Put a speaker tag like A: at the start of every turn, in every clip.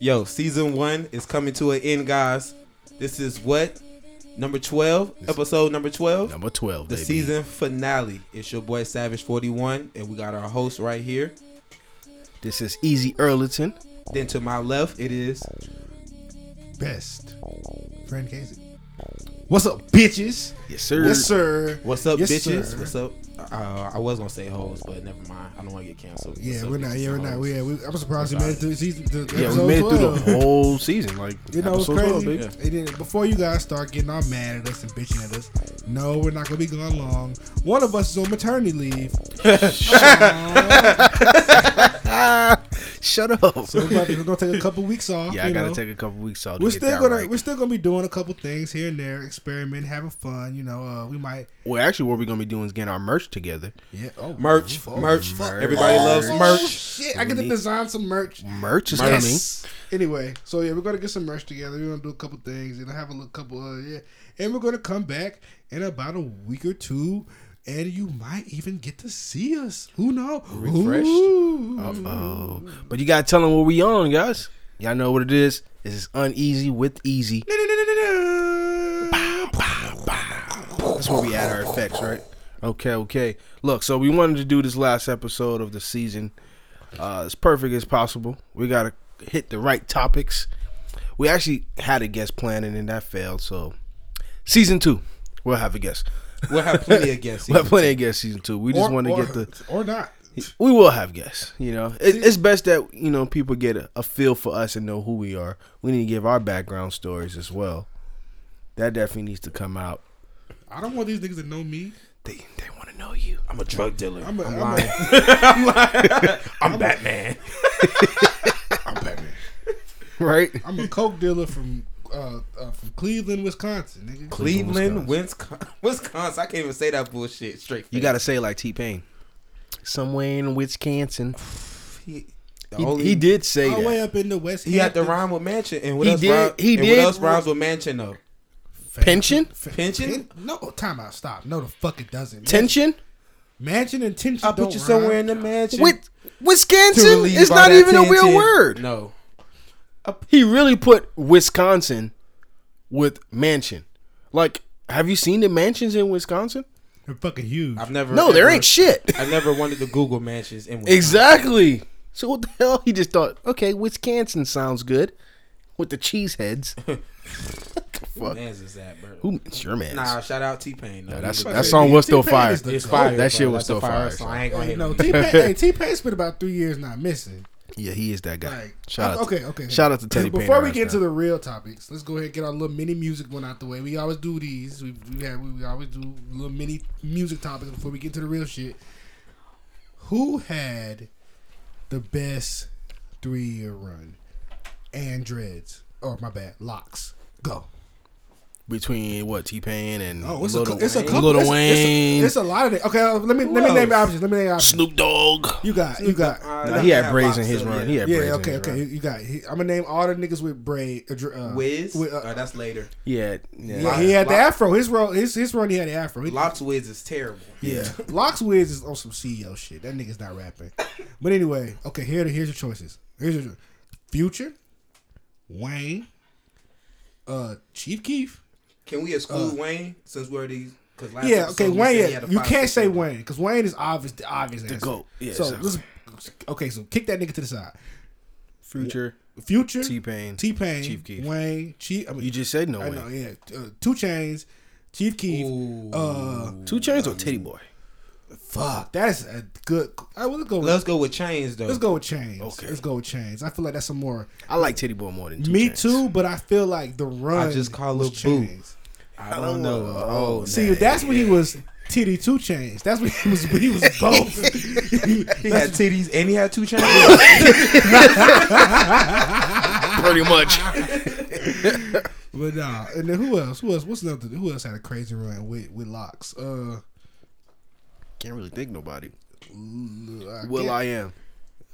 A: Yo, season one is coming to an end, guys. This is what number twelve, episode number twelve,
B: Number 12,
A: the
B: baby.
A: season finale. It's your boy Savage Forty One, and we got our host right here.
B: This is Easy Erlington.
A: Then to my left, it is
C: best friend Casey. What's up, bitches?
B: Yes, sir.
C: Yes, sir.
A: what's up,
C: Yes,
A: bitches?
C: sir.
A: What's up? Uh, I was gonna say hoes, but never mind. I don't want to get canceled.
C: Yeah,
A: What's up,
C: we're not.
A: bitches
C: Yeah, we're
A: and
C: not.
A: hoes?
C: We, yeah, we, I'm surprised we made it through season. To
B: Yeah, we
C: episode
B: made it through the
C: 12.
B: whole season. Like,
C: You know, it's
B: episode
C: crazy.
B: 12, baby.
C: And then before you guys start getting all mad at us and bitching at us, no, we're not gonna be gone long. One of us is on maternity leave.
B: Shut up.
C: So we're, about to, we're gonna take a couple weeks off.
B: yeah, I
C: you
B: gotta
C: know.
B: take a couple weeks off. to
C: We're
B: get
C: still
B: that
C: gonna
B: right.
C: we're still gonna be doing a couple things here and there, experimenting, having fun. You know, uh, we might.
B: Well, actually, what we're gonna be doing is getting our merch together.
C: Yeah. Oh,
A: Merch,
C: fuck.
A: merch.
B: Merch.
A: Everybody loves
C: Oh,
A: merch.
C: Shit, I get to design some merch.
B: Merch is coming.
C: Yes. Anyway, so yeah, we're gonna get some merch together. We're gonna do a couple things and have a little couple. Uh, yeah, and we're gonna come back in about a week or two, and you might even get to see us. Who knows?
A: Refreshed. Uh,
B: Oh, but you gotta tell them where we on, guys. Y'all know what it is. This is uneasy with easy. That's where we add our effects, right? Okay, okay. Look, so we wanted to do this last episode of the season uh, as perfect as possible. We gotta hit the right topics. We actually had a guest planned and then that failed. So season two, we'll have a guest.
A: We'll have plenty of guests.
B: We'll have plenty of guests season two. We just want to get the
C: or not.
B: we will have guests. You know, it, it's best that you know people get a, a feel for us and know who we are. We need to give our background stories as well. That definitely needs to come out.
C: I don't want these niggas to know me.
B: They they want to know you.
A: I'm a drug dealer.
C: I'm, a, I'm,
A: lying.
C: a,
A: I'm Batman.
C: I'm Batman.
B: Right?
C: I'm a coke dealer from uh, uh from Cleveland, Wisconsin, nigga.
A: Cleveland, Wisconsin. Wisconsin. I can't even say that bullshit straight.
B: You got to say like T Pain. Somewhere in Wisconsin,
A: He, the Oh,
B: he,
A: only-
B: he did say
C: All the way
B: that.
C: up in the West.
A: He had to
C: Hamptons.
A: rhyme with mansion, and what
B: He
A: else?
B: did-
A: rhyme-
B: he
A: and
B: did.
A: What else rhymes with mansion though?
B: Pension,
A: Pension.
C: No, time out. Stop. No, the fuck it doesn't.
B: tension
C: Mansion and tension.
A: I put
C: don't
A: you somewhere
C: rhyme.
A: in the mansion.
B: with
A: to
B: Wisconsin.
A: relieve
B: It's
A: all
B: not
A: that
B: even a real
A: tension.
B: word.
A: No,
B: He really put Wisconsin with mansion. Like, have you seen the mansions in Wisconsin?
C: They're fucking huge.
A: I've never.
B: No, there
A: ever-
B: ain't shit.
A: I never wanted to Google mansions in Wisconsin.
B: Exactly. So what the hell? He just thought, okay, Wisconsin sounds good with the cheese heads.
A: What man's is that, bro?
B: Who? It's your man.
A: Nah, shout out T Pain. No,
B: that's
C: But
B: that
C: it-
B: song was
C: it-
B: still
C: T-Pain
B: fire.
C: is the-
A: it's fire.
B: that shit
A: bro.
B: was
A: That's
B: still
A: a fire.
B: fire.
A: song. I ain't gonna
C: Hey,
A: hate
C: no,
A: on
C: T
A: it.
C: Pain. hey, T Pain's been about three years not missing.
B: Yeah, he is that guy.
C: Like,
B: shout out.
C: okay, okay.
B: Shout out to Teddy.
C: Before
B: Payne
C: we get
B: Rockstar.
C: to the real topics, let's go ahead and get our little mini music one out the way. We always do these. We we, have, we always do little mini music topics before we get to the real shit. Who had the best three year run? And dreads. Oh my bad. Locks. Go.
B: between what T Pain and
C: Oh, it's
B: Little
C: a it's a
B: Wayne,
C: couple.
B: Lil
C: it's, it's a-
B: Wayne,
C: it's a lot of it. Okay, uh, let me let me
A: else?
C: name options. Let me name options.
B: Snoop Dogg.
C: You got you got
A: All right,
B: Nah,
A: let
B: he
A: me
B: had
A: have
B: braids in
A: Box
B: his
A: up,
B: run.
A: yeah.
B: He had
C: Yeah,
B: braids in
C: okay,
B: his
C: okay.
B: run.
C: You got. He, I'm gonna name all the niggas with braid. Uh, dr- uh,
A: Wiz.
C: with, uh,
A: oh, that's later.
B: Yeah, yeah.
C: yeah, he had the
A: Lock-
C: afro. His run, his his run, he had the afro. He,
A: Locks Wiz is terrible.
C: yeah, Locks Wiz is on some CEO shit. That nigga's not rapping. But anyway, okay. Here, here's your choices. Here's your cho- Future, Wayne, uh, Chief Keef.
A: Can we exclude Wayne since we're these? Cause last
C: yeah,
A: episode
C: okay.
A: we
C: Wayne,
A: said he
C: yeah,
A: had a
C: you
A: five
C: can't say
A: percent.
C: Wayne because Wayne is obvious, the obvious the
B: GOAT. Yeah,
C: so
B: so-
C: let's okay. So kick that nigga to the side.
B: Future,
C: Future,
B: T Pain,
C: T Pain,
B: Chief Keef.
C: Wayne, Chief. I mean,
B: You just said no
C: I
B: way.
C: know, yeah. Uh, Two Chains, Chief Keef.
A: Ooh.
C: Uh,
B: Two Chains or Teddy Boy.
C: fuck, that's a good. I will go. With,
A: Let's go with chains though.
C: let's go with Chains.
B: Okay.
C: Let's go with Chains. I feel like that's some more.
B: I like Teddy Boy more than Two
C: me
B: Chainz.
C: too, but I feel like the run.
A: I just call
C: was
A: it boo.
C: Chainz.
A: I don't know. Oh,
C: See,
A: nah.
C: that's when he was titty two chains. That's when he was. When he was both.
A: He had titties and he had two chains. I
B: Pretty much.
C: But nah, and then who else? Who else? What's another? Who else had a crazy run with with locks? Uh,
B: Can't really think nobody.
C: I
B: Will I am.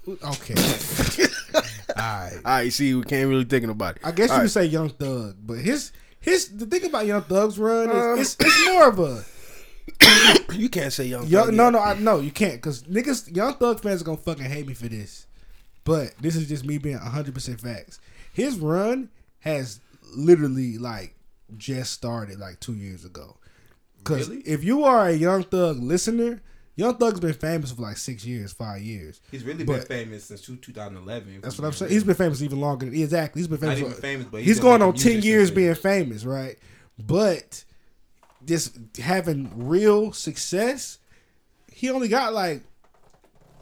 C: can't- okay. All right.
B: All right, see, we can't really think nobody.
C: I guess you
B: All
C: would say Young Thug, but his his the thing about Young Thug's run
A: Uh,
C: is it's, it's more of a
B: right. you can't say young.
C: young,
B: Thug
C: no
B: yet.
C: no I, no you can't because niggas Young Thug fans are gonna fucking hate me for this. But this is just me being 100% facts. His run has literally like just started like two years ago. Because
A: Really?
C: if you are a Young Thug listener, Young Thug's been famous for like six years, five years.
A: He's really
C: But-
A: been famous since 2011.
C: That's what I'm saying. He's been famous even longer. Than, exactly. He's been
A: not
C: famous.
A: even
C: for-
A: famous, but
C: he's, going
A: been
C: on
A: making
C: ten
A: music
C: years
A: since
C: being famous, right? But just having real success, he only got like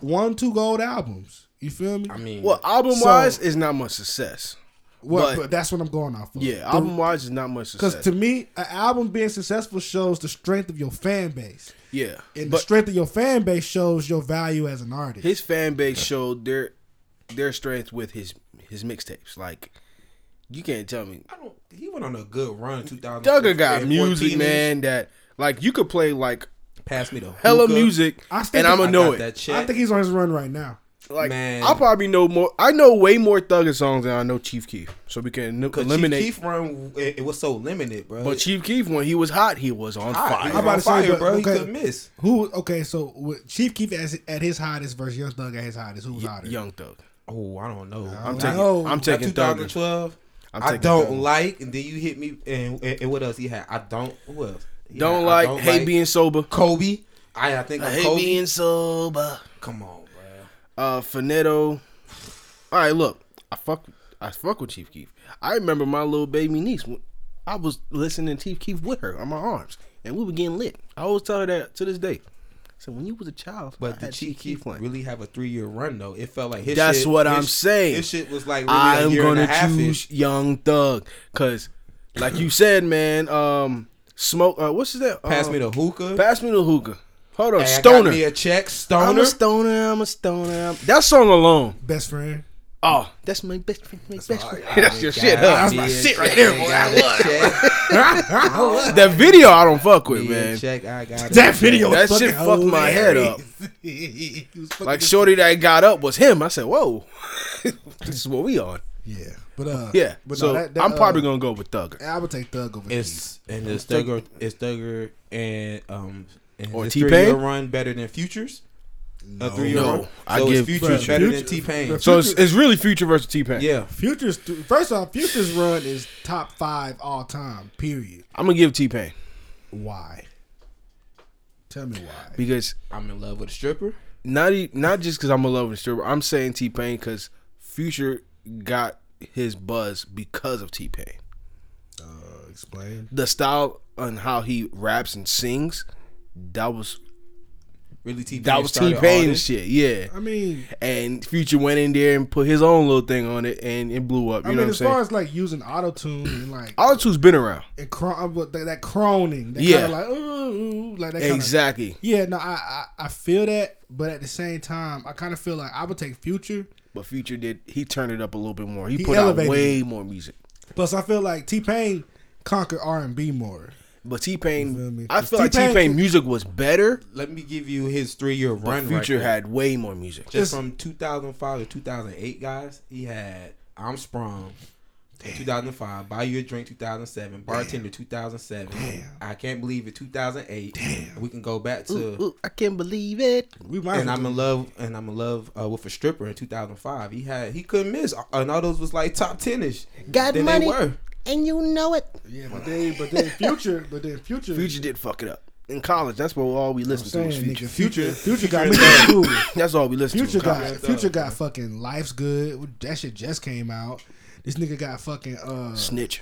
C: one, two gold albums. You feel me?
A: then. I mean,
B: Well, album
C: So-
B: wise, is not much success.
C: well,
B: but-
C: but, that's what I'm going off of.
B: Yeah, album wise is not much
C: Because
B: success.
C: to me, an album being successful shows the strength of your fan base,
B: yeah,
C: and the
B: but
C: strength of your fan base shows your value as an artist.
B: his fan base showed their their strength with his his mixtapes. Like you can't tell me
A: I don't. He went on a good run. 2000.
B: Duggar got music, man. That like you could play like
A: Pass me the
B: hella
A: hookah.
B: music,
C: I still
B: and
C: think-
B: I'm
A: I
B: gonna know
A: got
B: it.
A: That shit.
C: I think he's on his run right now.
B: Like
A: Man.
B: I probably know more. I know way more Thugger songs than I know Chief Keef. So we can n-
A: But
B: eliminate.
A: Chief Keef run, it, it was so limited, bro.
B: but Chief Keef, when he was hot, he was on
A: Hot.
B: fire.
A: He
C: I'm about
A: on
C: to say,
A: fire,
C: but-
A: bro. He
C: okay.
A: couldn't miss.
C: Who? Okay, so with Chief Keef as, at his hottest versus Young Thug at his hottest. Who's hotter?
B: Young Thug.
A: Oh, I don't know.
B: I'm
C: I
B: taking.
C: know.
B: I'm taking Thugger.
A: 2012.
B: I'm
A: I
B: taking
A: don't
B: Thugger.
A: like, and then you hit me, and, and, and what else he had? I don't. Who else? He
B: Don't
A: had, I
B: like. hate being sober.
A: Kobe. I, I think I am Kobe.
B: sober.
A: Come on, bro.
B: Uh, Finetto. All right, look. I fuck. I fuck with Chief Keef. I remember my little baby niece. when I was listening to Chief Keef with her on my arms, and we were getting lit. I always tell her that to this day. So when you was a child, I
A: But
B: had
A: did Chief Keef
B: playing.
A: really have a three year run though? It felt like his.
B: That's
A: shit-
B: what
A: his-
B: I'm saying.
A: His shit was like really a
B: I'm
A: year and
B: gonna
A: a half
B: choose Young Thug because, like you said, man. Um, smoke. Uh, what's that?
A: Pass
B: Um,
A: me the hookah.
B: Pass me the hookah. Hold on,
A: Hey, I got
B: stoner.
A: me a check. Stoner.
B: I'm a stoner. I'm a stoner. I'm- That song alone.
C: Best friend.
B: Oh, that's my best friend. My best friend.
A: I
B: That's your
A: got
B: shit. Huh?
A: me
C: That's my
A: a
C: shit right
A: check,
C: there,
A: I
C: boy.
A: got a check.
B: That video I don't fuck with,
A: Me a
B: man.
A: check. I got a
C: That video.
B: That
C: was
B: shit
C: fucking
B: fucked my head up.
C: hilarious. He was fucking
B: Like
C: dis-
B: shorty that got up was him. I said, whoa, this is what we on.
C: Yeah, but uh,
B: Yeah.
C: But
B: so
C: no, that, that,
B: I'm
C: uh,
B: probably gonna go with Thugger.
C: I would take Thug over. Keith.
A: It's and it's Thugger, it's Thugger and um and
B: Or
A: his
B: T-Pain?
A: three-year run better than Futures. A
C: No.
A: three-year
B: No,
A: run.
B: I
A: so it's
B: give-
A: Futures
C: Bruh,
A: better than T
C: Future-
A: Pain.
C: bruh,
B: So it's, it's really Future versus T Pain.
A: Yeah,
C: Futures. th- First off, Futures run is top five all time. Period.
B: I'm gonna give T Pain
C: Why? Tell me why.
B: because
A: I'm in love with a stripper.
B: not e- not just because I'm a loving stripper. I'm saying T Pain because Future got his buzz because of T Pain.
C: Uh, explain.
B: The style on how he raps and sings, that was
A: Really, T Pain.
B: that was T Pain shit. Yeah.
C: I mean,
B: And Future went in there and put his own little thing on it, and it blew up. You
C: I
B: know
C: mean, as
B: what I'm
C: far
B: saying?
C: as like using auto tune and like
B: All has been around.
C: and cro- uh, that, that croning, that
B: Yeah.
C: kind of like ooh, like that kind of
B: Exactly.
C: Yeah, no, I, I I feel that, but at the same time, I kind of feel like I would take Future.
B: But Future did he turned it up a little bit more. He,
C: He
B: put
C: elevated
B: out way more music.
C: Plus, I feel like T Pain conquered R and B more.
B: But
C: feel
B: T-Pain
C: me?
B: I feel like
C: T-Pain-
B: T-Pain music was better,
A: Let me give you his three-year
B: but
A: run.
B: Future
A: right there.
B: had way more music.
A: just from 2005 to 2008, guys. He had I'm Sprung. in 2005, Buy You a Drink 2007, Bartender 2007, I Can't Believe It 2008. We can go back to
B: Ooh, I can't believe it.
C: We might.
A: and
C: as
A: I'm
C: well
A: in love and I'm in love uh, with a stripper in 2005. He had he couldn't miss, and all those was like top tenish.
B: Got
A: Then
B: money.
A: they were.
B: And you know it.
C: do- yeah, but then but then Future, but then Future,
B: Future did fuck it up. In college, that's what all we listened to
C: saying,
B: was Future.
C: nigga,
A: Future-
C: Future, Future got
A: Future
C: me
A: and
C: cool.
B: That's all we listened
C: Future
B: to. in college.
C: got Future got fucking Life's Good. That shit just came out. This nigga got fucking uh,
B: Snitch.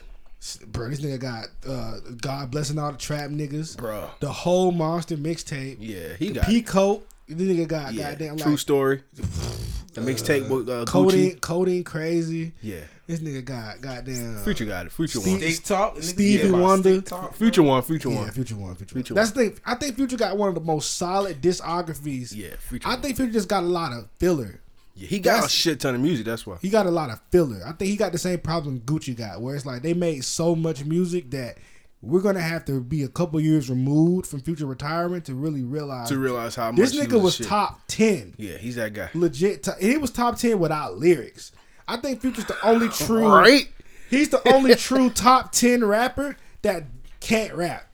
C: bro. This nigga got uh, God blessing all the trap niggas,
B: Bro.
C: The whole monster mixtape.
B: Yeah, he
C: the
B: got
C: Peacoat. This nigga got
B: yeah,
C: goddamn
B: True
C: like
B: Story. The mixtape with uh,
C: coding,
B: Gucci.
C: coding crazy.
B: Yeah.
C: This nigga got goddamn
B: Future got it. Future
C: Steve-
B: one.
A: Stick talk. nigga,
C: Stevie
A: yeah, about
C: Wonder.
A: stick talk, bro.
B: Future one. Future
C: Yeah,
B: one.
C: Future One, Future,
B: Future
C: One. That's the thing. I think Future got one of the most solid discographies.
B: Yeah, Future
C: I
B: one.
C: think Future just got a lot of filler.
B: Yeah, he got a
C: That's-
B: shit ton of music. That's why.
C: He got a lot of filler. I think he got the same problem Gucci got, where it's like they made so much music that we're gonna have to be a couple years removed from Future retirement to really realize
B: to realize how much
C: this
B: he
C: nigga was
B: shit.
C: top ten,
B: Yeah, he's that guy.
C: legit. Top, he was top ten without lyrics. I think Future's the only true.
B: Right?
C: He's the only true top ten rapper that can't rap,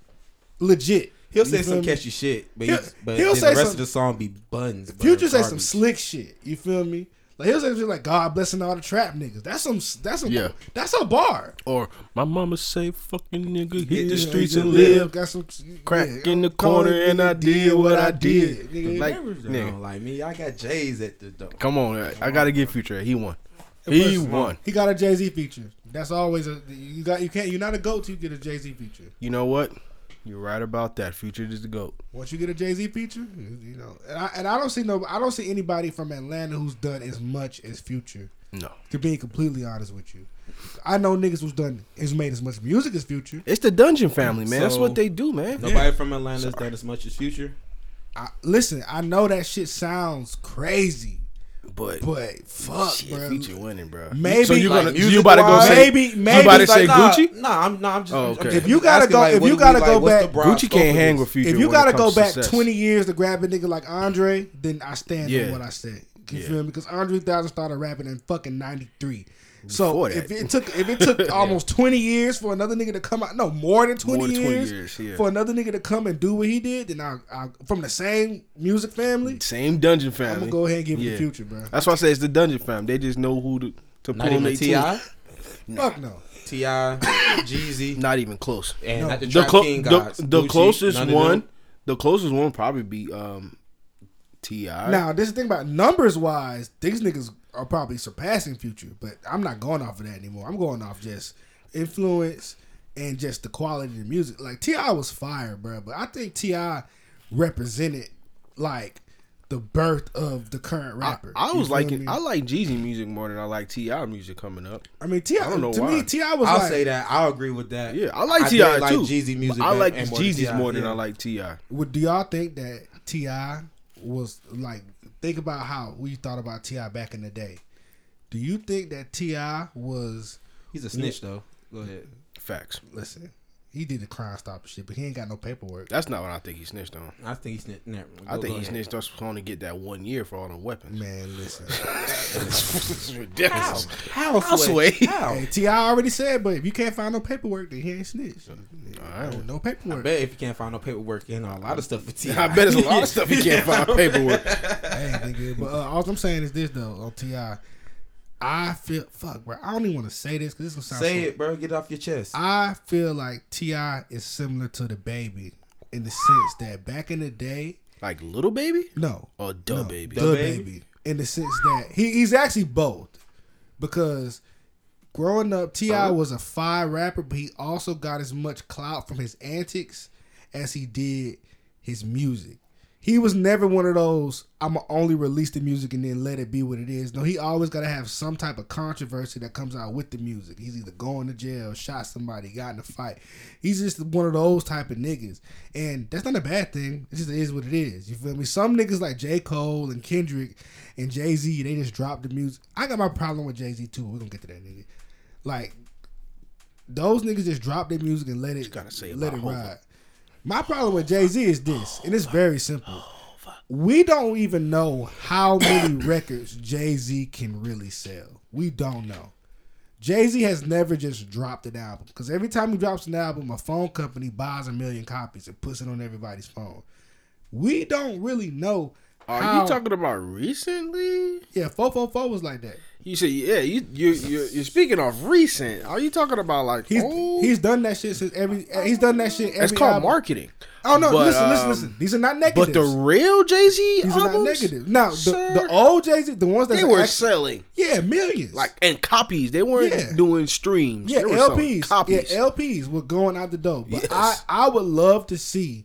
C: legit.
A: He'll
C: You
A: say
C: feel
A: some
C: me?
A: catchy shit, but
C: He'll-
A: he'll, but
C: he'll
A: then
C: say
A: the rest
C: some-
A: of the song be buns. bro,
C: Future say some
A: garbage.
C: slick shit. You feel me? Like he'll say shit like God blessing all the trap niggas. That's some that's some
B: Yeah.
C: that's a bar.
B: Or my mama say, "Fucking nigga, hit
A: Yeah,
B: the streets
A: yeah,
B: and live."
C: Got some
B: Crack
C: yeah,
B: in the
C: I'm
B: corner
C: calling
B: and I
C: nigga
B: did what I did.
C: Nigga,
B: Like,
A: Like,
B: nigga.
A: like me, I got J's at the door.
B: Come on, I- I gotta get future. He won.
C: And
B: He
C: plus,
B: won.
C: He got a Jay Z feature. That's always a you got you can't you're not a goat till you get a Jay Z feature.
B: You know what? You're right about that. Future is the goat.
C: Once you get a Jay Z feature, you you know, and I, and I don't see no I don't see anybody from Atlanta who's done as much as Future.
B: No,
C: To being completely honest with you, I know niggas who's done has made as much music as Future.
B: it's the Dungeon Family, man. That's
A: So-
B: what they do, man.
A: Nobody from Atlanta's done as much as Future.
C: I, listen, I know that shit sounds crazy,
B: But,
C: but fuck,
B: shit,
C: bro.
B: Future winning, bro.
C: Maybe-
B: so you
C: Like,
B: gonna you
A: music
B: about to go
A: wise-
B: say
C: Maybe- maybe
B: you about to
A: Like,
B: say
A: nah,
B: Gucci?
A: Nah, I'm, nah, I'm just.
B: Oh,
A: I'm
B: okay.
A: just
B: If
C: you gotta
A: asking,
C: go- if
A: what
C: you
A: do
C: gotta go
A: what's
C: back-
A: the broad
B: Gucci
A: scope of
B: can't hang
A: this?
B: with Future.
C: if
B: when
C: you
B: it
C: gotta go
B: comes to
C: back
B: success.
C: 20 years to grab a nigga like Andre, then I stand
B: Yeah.
C: on what I said. You
B: Yeah.
C: feel me? Because Andre Thousand started rapping in fucking '93. So
B: Before
C: if
B: that.
C: it took if it took almost 20 years for another nigga to come out, no more than 20
B: More than 20
C: years,
B: years, yeah.
C: for another nigga to come and do what he did, then I, I from the same music family,
B: same Dungeon Family.
C: I'm gonna go ahead and give it
B: Yeah.
C: the future, bro.
B: That's why I say it's the Dungeon Fam. They just know who to, to
A: Not
B: pull
A: even
B: their
A: Ti,
B: team.
C: Fuck no.
A: Ti, Jeezy,
B: Not even close.
A: and
C: No.
A: not the,
B: The,
A: Trap
B: clo-
A: King
B: the,
A: gods.
B: the
A: Gucci,
B: closest
A: none of
B: one,
A: them.
B: the closest one would probably be um, Ti.
C: Now this is the thing about numbers wise, these niggas are probably surpassing future, but I'm not going off of that anymore. I'm going off just influence and just the quality of the music. Like Ti was fire, bro, but I think Ti represented like the birth of the current rapper.
B: I
C: You
B: was
C: feel
B: liking.
C: me?
B: I like Jeezy music more than I like Ti music coming up.
C: I mean, Ti.
B: I don't know
C: to
B: why.
C: me, Ti was
A: I'll
C: like
A: say that. I'll agree with that.
B: Yeah, I like Ti
A: did
B: too.
A: Like Jeezy
B: but
A: music.
B: I
A: better
B: like
A: and more than
B: Jeezy's
A: T.I.,
B: more than
A: yeah.
B: I like Ti.
C: Would do y'all think that Ti was like? Think about how we thought about Ti back in the day. Do you think that Ti was?
A: He's a snitch though. Go ahead.
B: Facts.
C: Listen, he did the crime stopper shit, but he ain't got no paperwork.
B: That's not what I think he snitched on.
A: I think he snitched. Never. mind.
B: I
A: Go- go
B: think he
A: ahead.
B: snitched on supposed to get that one year for all the weapons.
C: Man, listen.
B: it's ridiculous.
A: How?
B: I'll
A: Flay?
B: sway.
A: How?
C: hey, Ti already said, but if you can't find no paperwork, then he ain't snitch.
B: All right.
C: No
A: I
C: paperwork.
A: bet if you can't find no paperwork, you know a lot of stuff for Ti.
B: I bet it's a lot of stuff he can't find paperwork.
C: hey, nigga. But uh, all I'm saying is this though, on Ti, I feel fuck, bro. I don't even want to say this because this is gonna sound.
A: Say
C: so-
A: it, bro. Get it off your chest.
C: I feel like Ti is similar to the baby in the sense that back in the day,
B: Like little baby
C: no,
B: or Oh, duh baby.
A: duh.
C: the
A: Baby?
C: baby. in the sense that he, he's actually both because growing up ti was a fire rapper but he also got as much clout from his antics as he did his music he was never one of those i'ma only release the music and then let it be what it is no he always gotta have some type of controversy that comes out with the music he's either going to jail shot somebody got in a fight he's just one of those type of niggas and that's not a bad thing it just is what it is you feel me some niggas like j cole and kendrick and jay-z they just drop the music i got my problem with jay-z too we're gonna get to that nigga like those niggas just drop their music and let it
B: gotta say
C: let it
B: about Hova.
C: ride. My problem with Jay Z is this, and it's very simple. We don't even know how many records Jay Z can really sell. We don't know. Jay Z has never just dropped an album because every time he drops an album, a phone company buys a million copies and puts it on everybody's phone. We don't really know.
B: Are
C: how-
B: you talking about recently?
C: Yeah, four four four was like that.
B: You say yeah. You you you're, you're speaking of recent. Are you talking about like
C: He's
B: old?
C: he's done that shit since every. He's done that shit every.
B: That's called
C: album.
B: marketing.
C: Oh no!
B: But,
C: listen, listen,
B: um,
C: listen. These are not
B: But
C: negatives.
B: the real Jay Z
C: These are not
B: albums,
C: negative. Now, the,
B: sir,
C: the old Jay Z, the ones that
B: they were
C: actually,
B: selling
C: yeah, millions,
B: like and copies. They weren't
C: Yeah.
B: doing streams.
C: yeah,
B: They were selling
C: LPs,
B: copies.
C: yeah, LPs were going out the door. But
B: Yes.
C: I, I would love to see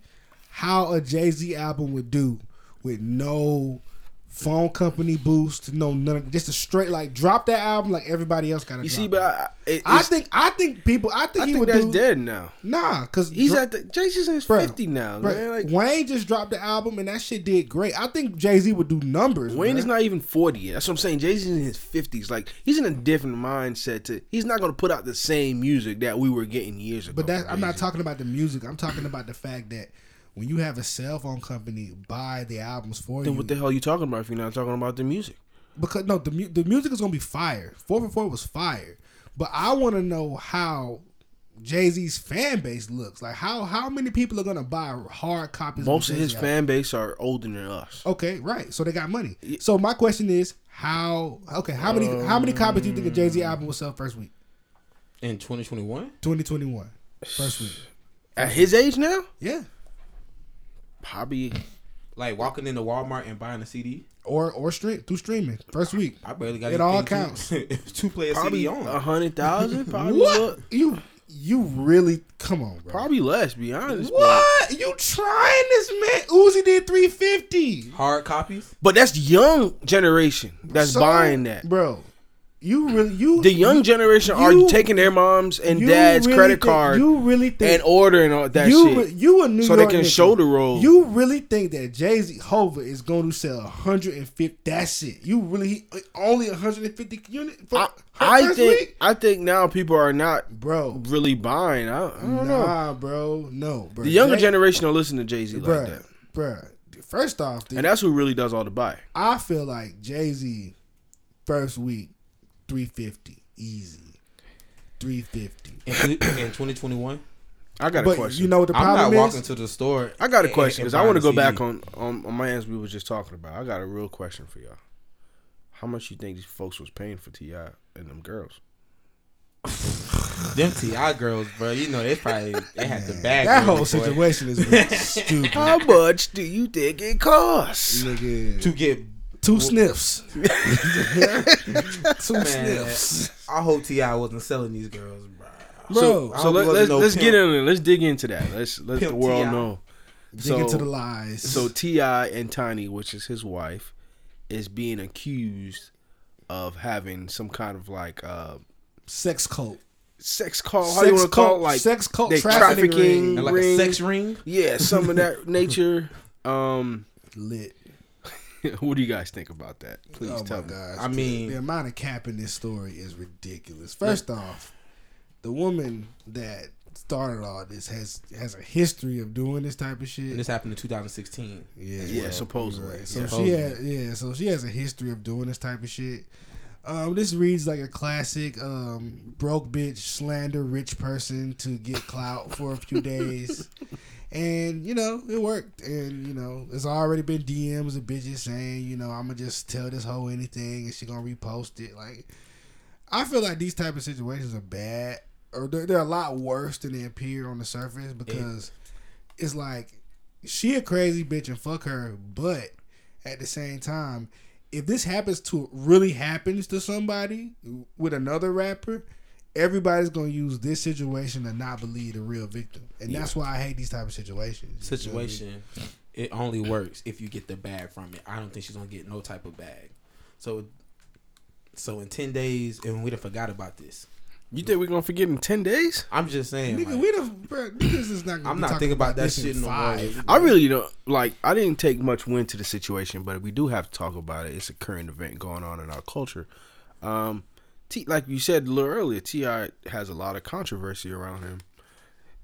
C: how a Jay Z album would do with no phone company boost, no none, just a straight like drop that album like everybody else got to.
B: you see, but I, it,
C: I
B: it's-
C: think I think people, I think
B: I
C: he
B: think
C: would
B: that's
C: do
B: dead now.
C: nah, because
B: He's at the Jay Z's in his
C: Bruh,
B: fifty now,
C: Bruh,
B: man. Like
C: Wayne just dropped the album and that shit did great. I think Jay Z would do numbers.
B: Wayne
C: bruh.
B: is not even forty yet. That's what I'm saying. Jay Z's in his fifties. Like he's in a different mindset. To he's not gonna put out the same music that we were getting years ago.
C: But that I'm
B: from Jay-Z.
C: not talking about the music. I'm talking about the fact that when you have a cell phone company buy the albums for
B: Then
C: you,
B: what the hell are you talking about if you're not talking about the music?
C: because no, the mu- the music is gonna be fire. Four for four was fire, but I want to know how Jay Z's fan base looks like. How how many people are gonna buy hard copies?
B: Most of
C: Jay-Z
B: his
C: album?
B: fan base are older than us.
C: Okay, right. So they got money. So my question is, How okay? How many how many copies do you think a Jay Z album will sell first week?
A: in 2021.
C: 2021. First week.
B: At his age now,
C: Yeah.
B: probably.
A: Like walking into Walmart and buying a CD.
C: Or or stream through streaming. First week.
A: I barely got
C: It
A: these
C: all
A: things
C: counts.
A: To, to play a
B: Probably
A: CD
B: on
A: on.
B: a hundred thousand. Probably,
C: What?
B: le-
C: You you really come on, bro.
B: probably less. Be honest. But,
C: What? You trying this man? Uzi did 350.
A: Hard copies.
B: but that's young generation that's
C: So,
B: buying that.
C: Bro, you really you
B: The young generation
C: you-
B: are taking their moms and
C: you
B: dads'
C: really
B: credit
C: think-
B: card
C: You really think
B: and ordering all that
C: you
B: shit.
C: re- you a New
B: So they
C: York
B: can
C: nigga.
B: shoulder roll.
C: You really think that Jay Z Hova is going to sell 150? That's it. You really he, only 150 unit for
B: I,
C: her
B: I
C: first
B: think
C: week?
B: I think now people are not
C: bro.
B: really buying. I, I don't know.
C: Nah, bro, no, bro.
B: The younger
C: Jay-
B: generation don't listen to Jay Z
C: bruh,
B: like that,
C: bruh. First off, dude,
B: and that's who really does all the buy.
C: I feel like Jay Z first week 350 easy, 350.
A: In, in 2021.
B: I got a
C: But
B: question.
C: you know what the
A: I'm not
C: problem
A: walking
C: is?
A: to the store.
B: I got a
A: and-
B: question
A: and
B: because I want to go
A: buying a
B: back
A: CD.
B: on, on on my answer we were just talking about. I got a real question for y'all. How much you think these folks was paying for Ti and them girls?
A: them Ti girls, bro. You know they probably they had the bag.
C: That
A: ready
C: whole
A: for it.
C: situation is really stupid.
B: How much do you think it costs?
C: Nigga.
A: to get.
C: Two sniffs. Two
A: Man,
C: sniffs.
A: I hope Ti wasn't selling these girls, bro.
C: Bro,
A: I
B: So
A: hope
B: let,
A: he wasn't
B: let's
A: no
B: let's get
A: pimp.
B: in. Let's dig into that. Let's let the
A: Pimp
B: world
A: T.I..
B: know.
C: dig into
B: So
C: the lies.
B: so Ti and Tiny, which is his wife, is being accused of having some kind of like uh,
C: sex cult.
B: sex call. How
C: sex
B: do you want to
C: cult,
B: call it? like
C: sex cult
B: they
C: trafficking,
B: trafficking.
A: And like
B: ring.
A: a sex ring.
B: Yeah, some of that nature. Um,
C: lit.
B: what do you guys think about that? Please
C: oh
B: tell
C: my
B: me.
C: gosh.
A: I
C: dude.
A: mean-
C: the amount of cap in this story is ridiculous. First off, the woman that started all this has has a history of doing this type of shit.
A: And this happened in 2016.
C: yeah,
B: Yeah,
C: well,
B: supposedly.
C: right. So
B: yeah.
C: she had, yeah, so she has a history of doing this type of shit. Um, this reads like a classic um, broke bitch slander rich person to get clout for a few days, and you know it worked. And you know it's already been DMs of bitches saying you know I'm gonna just tell this hoe anything and she gonna repost it. Like I feel like these type of situations are bad, or they're, they're a lot worse than they appear on the surface because it's like she a crazy bitch and fuck her, but at the same time, if this happens to really happens to somebody with another rapper, everybody's gonna use this situation to not believe the real victim, and that's why I hate these type of situations. You feel me?
A: Situation. It only works if you get the bag from it. I don't think she's gonna get no type of bag. So, so in 10 days, and we'd have forgot about this.
B: You think we're gonna forget in ten days?
A: I'm just saying.
C: Nigga,
A: like,
C: we the bro, niggas is not. Gonna
A: I'm
C: be
A: not
C: talking
A: thinking about that
C: this in
A: shit no
C: five.
A: more.
B: I really don't like. I didn't take much wind to the situation, but we do have to talk about it. It's a current event going on in our culture. Um, T, like you said a little earlier, Ti has a lot of controversy around him.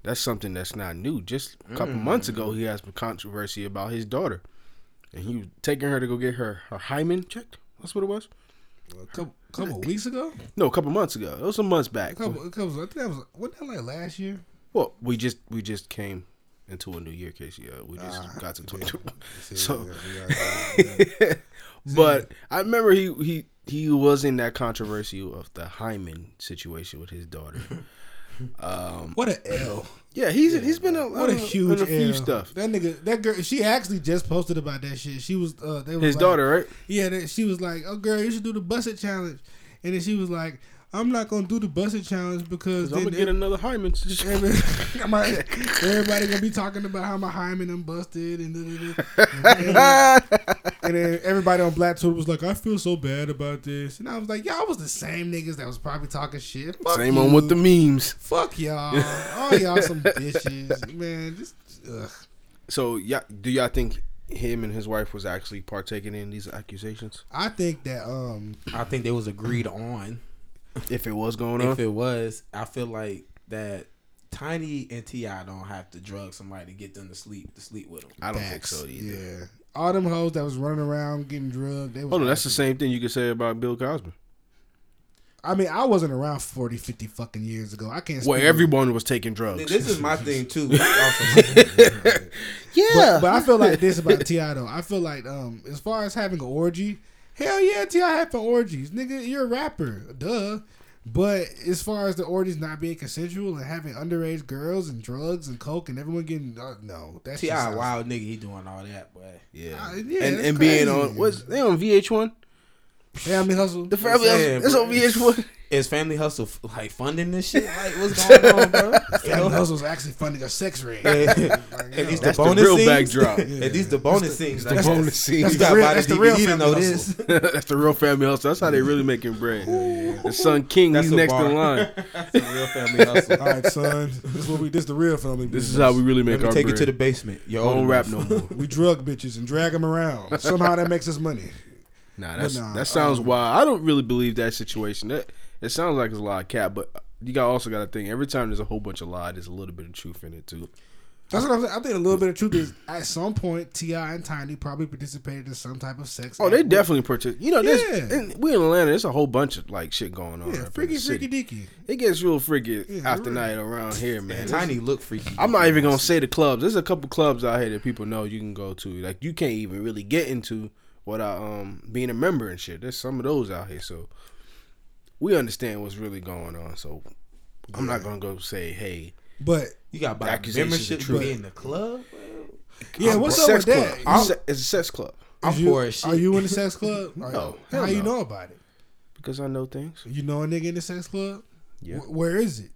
B: That's something that's not new. Just a couple
C: Mm.
B: months ago, he had some controversy about his daughter, and he was taking her to go get her her hymen checked. That's what it was.
C: A couple, couple weeks ago,
B: No, a couple months ago. It was some months
C: a
B: back.
C: couple, a couple. I think that was wasn't that like last year?
B: Well, we just we just came into a new year, Casey. Uh, we just
C: Ah,
B: got to 2021. So, but I remember he he he was in that controversy of the Hyman situation with his daughter.
C: What a L.
B: Yeah, he's he's been a,
C: What a huge
B: a few
C: L.
B: stuff.
C: That nigga, that girl, she actually just posted about that shit. She was uh, they was
B: His
C: like-
B: daughter, right?
C: Yeah, that, she was like, "Oh, girl, you should do the busted challenge," and then she was like, "I'm not gonna do the busted challenge because
B: 'Cause I'm
C: then
B: gonna get another Hyman.
C: every- I'm like, everybody gonna be talking about how my hymen I'm busted and." da, da, da. And then- and then everybody on Black Twitter was like, "I feel so bad about this," and I was like, "Y'all was the same niggas that was probably talking shit." Fuck
B: Same on with
C: you.
B: the memes.
C: Fuck y'all. All y'all some bitches. Man, just ugh.
B: So, yeah, do y'all think him and his wife was actually partaking in these accusations?
C: I think that um
A: I think they was agreed on.
B: If it was going on,
A: If it was, I feel like that Tiny and Ti don't have to drug somebody to get them to sleep to sleep with them.
B: I don't
C: facts,
B: think so either.
C: Yeah. All them hoes that was running around getting drugged, they was
B: Hold on, that's the same thing you could say about Bill Cosby.
C: I mean, I wasn't around 40, 50 fucking years ago. I can't
B: Where
C: speak-
B: everyone was taking drugs.
A: This is my thing too. Also,
B: yeah,
C: but, but I feel like this about Ti though. I feel like um, as far as having an orgy, Hell yeah, T.I. had for orgies. Nigga, you're a rapper. Duh. But as far as the orgies not being consensual and having underage girls and drugs and coke and everyone getting uh, no, that's
A: Ti a wild nigga. He doing all that, boy.
B: Yeah.
C: Uh, yeah,
B: and
C: that's
B: and being
C: crazy.
B: on what's they on VH1?
C: Family hustle.
B: The Forever
A: saying,
B: Young- It's
A: bro.
B: on VH1.
A: Is Family Hustle f- like funding this shit? Like what's going on, bro?
C: Family hustle's actually funding a sex ring.
A: At least
B: That's
A: the
B: the
A: bonus
B: real
A: scenes.
B: backdrop.
A: At least the bonus scenes. That's
B: bonus scenes.
A: You
B: That's
A: got by
C: the
A: the
C: real- that's the real
A: DVD to know
C: Family
A: this.
B: That's the real family hustle. That's how they really making bread. The son King,
A: That's
B: he's
A: a
B: next
A: bar.
B: in line.
A: That's a real Family Hustle.
C: All right, son. This what we. This the real family.
B: This is
C: business.
B: how we really
A: Let
B: make
A: me
B: our
A: take
B: bread.
A: it to the basement. Yo,
B: don't rap no more.
C: We drug bitches and drag them around. Somehow that makes us money.
B: Nah, that's,
C: nah,
B: that sounds wild. I don't really believe that situation. That it sounds like it's a lot of cat, but you got also got to think every time there's a whole bunch of lie, there's a little bit of truth in it too.
C: That's what I'm saying. I think a little bit of truth is at some point Ti and Tiny probably participated in some type of sex.
B: Oh, they
C: act.
B: definitely purchase. You know, this
C: Yeah.
B: in, we in Atlanta. There's a whole bunch of like shit going on. up in
C: yeah,
B: the
C: freaky
B: city.
C: freaky deaky.
B: It gets real freaky
C: Yeah,
B: after
C: you're right.
B: night around here, man.
A: Tiny look freaky.
B: I'm not even gonna say the clubs. There's a couple clubs out here that people know you can go to. Like you can't even really get into without um being a member and shit. There's some of those out here, so we understand what's really going on. So I'm not gonna go say, hey,
C: But
A: You got by
B: Accusations are
A: membership to
B: true.
A: be in the club.
C: yeah,
B: I'm
C: what's
B: a
C: up
B: sex
C: with that?
B: club.
C: Is
B: It's a- It's a sex club
A: I'm
C: you-
A: poor as shit.
C: Are you in the sex club? Are
B: No,
C: you-
B: hell
C: How you
B: no.
C: know about it?
B: because I know things.
C: You know a nigga in the sex club?
B: Yeah.
C: Wh- where is it?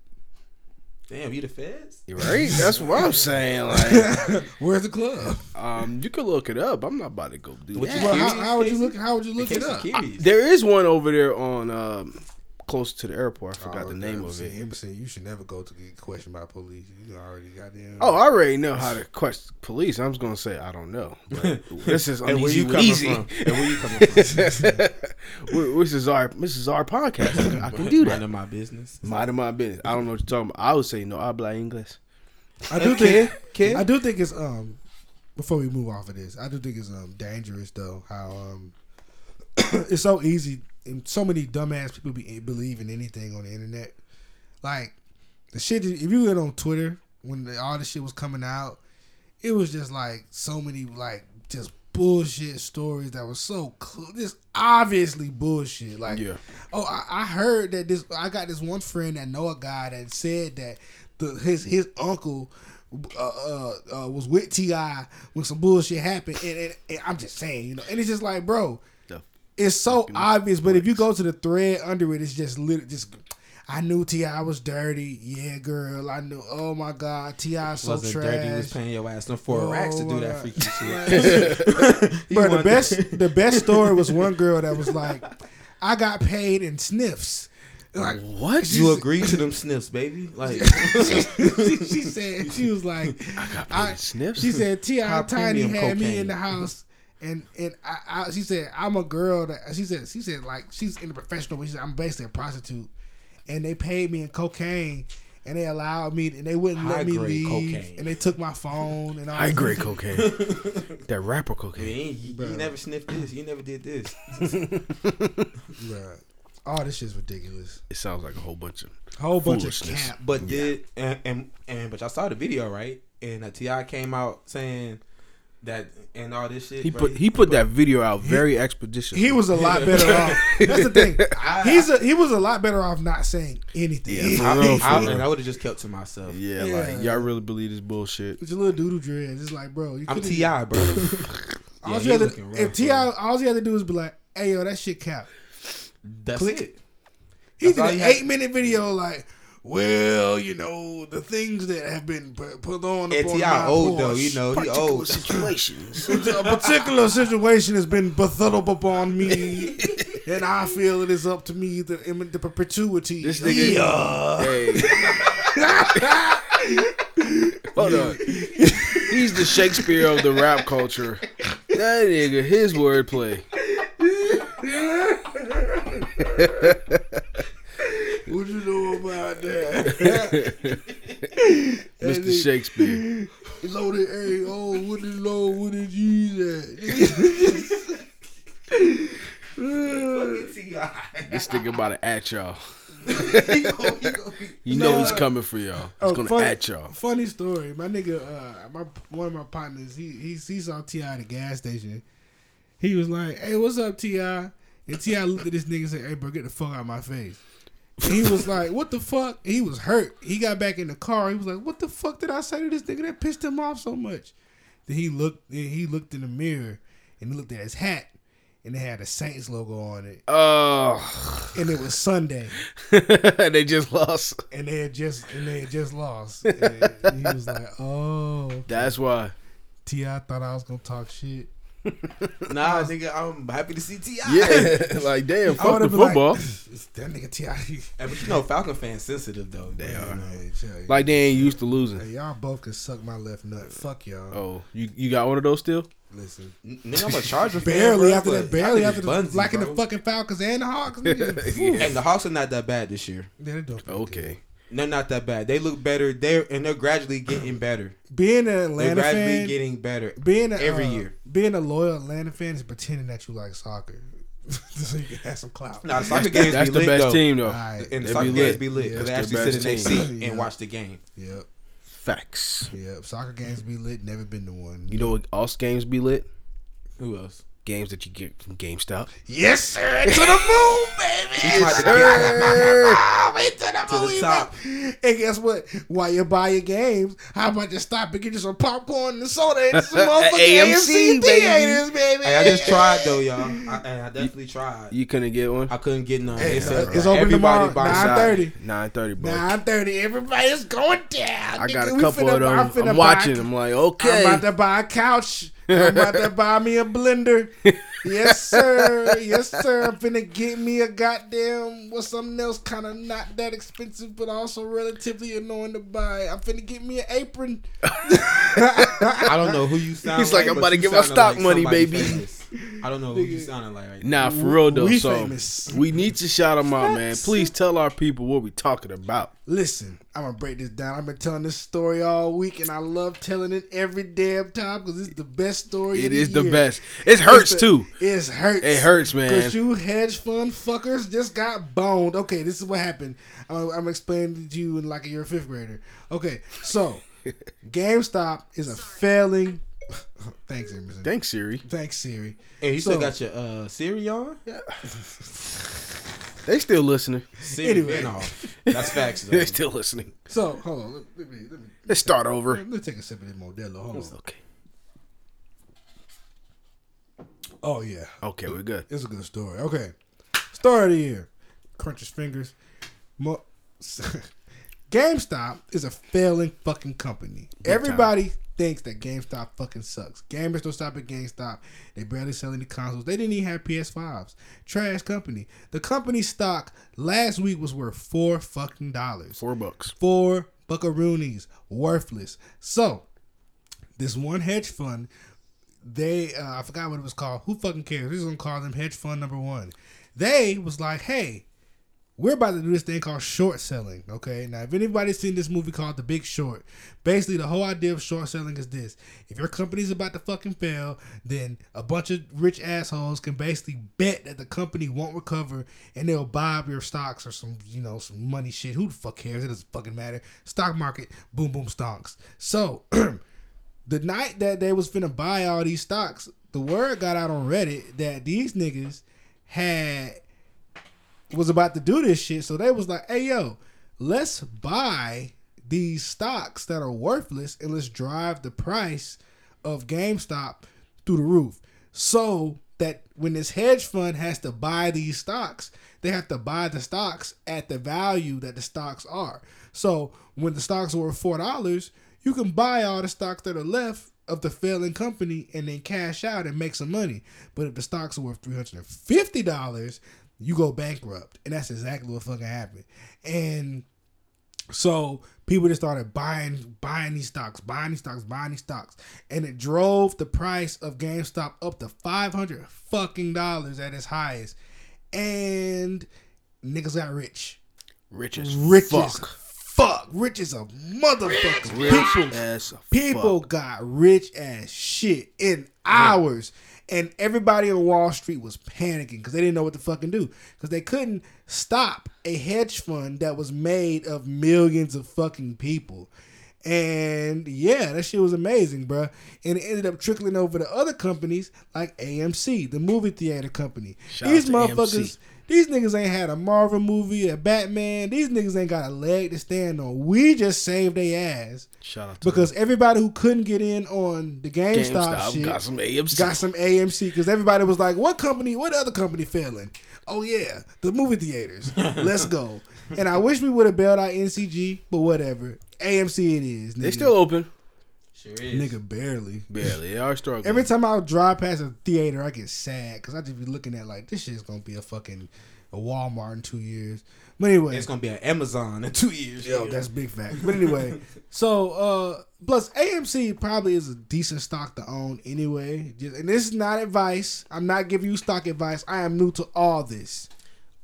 A: Damn, you the feds?
B: Right? That's what I'm saying. Like,
C: Where's the club?
B: um, you can look it up. I'm not about to go do
A: What you
B: that.
C: Well,
A: Curious,
C: how, how would you
A: Casey?
C: look? How would you look
A: In
C: it
A: case
C: up?
A: you're curious.
B: There is one over there on um, close to the airport. I
A: Oh,
B: forgot
C: Oh,
B: the name of it.
C: you should never go to get questioned by police. You already got them.
B: Oh, I already know how to question police. I was gonna say I don't know. But this is
A: And where
B: uneasy
A: you coming
B: easy.
A: from? And where you coming from?
B: this is our this is our podcast. I can do
A: Minding
B: that.
A: my business.
B: Mind of my business. I don't know what you're talking about. I would say no. I habla English.
C: I do
A: Okay,
C: think
A: okay.
C: I do think it's um before we move off of this, I do think it's um dangerous though how um it's so easy and so many dumbass people be believe in anything on the internet. Like the shit that- if you went on Twitter when the, all this shit was coming out, it was just like so many like just bullshit stories that were so cl- just obviously bullshit. Like
B: Yeah.
C: Oh, I, I heard that this. I got this one friend that know a guy that said that the his his uncle uh, uh, uh, was with Ti when some bullshit happened, and, and, and I'm just saying, you know, and it's just like, bro,
B: The-
C: it's so obvious. But if you go to the thread under it, it's just lit. Just I knew Ti was dirty. Yeah, girl, I knew. Oh my God, Ti is so
A: Wasn't
C: trash.
A: dirty. Was paying your ass them four
C: Oh,
A: racks to do that
C: uh,
A: freaky shit. He
C: Bro, the
A: wanted-
C: best the best story was one girl that was like, I got paid in sniffs. Like
B: What?
A: You agree to them sniffs, baby? Like
C: she, she said she was like
B: I got sniffs.
C: she said Ti
A: High
C: Tiny
A: premium
C: had me in
A: cocaine.
C: the house and and I, I she said I'm a girl that she said she said like she's in the professional way. She said, I'm basically a prostitute and they paid me in cocaine and they allowed me and they wouldn't let me
A: High-grade
C: leave
A: cocaine.
C: and they took my phone and all
B: I
C: this.
B: agree cocaine. that rapper cocaine.
A: man, you, you never sniffed this. You never did this.
C: Bruh. Oh, this shit's ridiculous.
B: It sounds like a whole bunch of.
C: Whole bunch of
B: Foolishness.
C: cap.
A: But did and, and and but y'all saw the video, right? And uh, Ti came out saying that and all this shit.
B: He
A: bro.
B: put he put that video out very expeditiously.
C: He was a lot better off. That's the thing.
A: I-
C: He's a, he was a lot better off not saying anything.
B: Yeah, for
A: I,
B: real, for
A: I-
B: real.
A: and I would have just kept to myself.
B: yeah,
C: Yeah.
B: like y'all really believe this bullshit.
C: It's a little doodle dreads. It's like, bro, you
A: I'm
C: couldn't-
A: Ti, bro.
C: All
A: Yeah,
C: you
A: he
C: had to-
A: looking rough,
C: if Ti, all you had to do is be like, "Hey, yo, that shit cap."
A: That's
C: Click.
A: it.
C: He
A: That's
C: did
A: all
C: an
A: you had-
C: eight minute video like, "Well, you know, the things that have been put, put on
A: And
C: upon
A: Ti
C: my
A: old though,
C: horse.
A: you know he old.
B: situations.
C: a particular situation has been befuddled upon me, and I feel it is up to me the, the perpetuity.
B: This nigga. Hey. Hold on. He's the Shakespeare of the rap culture. That nigga, his wordplay.
C: What you know about that?
B: Mr. Shakespeare.
C: Loaded A O, what is low, what is G's at?
B: This nigga about to at y'all.
A: He gonna- he gonna be-
B: You know he's coming for y'all. He's
C: Oh,
B: gonna
C: funny-
B: at y'all.
C: Funny story, my nigga, uh, my one of my partners, he he, he saw Ti at a gas station. He was like, "Hey, what's up, Ti?" And Ti looked at this nigga and said, "Hey, bro, get the fuck out of my face." And he was like, "What the fuck?" And he was hurt. He got back in the car. He was like, "What the fuck did I say to this nigga that pissed him off so much?" Then he looked. Then he looked in the mirror and he looked at his hat, and it had a Saints logo on it,
B: Oh,
C: and it was Sunday.
B: they just lost.
C: and they had just and they had just lost. And he was like, "Oh,
B: That's why.
C: Ti thought I was gonna talk shit."
A: Nah, nigga, I'm happy to see Ti.
B: Yeah, like damn,
C: I
B: fuck the
C: would've been like,
B: football. Like,
C: that nigga Ti.
A: Hey, but you know, Falcon fans sensitive though. They are.
C: Hey, Jay,
B: they ain't used to losing.
C: hey, y'all both can suck my left nut. Fuck y'all.
B: Oh, you you got one of those still?
C: Listen,
A: Nigga, I'm a Charger fan.
C: barely
A: bro,
C: after
A: but
C: that, barely
A: I
C: after
A: think
C: the
A: it's Bunzy,
C: blacking the
A: bro.
C: fucking Falcons and the Hawks. Nigga. Whew.
B: Yeah.
A: And the Hawks are not that bad this year.
C: Yeah, they don't feel
B: Okay.
A: They're not that bad. They look better. They're and they're gradually getting better.
C: good. Being an
A: They're
C: Atlanta
A: gradually
C: fan,
A: getting better.
C: being a,
A: every
C: uh,
A: year.
C: being a loyal Atlanta fan is pretending that you like soccer, so you can have some clout.
A: Nah,
B: That's,
A: soccer games
B: that's
A: be
B: the
A: lit
B: best
A: though.
B: team though.
C: All right.
A: And
B: They
A: soccer
B: be
A: games
B: lit.
A: be lit.
C: Yeah,
A: Cause they
B: that's the
A: actually sit in their
B: best
A: seat
C: team.
A: and
C: Yeah.
A: watch the game.
C: Yep.
B: Facts.
C: Yep. Soccer games be lit. Never been to one.
B: You know what else games be lit?
A: Who else?
B: Games that you get from GameStop.
C: Yes, sir. To the moon, baby.
A: He tried to
C: to the,
A: the
C: moon,
A: top.
C: man. And guess what? While you buy your games, how about you stop and get you some popcorn and soda and some motherfucking AMC,
B: AMC,
C: theaters, baby?
A: Hey, I just tried though, y'all. I, hey, I definitely tried.
B: You uh, couldn't get one.
A: I couldn't get none.
C: Hey,
A: They said,
C: it's open
A: everybody
C: tomorrow,
A: buy
C: nine
A: soccer.
C: 9:30.
B: Nine thirty, bro.
C: Nine thirty. Everybody's going down.
B: I got
C: nigga.
B: a
C: We
B: couple
C: finna-
B: of them.
C: finna
B: I'm
C: buy a
B: watching. I'm like,
C: I'm
B: okay.
C: about to buy a couch. I'm about to buy me a blender. Yes, sir. Yes, sir. I'm finna get me a goddamn or something else kind of not that expensive, but also relatively annoying to buy. I'm finna get me an apron.
A: I don't know who you sound.
B: He's like, I'm
A: but
B: about to
A: you
B: get my
A: sounding
B: stock money,
A: somebody
B: baby.
A: famous. I don't know who you sounding like. Right now.
B: Nah, for real though.
C: we
B: so
C: famous.
B: we need to shout them out, man. Please tell our people what we talking about.
C: Listen, I'm gonna break this down. I've been telling this story all week, and I love telling it every damn time because it's the best story.
B: It
C: of
B: is the
C: year.
B: best. It hurts
C: It's the-
B: too.
C: It hurts.
B: It hurts, man.
C: Because you hedge fund fuckers just got boned. Okay, this is what happened. I'm, I'm explaining to you in like you're a fifth grader. Okay, so GameStop is a failing. Thanks, Emerson.
B: Thanks, Siri.
C: Thanks, Siri.
A: Hey, you
C: So-
A: still got your uh, Siri on?
B: They still listening.
A: Siri
C: Anyway.
A: been off. That's facts. Though.
B: They still listening.
C: So hold on. Let, let me let me
B: Let's start over.
C: let me take a sip of this Modelo. Hold on.
B: Okay.
C: Oh yeah,
B: Okay, we're good.
C: it's a good story. Okay, story of the year. Crunch his fingers. Mo- GameStop is a failing fucking company. Everybody thinks that GameStop fucking sucks. Gamers don't stop at GameStop. They barely sell any consoles. They didn't even have PS5s. Trash company. The company stock last week was worth four fucking dollars.
B: Four bucks.
C: Four buckaroonies. Worthless. So, this one hedge fund, they, uh, I forgot what it was called. Who fucking cares? We're just gonna call them hedge fund number one. They was like, hey, we're about to do this thing called short selling. Okay. Now, if anybody's seen this movie called The Big Short, basically the whole idea of short selling is this if your company's about to fucking fail, then a bunch of rich assholes can basically bet that the company won't recover and they'll buy up your stocks or some, you know, some money shit. Who the fuck cares? It doesn't fucking matter. Stock market, boom, boom, stonks. So, the night that they was finna buy all these stocks, the word got out on Reddit that these niggas had was about to do this shit. So they was like, hey yo, let's buy these stocks that are worthless and let's drive the price of GameStop through the roof. So that when this hedge fund has to buy these stocks, they have to buy the stocks at the value that the stocks are. So when the stocks were four dollars, you can buy all the stocks that are left of the failing company and then cash out and make some money. But if the stocks are worth three hundred and fifty dollars, you go bankrupt, and that's exactly what fucking happened. And so people just started buying, buying these stocks, buying these stocks, buying these stocks, and it drove the price of GameStop up to five hundred fucking dollars at its highest, and niggas got rich,
B: Rich as
C: rich as
B: fuck.
C: fuck, rich as a motherfucker.
B: Rich
C: People
B: as
C: People
B: fuck.
C: got rich as shit in hours. And everybody on Wall Street was panicking because they didn't know what to fucking do. Because they couldn't stop a hedge fund that was made of millions of fucking people. And yeah, that shit was amazing, bruh. And it ended up trickling over to other companies like AMC, the movie theater company.
B: Shout
C: these
B: out to AMC.
C: motherfuckers, these niggas ain't had a Marvel movie, a Batman. These niggas ain't got a leg to stand on. We just saved their ass
B: Shout out to
C: because everybody who couldn't get in on the GameStop,
B: GameStop
C: shit
B: got some AMC.
C: got some AMC because everybody was like, "What company? What other company failing?" Oh yeah, the movie theaters. Let's go. And I wish we would have bailed out NCG, but whatever. AMC it is. Nigga.
B: they still open.
A: Sure is.
C: nigga barely.
B: Barely. They are struggling.
C: Every time I drive past a theater, I get sad because I just be looking at like this shit's gonna be a fucking a Walmart in two years. But anyway,
A: It's gonna be an Amazon in two years.
C: Yo, that's big fact. But anyway, so uh plus AMC probably is a decent stock to own anyway. Just, and this is not advice. I'm not giving you stock advice. I am new to all this.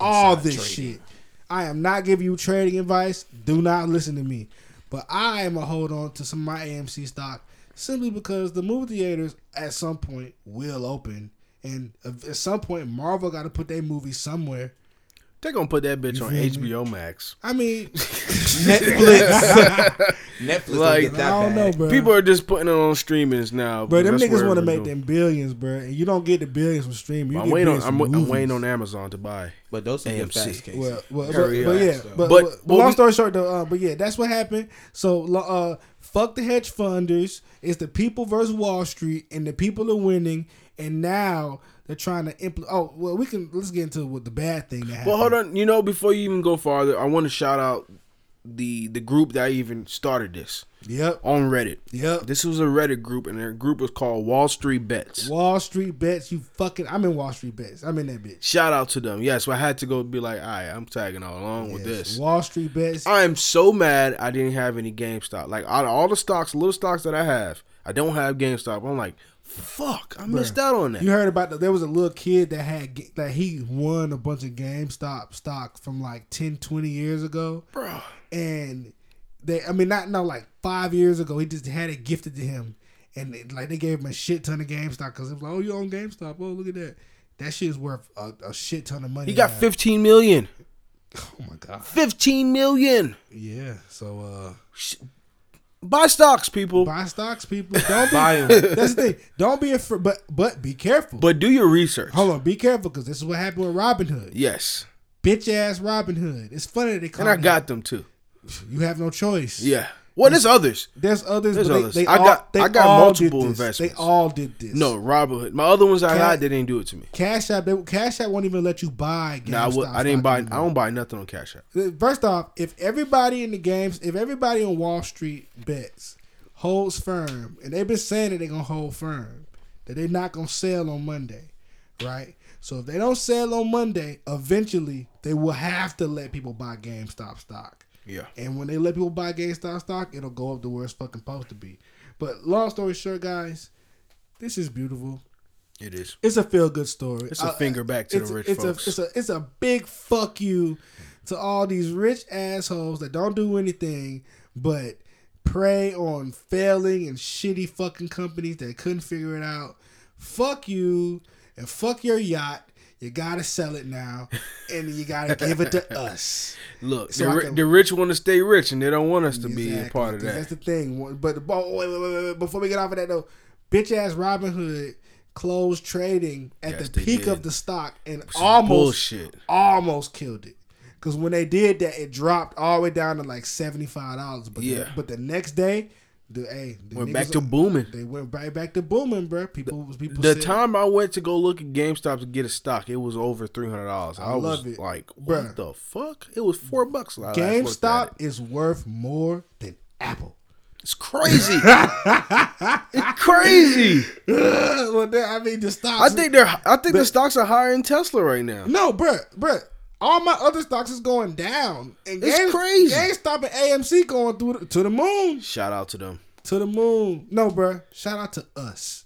C: All
A: Inside
C: this
A: trading.
C: shit. I am not giving you trading advice. Do not listen to me. But I am a hold on to some of my AMC stock simply because the movie theaters at some point will open. And at some point, Marvel got to put their movie somewhere.
B: They're gonna put that bitch on
C: feel me?
B: HBO Max.
C: I mean,
A: Netflix. Netflix
B: Like-
A: like, get
C: I
A: that
C: don't know,
A: bag.
C: bro.
B: People are just putting it on streamings now.
C: Bro, them
B: because that's
C: niggas
B: where
C: want to
B: we're
C: make
B: doing.
C: them billions, bro, and you don't get the billions from streaming. You
B: I'm
C: get
B: waiting on.
C: billions
B: I'm,
C: from
B: wa- I'm
C: movies.
B: waiting on Amazon to buy.
A: But those are good
B: AMC.
A: facts cases.
C: Well, well, but,
B: Hurry
C: but
B: up.
C: yeah,
A: So-
C: but,
B: But-
C: but-
B: but
C: long
B: we-
C: story short, though, uh, but yeah, that's what happened. So, lo- uh, fuck the hedge funders. It's the people versus Wall Street, and the people are winning. And now they're trying to implement. Oh, well, we can let's get into what the bad thing that happened.
B: Well, hold on. You know, before you even go farther, I want to shout out the the group that even started this
C: Yep,
B: on Reddit.
C: yep.
B: This was a Reddit group, and their group was called Wall Street Bets.
C: Wall Street bets. You fucking. I'm in Wall Street bets. I'm in that bitch.
B: Shout out to them. Yes, so I had to go be like, all right, I'm tagging along with
C: Yes,
B: this.
C: Wall Street bets.
B: I am so mad I didn't have any GameStop. Like out of all the stocks, little stocks that I have, I don't have GameStop. I'm like, fuck, I missed out on that.
C: You heard about the, there was a little kid that had ga- that he won a bunch of GameStop stock from like 10, 20 years ago,
B: Bro,
C: and they I mean not no like five years ago he just had it gifted to him, and it, like they gave him a shit ton of GameStop because it was like oh you own GameStop oh look at that that shit is worth a, a shit ton of money.
B: he got
C: now.
B: 15 million.
C: Oh my god.
B: 15 million.
C: Yeah. So uh,
B: Buy stocks, people.
C: buy stocks, people. Don't be,
A: Buy 'em.
C: That's the thing. Don't be afraid, but but be careful.
B: But do your research.
C: Hold on, be careful because this is what happened with Robin Hood.
B: Yes.
C: bitch ass Robin Hood. It's funny they call
B: And I
C: him-
B: got them too.
C: you have no choice.
B: Yeah. Well, there's others.
C: There's others.
B: There's
C: but
B: others.
C: They, they
B: I
C: all,
B: got-
C: they
B: I got
C: all
B: multiple
C: did this.
B: investments.
C: They all did this.
B: No, Robinhood. My other ones I
C: Can I-
B: got, they didn't do it to me.
C: Cash App. They, Cash App won't even let you buy. GameStop
B: No, I, would, I didn't
C: stock
B: buy. I
C: anymore.
B: don't buy nothing on Cash App.
C: First off, if everybody in the games, if everybody on Wall Street bets holds firm, and they've been saying that they're gonna hold firm, that they're not gonna sell on Monday, right? So if they don't sell on Monday, eventually they will have to let people buy GameStop stock.
B: Yeah.
C: And when they let people buy GameStop stock, it'll go up to where it's fucking supposed to be. But long story short, guys, this is beautiful.
B: It is.
C: It's a feel good story.
B: It's a finger back to the
C: Uh, it's,
B: rich
C: it's
B: folks.
C: A, it's a it's a big fuck you to all these rich assholes that don't do anything but prey on failing and shitty fucking companies that couldn't figure it out. Fuck you and fuck your yacht. You gotta sell it now, and you gotta give it to us.
B: Look,
C: So
B: the,
C: I
B: ri-
C: can-
B: the rich want to stay rich, and they don't want us to be a
C: Exactly,
B: part of that.
C: That's the thing. One- But the ball, wait, wait, wait, wait, wait, before we get off of that though, bitch ass Robin Hood closed trading at
B: Yes,
C: the
B: they
C: peak
B: did.
C: of the stock and almost
B: bullshit.
C: almost killed it. Because when they did that, it dropped all the way down to like seventy five dollars. But the,
B: Yeah.
C: but the next day, the hey, the
B: Went
C: niggas-
B: back to booming.
C: They went right back to booming, bro. People, people.
B: The
C: said,
B: time I went to go look at GameStop to get a stock, it was over three hundred dollars. I,
C: love
B: was
C: it.
B: like, "What
C: Bruh.
B: the fuck?" It was four bucks. Last
C: GameStop is worth more than Apple.
B: It's crazy. it's crazy.
C: well, that- I mean, the stock.
B: I think they're. I think the stocks are higher in Tesla right now.
C: No, bruh, bruh. All my other stocks is going down, and
B: It's crazy.
C: GameStop and AMC going through the, to the moon,
B: Shout out to them.
C: to the moon. No, bruh. Shout out to us.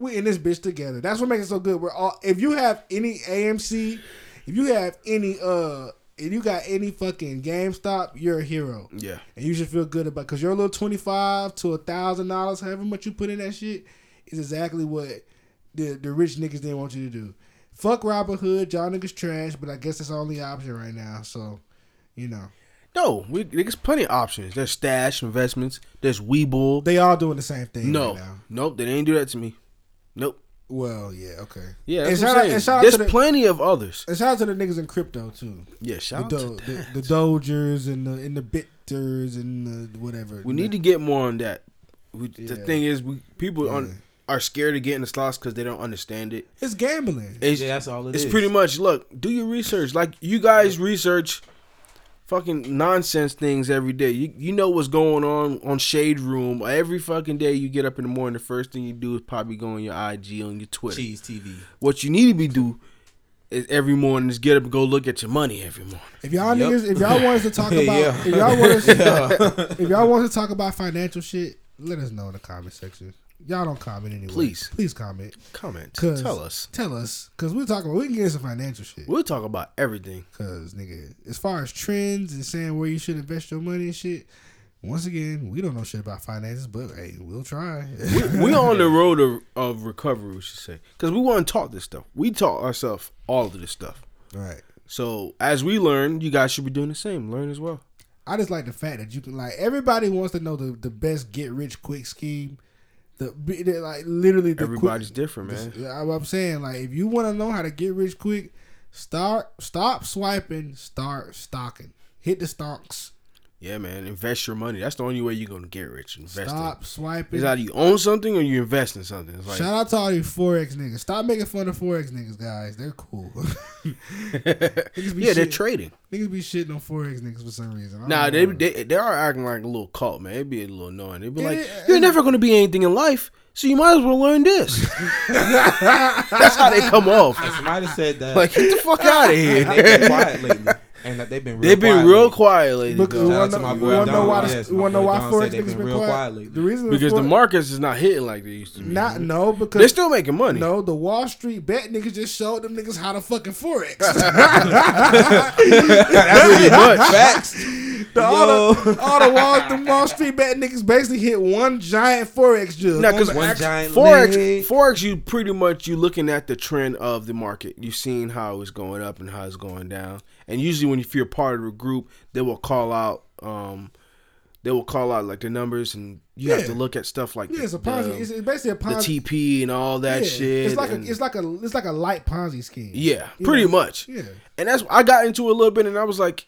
C: We in this bitch together. That's what makes it so good. We're all. If you have any AMC, if you have any uh, if you got any fucking GameStop, you're a hero.
B: Yeah.
C: And you should feel good about because your little twenty five to a thousand dollars, however much you put in that shit, is exactly what the the rich niggas didn't want you to do. Fuck Robin Hood, y'all niggas trash, but I guess it's the only option right now. So, you know,
B: No, we there's plenty of options. There's stash investments. There's Webull.
C: They all doing the same thing.
B: No,
C: right now.
B: nope, they didn't do that to me. Nope.
C: Well, yeah, okay.
B: Yeah,
C: And
B: that's what I'm
C: shout out-
B: saying.
C: and shout out
B: There's
C: to the-
B: plenty of others.
C: And shout out to the niggas in crypto too.
B: Yeah,
C: The,
B: shout out
C: do-
B: to
C: the,
B: that.
C: the Dogers and the and the Bitters and the whatever.
B: we need to get more on that. We, The
C: Yeah.
B: thing is, we, people
C: Yeah.
B: on, are scared of getting the slots because they don't understand it.
C: It's gambling.
B: It's,
A: Yeah, that's all it
B: it's
A: is.
B: pretty much look. Do your research. Like you guys research fucking nonsense things every day. You you know what's going on on Shade Room every fucking day. You get up in the morning. The first thing you do is probably go on your IG on your Twitter.
A: cheese TV.
B: What you need to be do is every morning is get up and go look at your money every morning.
C: If y'all
A: Yep.
C: niggas, if y'all want us to talk about,
A: Yeah.
C: if y'all want us, if y'all want us to talk about financial shit, let us know in the comment section. Y'all don't comment anyway.
B: Please.
C: please comment.
B: Comment.
C: 'Cause-
B: Tell us.
C: Tell us, cause we'll talk about we can get into financial shit.
B: We'll talk about everything.
C: Cause nigga, as far as trends and saying where you should invest your money and shit, once again, we don't know shit about finances, but hey, we'll try.
B: we on the road of, of recovery, we should say, because we weren't taught this stuff. We taught ourselves all of this stuff.
C: right.
B: So as we learn, you guys should be doing the same. Learn as well.
C: I just like the fact that you can like everybody wants to know the, the best get rich quick scheme. The, be- the like literally the
B: Everybody's
C: quick,
B: different, man.
C: This- I'm I'm saying like if you want to know how to get rich quick, start stop swiping, start stocking. Hit the stocks.
B: Yeah, man. Invest your money. That's the only way you're gonna get rich. Investing.
C: Stop swiping.
B: It's either you own something or you invest in something. It's like
C: Shout out to all these forex niggas. Stop making fun of forex niggas, guys. They're cool. niggas be
B: yeah, they're
C: shit- Oh
B: trading.
C: niggas be shitting on forex niggas for some reason. I don't
B: Nah,
C: know
B: they,
C: why.
B: they they are acting like a little cult, man. It'd be a little annoying. They'd be
C: Yeah,
B: like,
C: yeah,
B: "You're
C: and-
B: never gonna be anything in life, so you might as well learn this." That's how they come off.
A: Somebody said that.
B: Like, get the fuck out of
A: and they've been
B: here.
A: quiet lately, and that they've been real
B: They've been
A: quiet
B: real
A: lately.
B: quiet lately,
C: Look, you
A: Shout
B: though,
A: out
C: wanna
A: to my
C: know, you
A: boy
C: wanna know
A: Don.
C: why? the-
A: Yes,
C: you
A: my
C: wanna know
A: boy
C: why
A: Don
C: forex
A: said they've
C: niggas
A: been
C: been
A: real
C: quiet?
A: quiet lately. Mm-hmm.
C: The reason
B: because the
C: forex-
B: markets is not hitting like they used to. Be.
C: not no because
B: they're still making money.
C: No, the Wall Street bet niggas just showed them niggas how to fucking forex.
B: Pretty much.
A: Facts.
C: the, all, the, all the Wall the Wall Street bet niggas basically hit one giant forex jug.
B: Now, because
A: One giant
B: forex,
A: leg.
B: forex, you pretty much you looking at the trend of the market. You've seen how it's going up and how it's going down. And usually, when if you're part of a group, they will call out, um, they will call out like the numbers, and you have
C: Yeah.
B: to look at stuff like
C: yeah,
B: the,
C: it's a Ponzi.
B: the-
C: it's, it's basically a
B: the
C: Ponzi.
B: TP and all
C: yeah.
B: that shit.
C: It's like a,
B: and-
C: it's like a it's like a light Ponzi scheme.
B: yeah,
C: you
B: pretty
C: know,
B: much.
C: Yeah.
B: And that's I got into it a little bit, and I was like,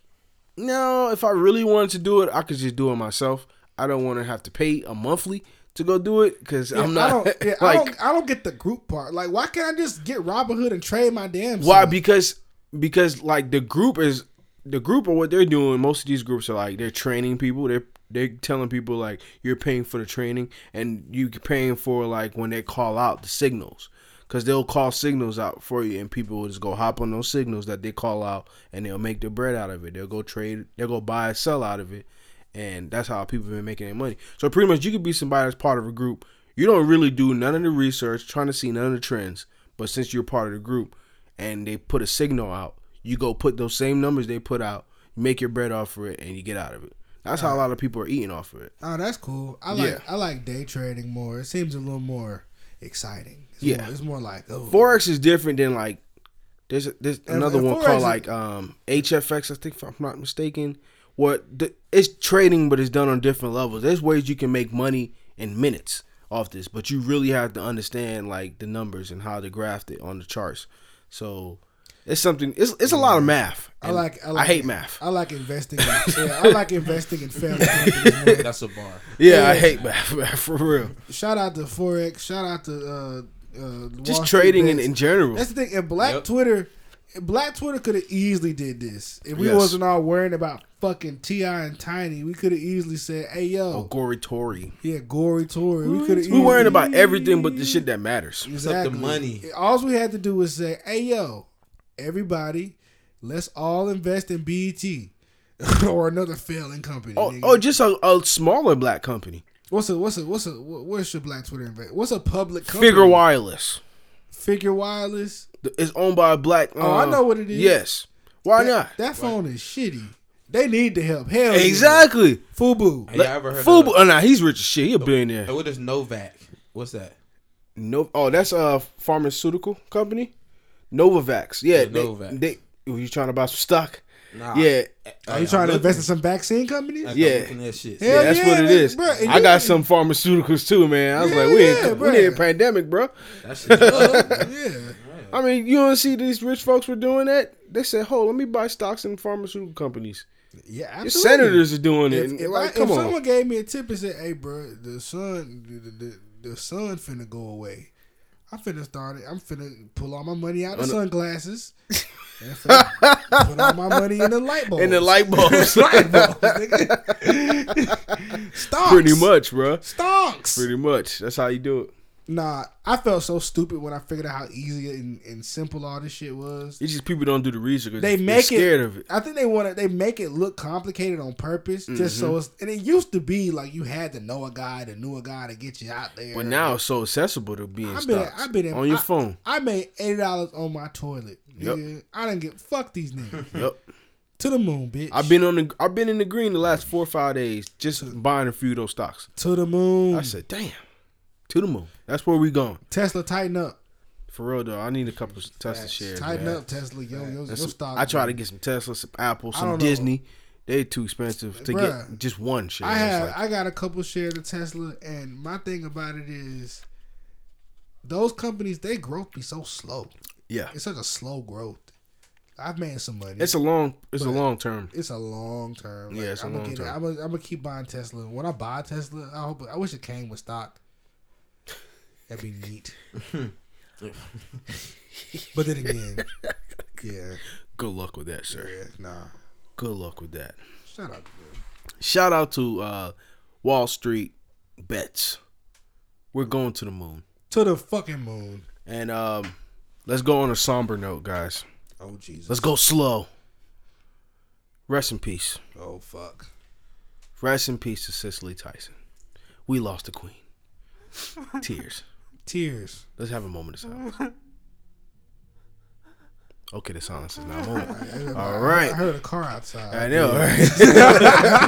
B: no, if I really wanted to do it, I could just do it myself. I don't want to have to pay a monthly to go do it because
C: Yeah,
B: I'm not
C: I don't, yeah,
B: like
C: I don't. I don't get the group part. Like, why can't I just get Robinhood and trade my damn?
B: Why?
C: self?
B: Because because like the group is the group or what they're doing. Most of these groups are like they're training people. They're they're telling people like you're paying for the training and you paying for like when they call out the signals because they'll call signals out for you and people will just go hop on those signals that they call out and they'll make their bread out of it. They'll go trade. They'll go buy and sell out of it. And that's how people have been making their money. So pretty much, you could be somebody that's part of a group. You don't really do none of the research, trying to see none of the trends. But since you're part of the group, and they put a signal out, you go put those same numbers they put out, make your bread off of it, and you get out of it. That's how a lot of people are eating off of it.
C: Oh, that's cool. I like
B: Yeah.
C: I like day trading more. It seems a little more exciting. It's
B: Yeah.
C: more, it's more like oh,
B: Forex is different than like there's there's another
C: and
B: one
C: Forex
B: called
C: is-
B: like um HFX, I think if I'm not mistaken. What the, it's trading, but it's done on different levels. There's ways you can make money in minutes off this, but you really have to understand like the numbers and how to graph it on the charts. So it's something. It's it's a lot of math.
C: I
B: and
C: like, I like
B: hate math.
C: I like investing. In, yeah, I like investing in family companies more.
A: That's a bar.
B: yeah, I hate math man, for real.
C: Shout out to forex. Shout out to uh, uh,
B: Just
C: Wall Street
B: trading in,
C: Bets.
B: in general.
C: That's the thing. And Black
A: Yep.
C: Twitter, Black Twitter could have easily did this if we
B: Yes.
C: wasn't all worrying about fucking Ti and Tiny. We could have easily said, "Hey
A: Oh,
C: yo,
B: Gory Tory.
C: yeah, Gory Tory." We could have.
B: We worrying about everything but the shit that matters.
A: Except the money.
C: All we had to do was say, "Hey, yo, everybody, let's all invest in BET or another failing company."
B: Oh,
C: nigga.
B: oh just a, a smaller black company.
C: what's a what's a what's a wh- where's your black Twitter invest? What's a public company?
B: Figure Wireless.
C: Figure Wireless.
B: Th- It's owned by a black.
C: Oh, I
B: uh,
C: know what it is.
B: Yes. Why
C: That,
B: not?
C: that phone is shitty. They need the help. Hell, yeah.
B: exactly.
C: Fubu.
A: Hey, y'all ever heard
B: Fubu.
A: of?
B: Oh, nah, he's rich as shit. He a billionaire.
A: Hey, what is Novak? What's that?
B: No. Oh, that's a pharmaceutical company. Novavax. Yeah.
A: Yeah,
B: they, oh,
A: Novavax.
B: They, were you trying to buy some stock?
C: Ah.
A: Nah.
B: Yeah,
C: Are you trying to invest in some vaccine companies?
A: I'm
B: Yeah.
A: looking at shit.
B: yeah,
C: Hell
B: that's
C: yeah,
B: what it
C: nigga,
B: is.
C: bruh, and
B: I
C: you-
B: got some pharmaceuticals too, man. I was
C: Yeah,
B: like, we
C: yeah,
B: in, we
C: bruh.
B: in pandemic, bro.
A: That shit.
C: yeah.
B: I mean, you don't see these rich folks were doing that. They said, "Hold, let me buy stocks in pharmaceutical companies."
C: Yeah,
B: Your
C: absolutely.
B: senators are doing it.
C: If,
B: and,
C: if
B: like,
C: I-
B: come
C: if
B: on.
C: someone gave me a tip and said, "Hey, bro, the sun, the, the, the, the sun finna go away," I finna start it. I'm finna pull all my money out of
B: On the-
C: sunglasses. and finna put all my money in the light bulb.
B: and the light bulbs,
C: light bulb, nigga. Stocks.
B: pretty much, bro.
C: Stocks.
B: Pretty much. That's how you do it.
C: Nah, I felt so stupid when I figured out how easy and, and simple all this shit was.
B: It's just people don't do the research. They
C: They
B: make
C: make it-
B: scared of it.
C: I think they want to. They make it look complicated on purpose, just
B: Mm-hmm.
C: so it's. And it used to be like you had to know a guy to knew a guy to get you out there.
B: But now it's so accessible to being
C: I've been,
B: stocks
C: I've been in,
B: on your
C: I-
B: phone.
C: I made eighty dollars on my toilet.
B: Yep.
C: nigga. I didn't get fuck these niggas
B: Yep.
C: to the moon, bitch.
B: I've been on the I've been in the green the last four or five days just buying a few of those stocks.
C: to the moon.
B: I said, damn. To the moon. That's where we going.
C: Tesla, tighten up,
B: For real though. I need a couple of Tesla shares.
C: tighten
B: man.
C: up, Tesla. Yo, yo, yo,
B: That's some-
C: stop.
B: I try to get some Tesla, some Apple,
C: don't
B: some
C: know.
B: Disney. They too expensive to
C: Bruh.
B: get just one share.
C: I
B: It's
C: have
B: like,
C: I got a couple shares of Tesla, and my thing about it is those companies they growth be so slow.
B: yeah.
C: It's such a slow growth. I've made some money.
B: It's a long it's a
C: But-
B: long term.
C: it's a long term.
B: Yeah, it's a
C: I'm
B: long
C: gonna
B: term.
C: I'm gonna, I'm gonna keep buying Tesla. When I buy a Tesla, I hope I wish it came with stock. That'd be neat. but then again, yeah,
B: Good luck with that, sir.
C: yeah, nah.
B: Good luck with that.
C: Shut up. dude.
B: Shout out to uh, Wall Street bets. We're going to the moon,
C: To the fucking moon.
B: and um, let's go on a somber note, guys.
C: Oh Jesus.
B: Let's go slow. Rest in peace.
C: Oh fuck.
B: Rest in peace to Cicely Tyson. We lost the queen. Tears.
C: Tears.
B: Let's have a moment of silence. Okay, the silence is not a moment. All
C: I
B: right.
C: heard a car outside.
B: I know, right?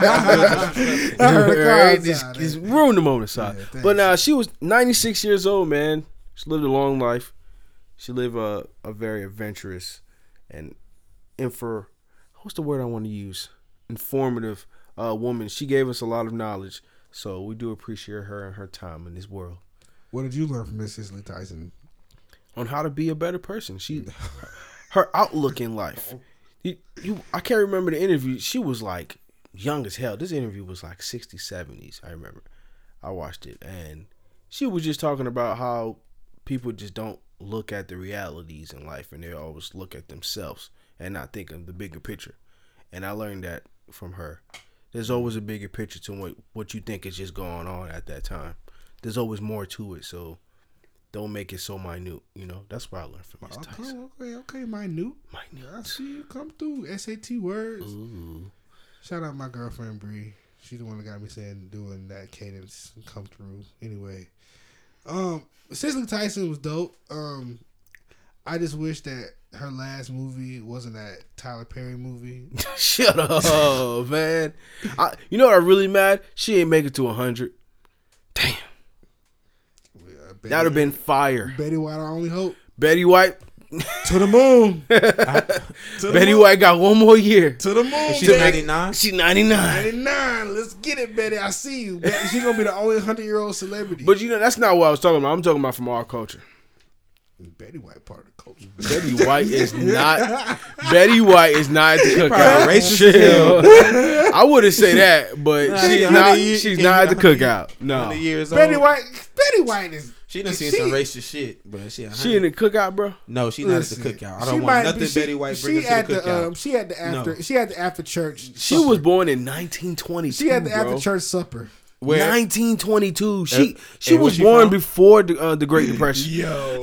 C: I heard a car
B: Right? Just,
C: outside.
B: just ruined the moment of silence.
C: thanks.
B: but now she was 96 years old, man. She lived a long life. She lived a, a very adventurous and infer what's the word I want to use? Informative uh, woman. She gave us a lot of knowledge. So we do appreciate her and her time in this world
C: What did you learn from Miss Cicely Tyson?
B: on how to be a better person. She her outlook in life. You, you, I can't remember the interview. She was like young as hell. This interview was like 60s, 70s. I remember. I watched it and she was just talking about how people just don't look at the realities in life and they always look at themselves and not think of the bigger picture. And I learned that from her. There's always a bigger picture to what, what you think is just going on at that time. There's always more to it, so don't make it so minute. You know, that's what I learned from Miss
C: Okay,
B: Tyson.
C: okay, okay, minute. I
B: Minute.
C: see you come through. SAT words.
B: Ooh.
C: Shout out my girlfriend Bree. She the one that got me saying doing that cadence and come through. Anyway, um, Cicely Tyson was dope. Um, I just wish that her last movie wasn't that Tyler Perry movie. Uh,
B: Shut up, man. I, you know what I'm really mad? She ain't make it to 100. Damn.
C: Yeah,
B: That would
C: Betty,
B: have been fire.
C: Betty White. I only hope
B: Betty White.
C: to the moon.
B: Betty White got one more year.
C: To the moon.
A: She's
C: Betty.
A: 99.
B: She 99.
C: 99. Let's get it, Betty. I see you. Betty. She gonna be the only hundred year old celebrity.
B: But you know, that's not what I was talking about. I'm talking about from our culture.
C: Betty White part of the culture.
B: Betty White is not. Betty White is not at the cookout.
A: Probably racist
B: Chill. I wouldn't say that, but
A: Nah,
B: she's
A: yeah,
B: not.
A: 100 years-
B: She's
A: yeah,
B: not at the
A: 100
B: cookout. No,
A: 100 years old.
C: Betty White. Betty White is.
A: She done seen
C: She-
A: some racist shit, but she.
B: she in the cookout, bro.
A: no, she not
C: Listen,
A: at the cookout. I
C: she
A: don't
C: might
A: want
C: be-
A: nothing
C: she-
A: Betty White
C: She
A: bringing to
C: had
A: the
C: the,
A: cookout.
C: um, she had the after.
A: No.
C: She had the after church.
B: She was born in 1922.
C: She had the
B: bro.
C: after church supper.
A: Where-
B: 1922. She
A: And-
B: she
A: and
B: was
A: where she
B: born
A: from?
B: before the uh, the Great Depression.
C: Yo,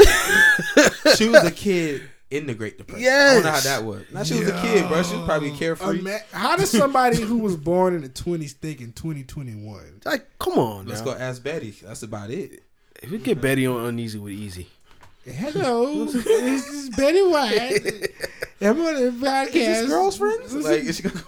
A: she was a kid in the Great Depression. I don't know how
B: Yes.
A: that was. Now she was a kid, bro. She was probably carefree.
C: how does somebody who was born in the twenties think in twenty twenty one?
B: Like, come on,
A: Let's
B: now.
A: go ask Betty. That's about it.
B: If we get Betty on Uneasy with Easy,
C: Hello, this is Betty White. I'm on the podcast.
A: Is this girlfriends? Like, is she gonna-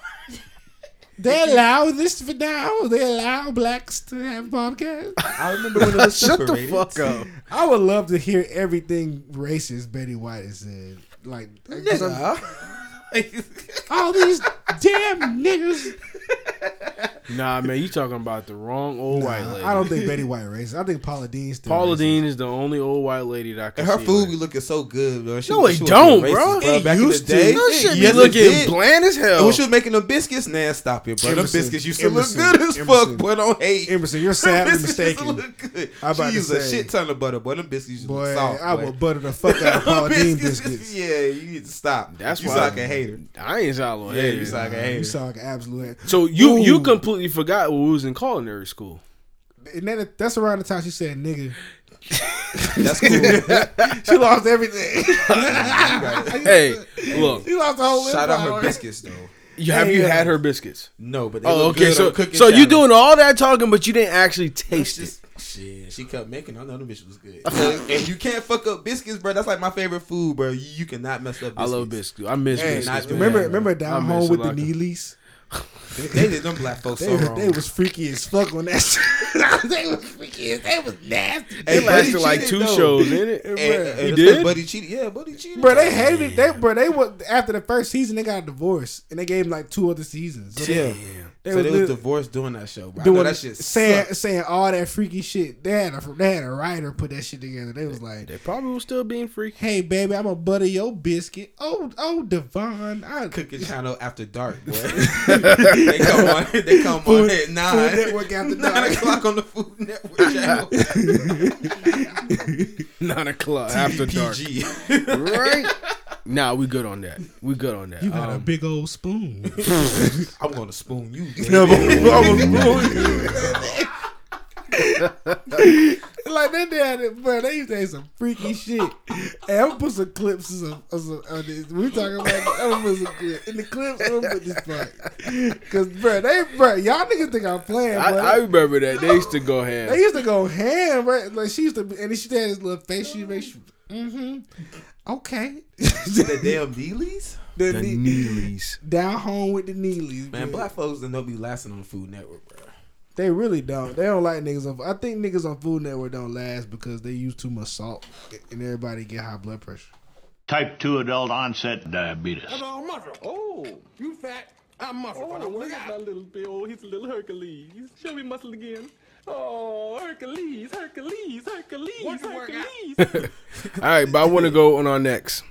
C: they allow this for now. They allow blacks to have podcasts.
A: I remember when it was
B: shut the
A: separated.
B: fuck up.
C: I would love to hear everything racist Betty White has said. Like, 'cause I'm-
A: Nigga.
C: All these damn niggas.
B: Nah, man, you talking about the wrong old
C: Nah,
B: white lady.
C: I don't think Betty White racist. I think Paula Dean's still
B: Paula
C: racist.
B: Dean is the only old white lady that I can
A: And her
B: see
A: food
B: racist.
A: be looking so good, bro. She
B: No,
A: was-
B: it
A: she was
B: don't,
A: racist,
B: bro.
A: bro.
C: It
A: Back in the
C: used to.
A: day,
B: That
A: yes,
B: shit be
A: it
B: looking
A: did.
B: bland as
A: And
B: hell.
A: when she was making them biscuits, man, stop it, bro.
C: Emerson,
A: them biscuits used to
C: Emerson,
A: look good as
C: Emerson.
A: fuck, boy. Don't hate.
C: Emerson, you're sadly
A: Them biscuits used to
C: mistaken.
A: look good.
C: I about to
A: She used a
C: say.
A: shit ton of butter, boy. Them biscuits used to
C: Boy,
A: look soft,
C: I
A: boy.
C: would butter the fuck out of Paula Dean biscuits.
A: Yeah, you need to stop.
B: That's
A: you
B: why
A: sound like a hater.
B: I ain't Zalo.
A: Yeah, you sound like a
C: You
A: hater.
C: sound like an absolute.
B: So you you
C: Ooh.
B: completely forgot when we was in culinary school.
C: And then that's around the time she said nigga.
A: That's cool.
C: She lost everything.
B: Hey, look,
C: she lost the whole
A: Shout out her
C: empire.
A: biscuits though.
B: you, have you had her biscuits?
A: No, but they
B: Oh,
A: look
B: okay.
A: good
B: So
A: on cooking
B: so you
A: channel.
B: doing all that talking, but you didn't actually
A: It's
B: taste it.
A: just shit. She kept making. I know the bitch was good. and you can't fuck up biscuits, bro. That's like my favorite food, bro. You, you cannot mess up. biscuits.
B: I love biscuits. I miss
A: Hey,
B: biscuits.
A: not-
B: man.
C: Remember,
A: Yeah,
C: remember
B: I
C: down
B: miss
C: home with the
B: Malacca.
C: Neelys?
A: They, they did them black folks
C: They,
A: so
C: was-
A: wrong.
C: they was freaky as fuck on that shit. they was freaky as they was nasty.
A: Hey,
B: It lasted
A: Buddy
B: like
A: cheated,
B: two
A: though.
B: shows, didn't it?
A: And,
C: bruh.
A: and
B: You
A: it's
B: did?
A: like Buddy cheated. Yeah, Buddy cheated.
C: Bro, they hated it. They, bro, they were after the first season they got divorced and they gave him like two other seasons. So
A: Yeah.
C: they, they
A: They so
C: were
A: they was
C: lit-
A: divorced doing that show, bro. I know
C: doing
A: that shit
C: saying
A: sucked.
C: saying all that freaky shit. They had a they had a writer put that shit together. They was like,
B: They probably was still being freaky.
C: "Hey baby, I'm gonna butter your biscuit." Oh oh Devon, I
A: Cooking channel after dark, boy. they come on. They come on
C: Food-
A: at nine.
C: Food Network after
A: nine
C: dark.
A: o'clock on the Food Network channel.
B: Nine o'clock after dark.
A: PG.
B: Right? Nah, we good on that. We good on that.
C: you got a
B: Um,
C: big old spoon.
A: I'm gonna spoon you. baby.
C: like they did it, bro. They used to have some freaky shit. Hey, I'm gonna put some clips of some. Of some of this. We talking about. I'm gonna put some clips in the clips. I'm gonna put this part because, bro, they, bro, y'all niggas think I'm playing,
B: I,
C: bro.
B: I remember that they used to go
C: they
B: ham.
C: used to go ham, right? Like she used to, be, and she had this little face. She make. She, mm-hmm. Okay.
A: the damn Neelys?
C: The
B: The
C: knee-
B: Neelys.
C: down home with the Neelys,
A: Man,
C: man.
A: black folks don't know be lasting on Food Network, bro.
C: They really don't. They don't like niggas on. I think niggas on Food Network don't last because they use too much salt, and everybody get high blood pressure.
D: Type 2 adult onset diabetes.
E: Oh, you fat. I'm muscle. Oh, look at my little Bill. He's a little Hercules. Show me muscle again. Oh, Hercules, Hercules, Hercules, Hercules.
B: All right, but I want to go on our next.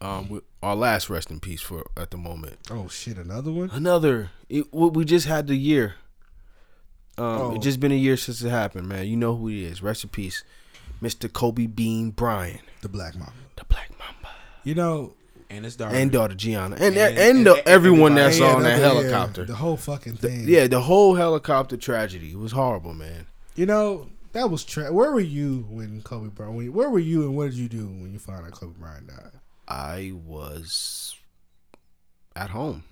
B: Um, with our last rest in peace for at the moment.
C: Oh shit, another one.
B: Another. It, we we just had the year. Um,
C: Oh.
B: it just been a year since it happened, man. You know who he is. Rest in peace, Mr. Kobe Bean Bryant,
C: The Black Mama.
B: the Black Mamba,
C: You know,
A: And it's dark.
B: and daughter Gianna, and and,
A: And-
B: and the,
A: and
B: everyone
A: everybody.
B: that's
A: Yeah,
B: on that
C: another- yeah,
B: helicopter.
C: the whole fucking thing.
B: Yeah, the whole helicopter tragedy was horrible, man.
C: You know that was tra- Where were you when Kobe Bryant? When, where were you and what did you do when you found out Kobe Bryant died?
B: I was at home.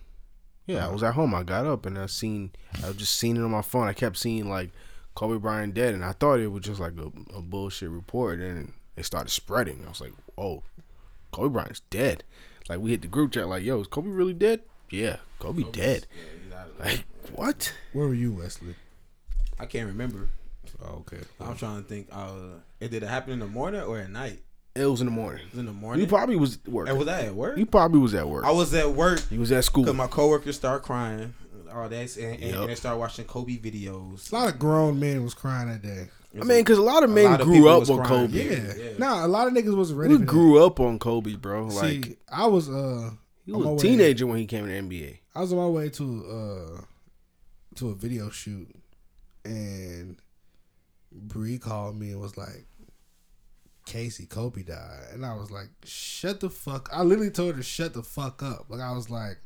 B: Yeah, I was at home. I got up and I seen. I was just seeing it on my phone. I kept seeing like Kobe Bryant dead, and I thought it was just like a, a bullshit report. And it started spreading. I was like, "Oh, Kobe Bryant's dead!" Like we hit the group chat, like, "Yo, is Kobe really dead?" Yeah, Kobe dead. Like what?
C: Where were you, Wesley?
A: I can't remember.
C: Oh, okay.
A: I'm trying to think. Uh, it did it happen in the morning or at night?
B: It was in the morning.
A: It was in the morning.
B: You probably was at work.
A: and was that at work?
B: You probably was at work.
A: I was at work
B: You was at school.
A: because my coworkers started crying. All that, and, and,
B: Yep.
A: and they started watching Kobe videos.
C: A lot of grown men was crying that day.
B: I mean, because a lot of
A: A
B: men
A: lot of
B: grew
A: people
B: up
A: was
B: with
A: crying.
B: Kobe.
C: Yeah.
A: Yeah.
C: Nah, a lot of niggas wasn't ready.
B: We
C: for that.
B: grew up on Kobe, bro.
C: See,
B: like
C: I was uh,
B: he
C: on
B: was
C: my way-
B: a teenager when he came to the NBA.
C: I was on my way to uh to a video shoot, and Bree called me and was like, "Casey Kobe died," and I was like, "Shut the fuck!" I literally told her, "Shut the fuck up!" Like I was like,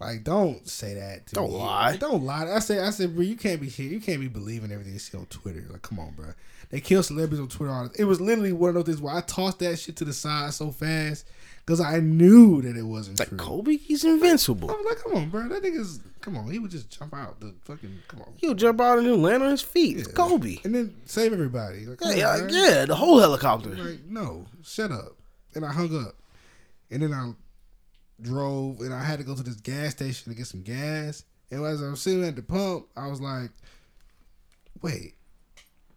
C: "Like don't say that." To
B: Don't
C: me.
B: lie.
C: Don't lie. I said, I said, Bree, you can't be here. You can't be believing everything you see on Twitter. Like, come on, bro. They kill celebrities on Twitter. All the- it was literally one of those things where I tossed that shit to the side so fast because I knew that it wasn't
B: Like
C: true.
B: Kobe, he's invincible.
C: I'm like, come on, bro. That nigga's come on. He would just jump out the fucking come on,
B: He'll jump out and land on his feet. It's Kobe.
C: and then save everybody. Like,
B: Yeah,
C: come
B: yeah,
C: on, bro.
B: yeah, the whole helicopter.
C: Like, no, shut up. And I hung up, and then I drove, and I had to go to this gas station to get some gas. And as I'm sitting at the pump, I was like, wait.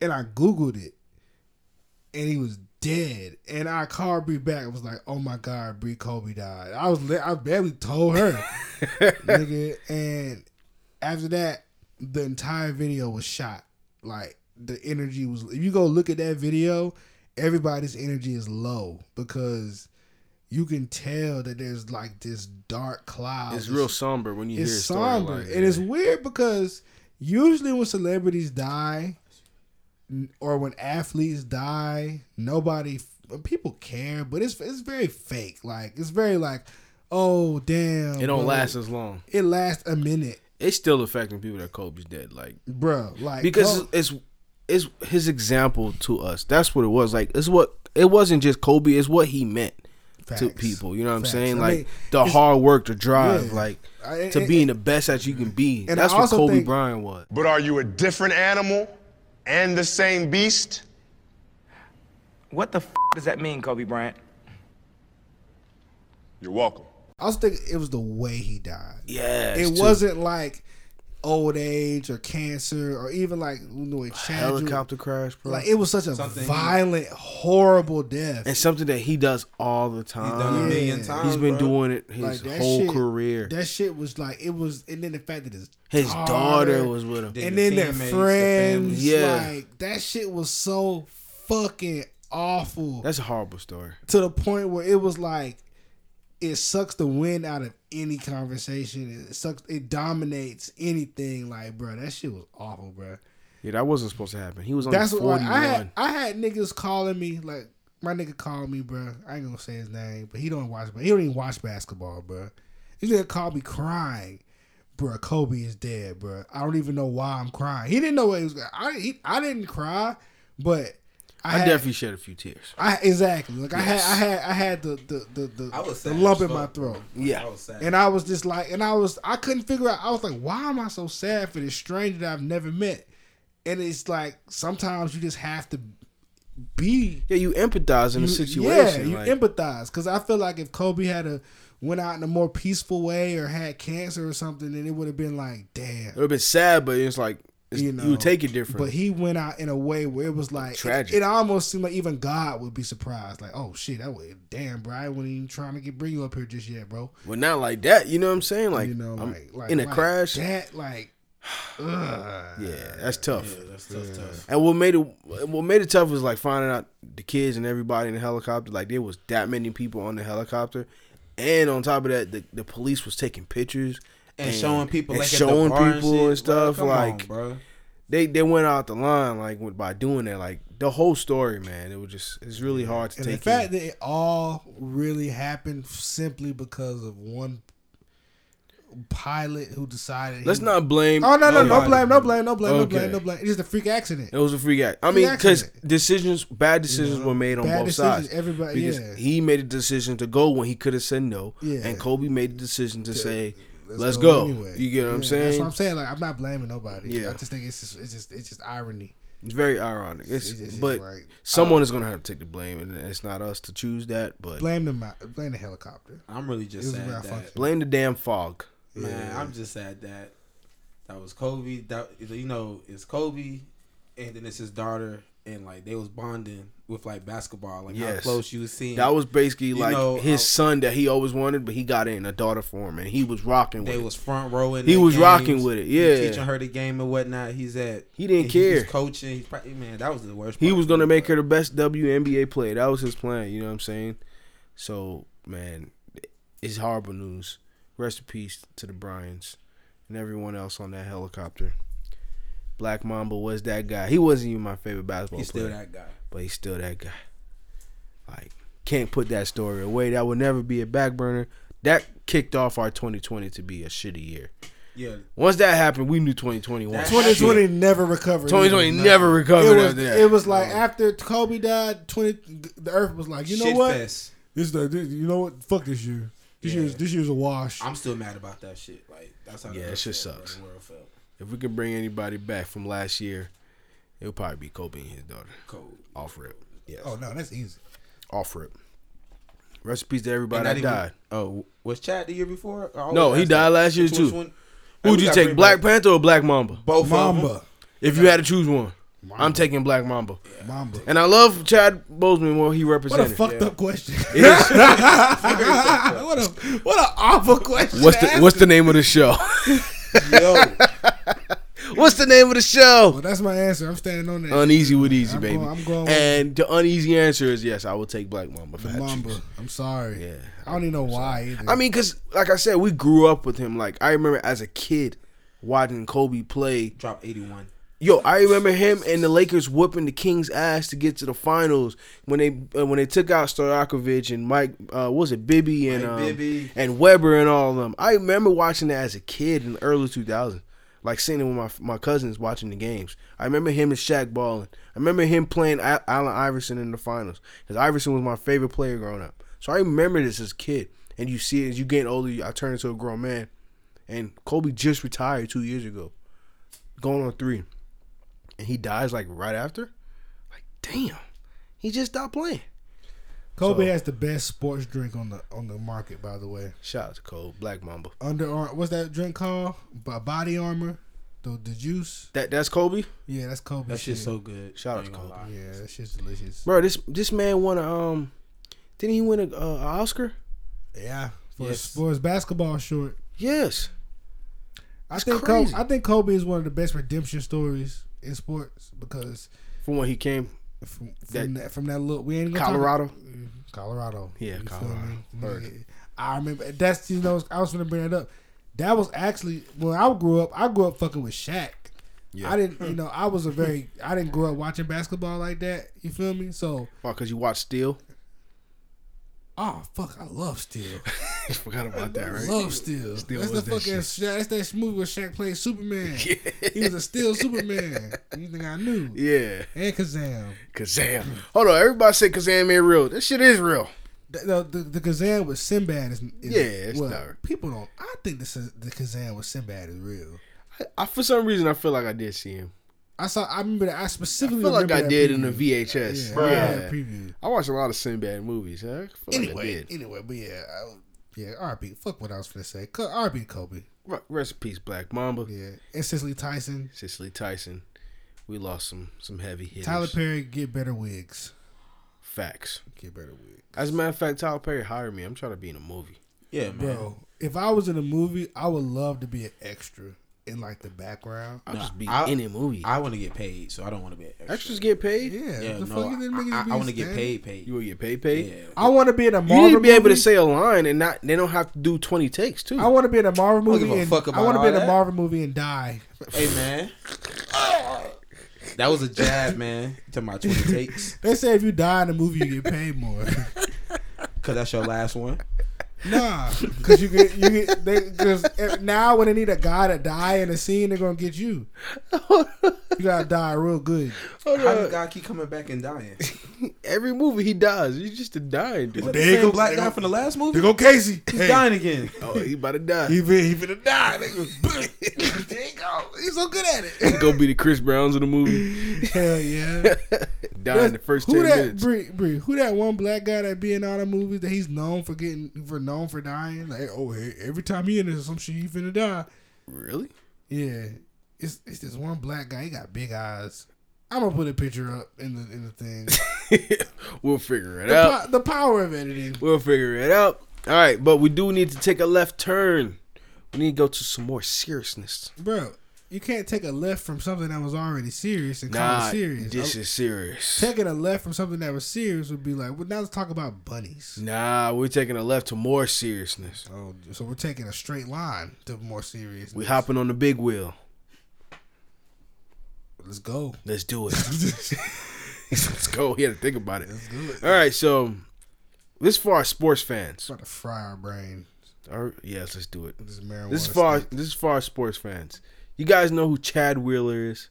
C: And I googled it, and he was dead. And I called Bree back. I was like, "Oh my God, Bree Kobe died." I was, li- I barely told her, nigga. And after that, the entire video was shot. Like the energy was. If you go look at that video, everybody's energy is low because you can tell that there's like this dark cloud.
B: It's real somber when you hear a
C: It's
B: story
C: somber,
B: like
C: and it's weird because usually when celebrities die, n- or when athletes die, nobody f- people care, but it's it's very fake. Like it's very like, oh damn,
B: It don't
C: bro.
B: last as long.
C: It lasts a minute,
B: It's still affecting people that Kobe's dead. Like
C: bro. Like
B: because
C: Kobe-
B: it's it's his example to us. That's what it was. Like it's what it wasn't just Kobe. It's what he meant to
C: Facts.
B: people. You know what I'm
C: Facts.
B: saying?
C: I
B: Like
C: mean,
B: the
C: it's-
B: hard work, the drive,
C: Yeah.
B: like
C: I-
B: to
C: and- Mm-hmm.
B: being the best that you can be.
C: and I
B: That's what
C: also
B: Kobe
C: think-
B: Bryant was.
F: But are you a different animal and the same beast?
G: What the f- does that mean, Kobe Bryant?
F: You're welcome.
C: I also think it was the way he died.
B: Yeah,
C: it wasn't like old age or cancer or even like the way Chad
B: helicopter crash, bro.
C: Like it was such a
A: Something-
C: violent, horrible death.
B: and something that he does all the
A: He's done it a
B: time.
A: million
C: Yeah.
A: times.
B: He's been
A: bro.
B: doing it his whole
C: shit,
B: career.
C: That shit was like it was, and then the fact that his
B: His daughter was with him.
A: Then
C: and
A: the
C: then their
A: teammates, the
C: friends,
A: family.
B: Yeah.
C: like that shit was so fucking awful
B: That's a horrible story.
C: to the point where it was like it sucks the wind out of any conversation. It sucks. It dominates anything. Like, bro, that shit was awful, bro.
B: Yeah, that wasn't supposed to happen. He was only
C: That's what like,
B: 41.
C: I had. I had niggas calling me like my nigga called me, bruh. I ain't gonna say his name, but he don't watch. He don't even watch basketball, bruh. This nigga called me crying, bruh. Kobe is dead, bruh. I don't even know why I'm crying. He didn't know what he was. I he, I didn't cry, but I,
B: I
C: had,
B: definitely shed a few tears.
C: I exactly like I had I had I had the the the, the,
A: I was
C: the
A: sad
C: lump
A: as
C: in my
A: fuck.
C: throat.
A: I was sad.
C: And I was just like, and I was, I couldn't figure out. I was like, why am I so sad for this stranger that I've never met? And it's like sometimes you just have to be.
B: Yeah, you empathize in a
C: yeah,
B: situation.
C: you
B: like,
C: empathize because I feel like if Kobe had a went out in a more peaceful way or had cancer or something, then it would have been like, damn.
B: it would have been sad, but it's like it's,
C: You
B: you,
C: know,
B: would take it different.
C: But he went out in a way where it was like
B: Tragic.
C: It, it almost seemed like even God would be surprised. Like, oh shit, that way, damn, bro, I wasn't even trying to get bring you up here just yet, bro.
B: but not like that. You know what I'm saying? Like,
C: You know,
B: I'm
C: like, like
B: in a
C: like
B: crash.
C: that, like, ugh.
B: yeah, that's tough.
A: That's tough, tough.
B: And what made it what made it tough was like finding out the kids and everybody in the helicopter. Like there was that many people on the helicopter, and on top of that, the, the police was taking pictures
A: And, showing people
B: and
A: like at
B: showing
A: the bar and,
B: people
A: shit,
B: and stuff,
A: bro, come
B: like-
A: on, bro.
B: they they went out the line like with- by doing that. Like the whole story, man. It was just it's really hard to
C: And
B: take.
C: the
B: in.
C: fact that it all really happened simply because of one pilot who decided.
B: Let's
C: he-
B: not blame.
C: Oh no no no
B: nobody.
C: blame no blame no blame no
B: Okay.
C: blame no blame. It's just a freak accident.
B: It was a free guy. I
C: Free
B: mean, because
C: accident.
B: decisions, bad decisions were made on
C: Bad
B: both
C: decisions,
B: sides.
C: everybody-
B: because
C: yeah.
B: he made a decision to go when he could have said no,
C: Yeah.
B: and Kobe made the decision to say, "Let's, go." You get what
C: Yeah,
B: I'm saying?
C: That's what I'm saying. Like I'm not blaming nobody.
B: Yeah.
C: I just think it's just it's just it's just irony.
B: It's very ironic. It's,
C: It's- it's
B: but
C: like, uh,
B: someone is gonna have to take the blame, and it's not us to choose that. But blame,
C: Blame the mi- blame the helicopter.
A: I'm really
C: This
A: just
C: is where I
A: sad
C: fucked
A: that
C: up.
B: the damn fog.
A: man. I'm just sad that that was Kobe. That you know, it's Kobe, and then it's his daughter, and like they was bonding with like basketball, like how
B: Yes.
A: close you was seeing.
B: That was basically like
A: know,
B: his
A: I-
B: son that he always wanted, but he got in a daughter for him, and he was rocking with.
A: They
B: it.
A: was front rowing.
B: He
A: their
B: was
A: games.
B: rocking with it,
A: He
B: yeah.
A: teaching her the game and whatnot. He's at.
B: He didn't
A: and
B: care.
A: He's coaching. He's probably, man, that was the worst.
B: He
A: part.
B: was gonna make her the best WNBA player. That was his plan. You know what I'm saying? So man, it's horrible news. Rest in peace to the Bryans and everyone else on that helicopter. Black Mamba was that guy. He wasn't even my favorite basketball
A: He's
B: player,
A: still that guy.
B: but he's still that guy. Like can't put that story away. That will never be a back burner. That kicked off our 2020 to be a shitty year.
A: Yeah,
B: Once that happened, we knew 2021.
A: That-
C: 2020 never recovered.
B: 2020 never
C: It
B: recovered
C: was,
B: after that.
C: it was like after Kobe died, 20 the earth was like, you know
A: Shit
C: what?
A: fest.
C: This is the this, you know what? Fuck this year. This
A: Yeah.
C: year's this year's a wash.
A: I'm still mad about that shit. Like that's how. the
B: Yeah,
A: world
B: it shit
A: felt, bro.
B: sucks.
A: The world felt
B: If we could bring anybody back from last year, it would probably be Kobe and his daughter.
A: cold.
B: Off rip. Yes.
C: oh no, that's easy.
B: Off rip. Recipes to
A: And
B: everybody that
A: not even-
B: died.
A: Oh, was Chad the year before? Or
B: No,
A: was
B: he
A: that-
B: died last year,
A: Which
B: too.
A: one- Hey,
B: Who'd
A: we
B: you
A: got
B: take,
A: three
B: Black
A: black-
C: Oh,
B: Panther or Black Mamba?
A: Both of them.
C: Mamba.
B: If you had to choose one, I'm taking Black Mamba.
C: Mamba.
B: And I love Chad Boseman what he
C: What a
B: represented.
C: fucked up question.
B: It
C: what a what a awful question.
B: is- what's
C: to
B: the
C: ask
B: What's the name of the show?
A: Yo,
B: what's the name of the show?
C: Well, that's my answer. I'm standing on that.
B: Uneasy with easy,
C: I'm
B: baby.
C: going- I'm going with-
B: and the uneasy answer is yes. I will take Black Mamba. if I had to
C: Mamba.
B: choose.
C: I'm sorry.
B: Yeah.
C: I don't even know why either.
B: I mean, cause like I said, we grew up with him. Like I remember as a kid watching Kobe play.
A: drop eighty one.
B: Yo, I remember him and the Lakers whooping the Kings' ass to get to the finals when they uh, when they took out Stojakovic and Mike, uh, what was it Bibby and
A: Mike
B: um,
A: Bibby.
B: and Weber and all of them. I remember watching that as a kid in the early 2000s, like sitting with my my cousins watching the games. I remember him and Shaq balling. I remember him playing Al- Allen Iverson in the finals because Iverson was my favorite player growing up. So I remember this as a kid, and you see it as you get older, you- I turn into a grown man. And Kobe just retired two years ago, going on three and he dies like right after, like damn, he just stopped playing.
C: Kobe
B: so-
C: has the best sports drink on the on the market, by the way.
B: Shout out to Cole Black Mamba.
C: Under Armour. What's that drink called? B- Body Armor. The the juice.
B: That that's Kobe,
C: Yeah, that's Kobe.
A: That shit's
C: shit.
A: so good.
B: Shout out
A: I ain't
B: to
A: gonna
B: Kobe.
A: lie.
C: Yeah, that shit's delicious.
B: bro. This this man won a um, didn't he win a, uh, a Oscar?
C: Yeah, for
A: Yes.
C: his, for his basketball short.
B: Yes,
C: I
B: That's
C: think
B: crazy.
C: Kobe, I think Kobe is one of the best redemption stories in sports because
B: from when he came,
C: from
B: That-
C: from that, from that look we ain't gonna talk-
B: Colorado.
C: Colorado.
B: Yeah,
C: You feel
B: Colorado.
C: me?
B: Bird.
C: Yeah. I remember that's you know I was gonna bring that up. That was actually when I grew up. I grew up fucking with Shaq.
B: Yeah.
C: I didn't, you know, I was a very, I didn't grow up watching basketball like that. You feel me? So,
B: Why? Cause you watched Steel.
C: oh fuck, I love Steel.
B: I forgot about that, right?
C: Love Steel. that's the
B: was that
C: fucking.
B: shit.
C: Sha- That's that movie where Shaq played Superman. He was a Steel Superman. You think I knew?
B: Yeah,
C: And Kazam.
B: Kazam. Hold on, everybody said Kazam ain't real. This shit is real.
C: The, the, the, the Kazam with Sinbad is, is
B: Yeah, it's
C: well,
B: not-
C: people don't. I think this is, the Kazam with Sinbad is real.
B: I, I for some reason I feel like I did see him.
C: I saw. I remember. That, I specifically
B: I feel like
C: remember
B: I
C: that
B: did
C: preview.
B: in the VHS.
C: Yeah,
B: Yeah,
C: I remember that preview.
B: I watched a lot of Sinbad movies. Huh? I feel like I
C: Anyway,
B: did.
C: anyway, but yeah, I, yeah. R.B. Fuck what I was gonna say. Co- R.B. Kobe.
B: Re- Rest in peace, Black Mamba.
C: Yeah, and Cicely Tyson,
B: Cicely Tyson. We lost some some heavy hitters.
C: Tyler Perry, get better wigs.
B: Facts.
C: Get better wigs.
B: As a matter of fact, Tyler Perry hired me. I'm trying to be in a movie.
A: Yeah, man.
C: Bro, if I was in a movie, I would love to be an extra in like the background.
B: I'll just be
A: I-
B: in a movie.
A: I want to get paid, so I don't want to be an extra.
B: Extras get paid.
C: Yeah,
A: Yeah,
C: the
A: no,
C: fuck you think niggas
A: I,
C: be
A: want to get
C: standing?
A: paid. Paid.
B: You will get paid. Paid.
A: yeah.
C: I want to be in a
B: You
C: Marvel.
B: need to be able to
C: movie.
B: say a line and not. They don't have to do 20 takes too.
C: I want to be in a Marvel
A: don't give
C: movie.
A: a
C: and-
A: fuck
C: I
A: about
C: want to
A: all
C: be in a
A: that.
C: Marvel movie and die.
A: Hey man, that was a jab, man. To my twenty takes,
C: They say if you die in a movie, you get paid more.
A: cause that's your last one.
C: nah, because you get you get they because now when they need a guy to die in a scene, they're gonna get you. You gotta die real good.
B: Oh,
A: How does God keep coming back and dying?
B: Every movie he dies, he's just a dying
A: The
B: dude.
A: same black guy from the last movie.
C: go Casey.
A: He's dying again.
B: oh, he about to die.
C: He been he finna die. nigga. there you go. He's so good at it.
B: He's gonna be the Chris Browns of the movie.
C: Hell yeah.
B: die in the first
C: who
B: 10
C: that
B: minutes.
C: Bree, Bree, who that one black guy that be in all the movies that he's known for getting for known for dying? Like oh e- every time he in there, some shit he finna die.
B: really?
C: Yeah. It's it's this one black guy, he got big eyes. I'm gonna put a picture up in the in the thing.
B: we'll figure it
C: The,
B: out.
C: po- the power of editing.
B: We'll figure it out. All right, but we do need to take a left turn. We need to go to some more seriousness.
C: Bro, you can't take a left from something that was already serious and call
B: Nah,
C: it serious. Oh,
B: this is serious.
C: taking a left from something that was serious would be like, well, now let's talk about bunnies.
B: Nah, we're taking a left to more seriousness.
C: Oh, so we're taking a straight line to more serious.
B: We hopping on the big wheel.
C: Let's go.
B: Let's do it. Let's go. He had to think about it. All right, so this for our sports fans.
C: Try to fry our brain.
B: All right, yes, let's do it.
C: This is marijuana.
B: This is for our,
C: stick.
B: this is for our sports fans. You guys know who Chad Wheeler is?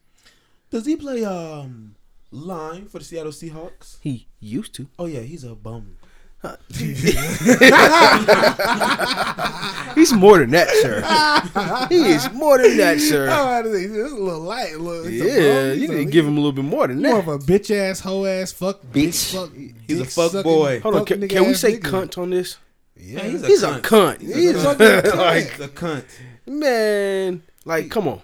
A: Does he play um line for the Seattle Seahawks?
B: He used to.
A: Oh yeah, he's a bum.
B: He's more than that, sir. he is more than that,
C: Oh,
B: sir.
C: I was like, this is a little light. Look,
B: Yeah, you need to give him a little bit more than
C: more of
B: that.
C: a bitch ass, hoe ass, fuck bitch.
B: Bitch.
C: Fuck,
A: He's a
C: dick
A: fuck
C: sucking,
A: boy.
B: Hold on,
C: fuck
B: can,
C: nigga
B: can we
C: ass
B: say
C: nigga.
B: cunt on this?
A: Yeah, he's a
B: He's a
A: cunt.
B: cunt. He is
A: fucking
B: like
A: He's a cunt.
B: man, like come on.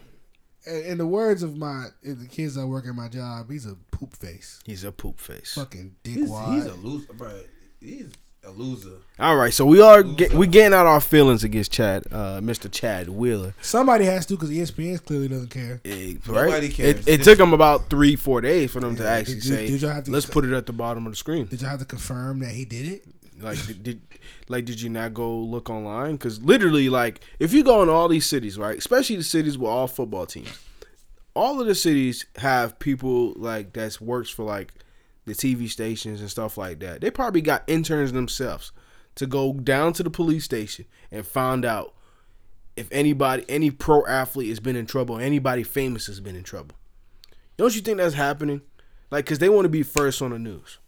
C: in in the words of my in the kids that work at my job, he's a poop face,
B: He's a poop face.
C: fucking
A: He's,
C: dickwad.
A: he's a loser, bro. He's a loser.
B: All right, so we are get, we getting out our feelings against Chad, uh, Mr. Chad Wheeler.
C: Somebody has to E because ESPN clearly doesn't care.
B: Eh,
A: Nobody
B: right?
A: cares.
B: It, it took them about three, four days for them to actually
C: did you-
B: say,
C: did y'all have to-
B: "Let's put it at the bottom of the screen."
C: Did you have to confirm that he did it?
B: Like did, did like did you not go look online? Because literally, like if you go in all these cities, right, especially the cities with all football teams, all of the cities have people like that's works for like the TV stations and stuff like that. They probably got interns themselves to go down to the police station and find out if anybody, any pro athlete has been in trouble, anybody famous has been in trouble. Don't you think that's happening? Like, cause they want to be first on the news.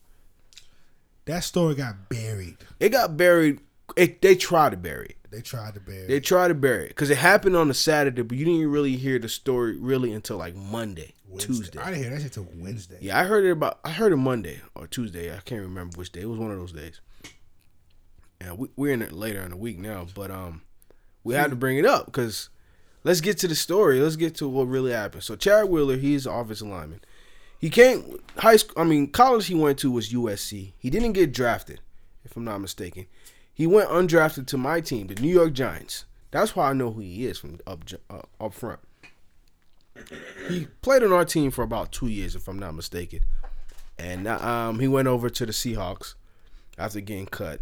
C: That story got buried.
B: It got buried. It, they tried to bury it.
C: They tried to bury.
B: They
C: it.
B: tried to bury it because it happened on a Saturday, but you didn't really hear the story really until like Monday,
C: Wednesday.
B: Tuesday.
C: I didn't hear that shit till Wednesday.
B: yeah, I heard it about. I heard it Monday or Tuesday. I can't remember which day. It was one of those days. Yeah, we, we're in it later in the week now, but um, we had to bring it up because let's get to the story. Let's get to what really happened. So, Chad Wheeler, he's an offensive lineman. He came high school. I mean, college he went to was USC. He didn't get drafted, if I'm not mistaken. He went undrafted to my team, the New York Giants. That's why I know who he is from up ju- uh, up front. He played on our team for about two years, if I'm not mistaken, and uh, um, he went over to the Seahawks after getting cut.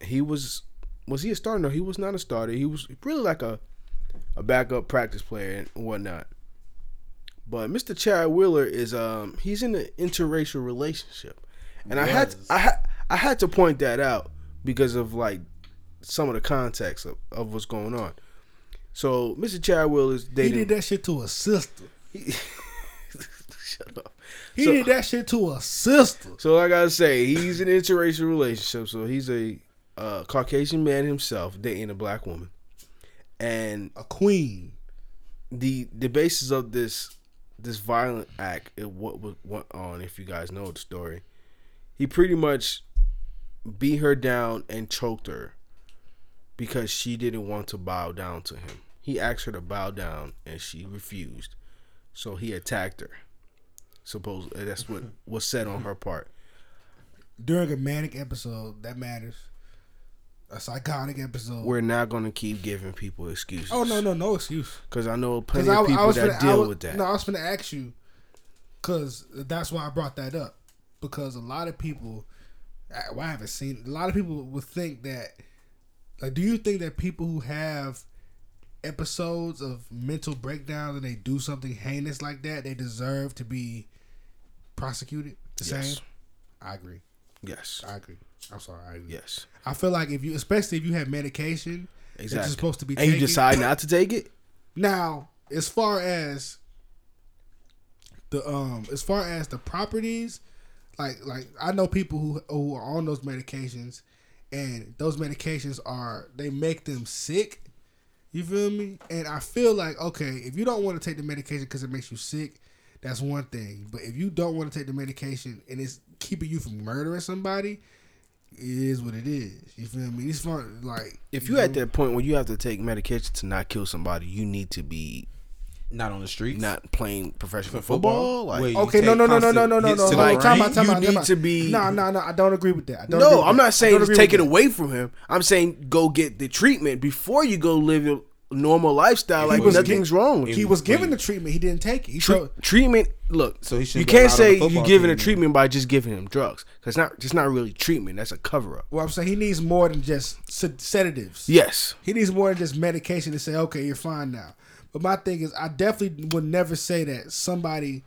B: He was was he a starter? No, he was not a starter. He was really like a a backup practice player and whatnot. But Mr. Chad Wheeler is um he's in an interracial relationship, and I had I had I had to point that out because of like some of the context of, of what's going on. So Mr. Chad Wheeler is
C: He
B: dating.
C: did that shit to a sister.
B: Shut up.
C: He
B: So-
C: did that shit to a sister.
B: So like I say, he's in an interracial relationship. So he's a uh, Caucasian man himself dating a black woman, and
C: A queen.
B: the the basis of this this violent act it, what was- went on if you guys know the story he pretty much beat her down and choked her because she didn't want to bow down to him he asked her to bow down and she refused so he attacked her supposedly that's what was said on her part
C: During a manic episode, that matters. A psychotic episode.
B: we're not going to keep giving people excuses
C: oh no, no, no excuse.
B: because i know plenty
C: Because
B: of
C: I,
B: people
C: I was
B: that
C: finna,
B: deal
C: I was,
B: with that
C: No, I was gonna ask you because that's why I brought that up because a lot of people, I, well, I haven't seen a lot of people would think that. Like, do you think that people who have episodes of mental breakdowns and they do something heinous like that, they deserve to be prosecuted? The
B: Yes.
C: same. I agree.
B: yes
C: I agree. I'm sorry. I agree.
B: yes
C: I feel like if you, especially if you have medication, exactly.
B: exactly
C: supposed to be.
B: and you
C: taken-
B: decide not to take it
C: now, as far as the um, as far as the properties, like like I know people who who are on those medications, and those medications are they make them sick. You feel me? And I feel like okay, if you don't want to take the medication because it makes you sick, that's one thing. But if you don't want to take the medication and it's keeping you from murdering somebody, it is what it is. You feel me? It's fun, like
B: if you're at that point where you have to take medication to not kill somebody, you need to be
A: Not on the streets.
B: not playing professional football. Like,
A: Where you
C: Okay,
A: take
C: no, no, no, no,
A: constant
C: no, no, no,
A: hits
C: no.
A: to the
C: Like, time
A: brain.
C: out, time
B: You
C: out, time
B: need
C: out.
B: to be-
C: No, no, no. I don't agree with that. I don't agree
B: no,
C: with
B: I'm
C: that.
B: not
C: I
B: saying
C: don't
B: just
C: agree
B: take it
C: with that.
B: away from him. I'm saying go get the treatment before you go live your normal lifestyle. Like
C: was
B: nothing's
C: get-
B: wrong with
C: He
B: you.
C: was given the treatment. He didn't take it. He
B: Tre-
C: showed-
B: treatment. Look,
A: So
B: so
A: he
B: you
A: shouldn't be
B: can't
A: allowed on
B: say
A: the football
B: you're giving a
A: team,
B: treatment by just giving him drugs. Cause not, it's not really treatment. That's a cover up.
C: well, I'm saying he needs more than just sed- sedatives.
B: Yes,
C: He needs more than just medication to say, okay, you're fine now. But my thing is, I definitely would never say that somebody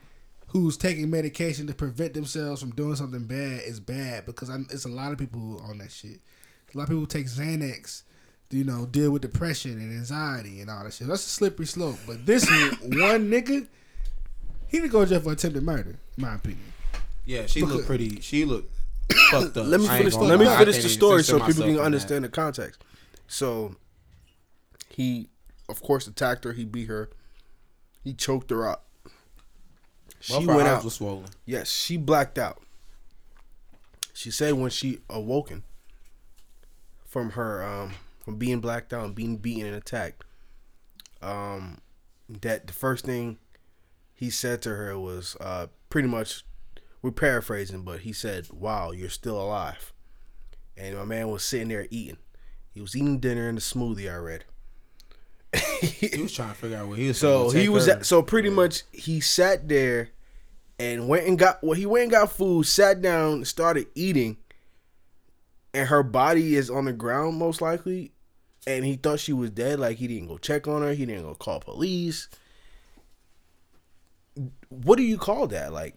C: who's taking medication to prevent themselves from doing something bad is bad because I'm, it's a lot of people who are on that shit. A lot of people who take Xanax, you know, deal with depression and anxiety and all that shit. That's a slippery slope. But this one- one nigga, he didn't go to jail for attempted murder, in my opinion.
A: Yeah, she
C: Look
A: looked
C: at-
A: pretty. She looked fucked up.
B: let me
A: I ain't
B: finish.
A: gonna
B: Let me
A: lie, I
B: finish
A: can't
B: the
A: even
B: story
A: censor
B: so people
A: myself in
B: can
A: that.
B: understand the context. So he, of course, attacked her. He beat her. He choked her up.
A: Both
B: She
A: her
B: went
A: eyes
B: out.
A: was swollen.
B: Yes, she blacked out. She said when she awoken from her um from being blacked out and being beaten and attacked, um, that the first thing he said to her was uh, pretty much, we're paraphrasing, but he said, "Wow, you're still alive." And my man was sitting there eating. He was eating dinner and a smoothie I read.
A: He was trying to figure out what he was.
B: So
A: gonna take
B: he was
A: her.
B: at, so pretty much he sat there and went and got well he went and got food, sat down, started eating, and her body is on the ground most likely, and he thought she was dead. Like he didn't go check on her, he didn't go call police. What do you call that? Like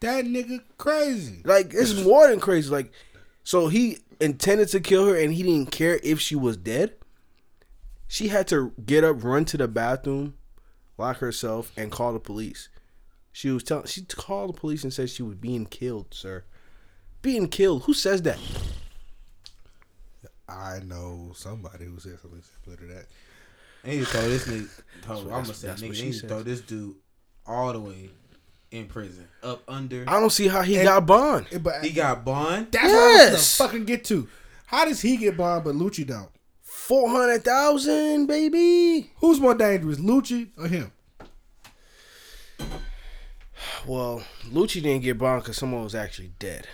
C: That nigga crazy.
B: like it's more than crazy. Like, so he intended to kill her, and he didn't care if she was dead. She had to get up, run to the bathroom, lock herself, and call the police. She was telling. She called the police and said she was being killed, sir. Being killed. Who says that?
C: I know somebody who said something similar to that.
A: They need to throw this nigga. throw- I'm gonna say
B: that's what
A: nigga.
B: she
A: They need to
B: said.
A: throw this dude all the way in prison, up under.
B: I don't see how he got bond.
C: Eh, But
A: He got bond.
C: that's what I
B: Yes.
C: was gonna fucking get to. How does he get bond but Lucci don't?
B: Four hundred thousand, baby.
C: Who's more dangerous, Lucci or him?
B: Well, Lucci didn't get bond because someone was actually dead.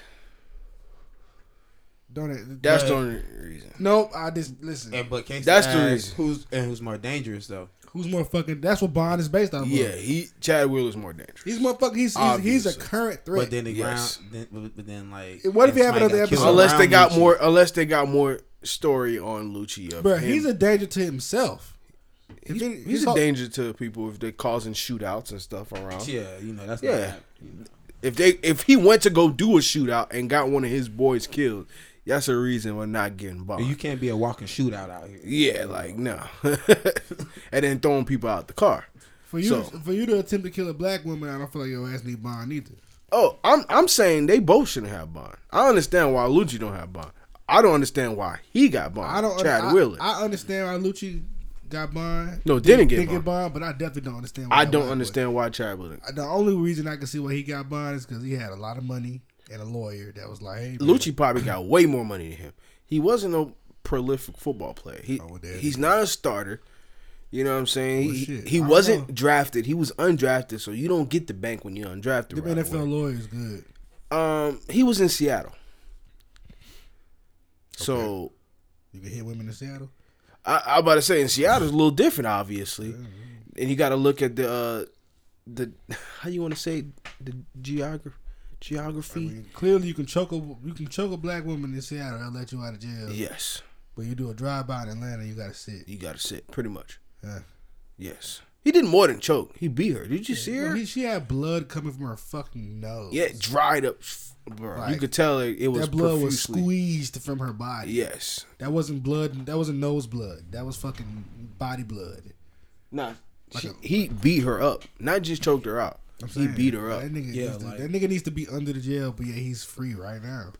C: Don't it?
B: That's the only reason.
C: nope. I just listen.
A: And but Casey
B: That's the
A: asked
B: reason.
A: Who's and who's more dangerous though?
C: Who's more fucking? That's what Bond is based on.
B: Yeah, he Chad Wheeler's more dangerous.
C: he's more fucking. He's he's, he's a
B: Obviously.
C: current threat.
A: But then the
B: Yes.
A: ground. Then, but but then like.
C: What if you have
A: somebody
C: another
A: got killed
C: episode?
B: unless they
A: around
B: got
A: Lucci.
B: more unless they got more story on Lucci of
C: Bro,
B: him.
C: he's a danger to himself. If
B: he's,
C: it-
B: he's
C: it's
B: a
C: all-
B: danger to people if they're causing shootouts and stuff around.
A: Yeah, you know that's
B: Yeah.
A: not happening, you know.
B: If they if he went to go do a shootout and got one of his boys killed, that's a reason we're not getting bond.
A: You can't be a walking shootout out here.
B: yeah, like no, and then throwing people out the car.
C: For you,
B: So-
C: for you to attempt to kill a black woman, I don't feel like your ass need Bond either.
B: Oh, I'm I'm saying they both shouldn't have bond. I understand why Lucci don't have bond. I don't understand why he got bond.
C: I don't.
B: Chad
C: I,
B: Wheeler. I,
C: I understand why Lucci got Bond.
B: No, didn't get
C: did
B: Bond.
C: but I definitely don't understand. Why that
B: don't
C: white boy-
B: understand why Chad Wheeler.
C: The only reason I can see why he got Bond is because he had a lot of money and a lawyer that was like, "Hey, man,
B: Lucci probably got way more money than him. He wasn't a prolific football player. He
C: well, Oh, there it
B: he's not a starter. You know what I'm saying?
C: Well,
B: he
C: shit,
B: he
C: I
B: wasn't
C: don't know.
B: drafted. He was undrafted, so you don't get the bank when you're undrafted.
C: Them
B: Right
C: NFL
B: away.
C: lawyers good."
B: Um, he was in Seattle. So
C: You can hit women in Seattle.
B: I, I about to say in Seattle's a little different, obviously, and you got to look at the uh, the how you want to say it? the geography geography.
C: Clearly, you can choke a you can choke a black woman in Seattle. They'll let you out of jail.
B: yes,
C: But you do a drive by in Atlanta, you gotta sit.
B: you got to sit pretty much.
C: Yeah.
B: Yes, he did more than choke. He beat her. Did you see her?
C: Well, he- she had blood coming from her fucking nose.
B: Yeah, it dried up, f- bro. you
C: Like,
B: could tell it, it was
C: that blood was
B: profusely-
C: squeezed from her body.
B: Yes.
C: That wasn't blood. That wasn't nose blood. That was fucking body blood.
B: Nah. She,
C: a-
B: he beat her up, not just choked her out.
C: I'm
B: He
C: saying,
B: beat her up.
C: That nigga,
A: Yeah,
C: needs to,
A: like-
C: that nigga needs to be under the jail, but yeah, he's free right now.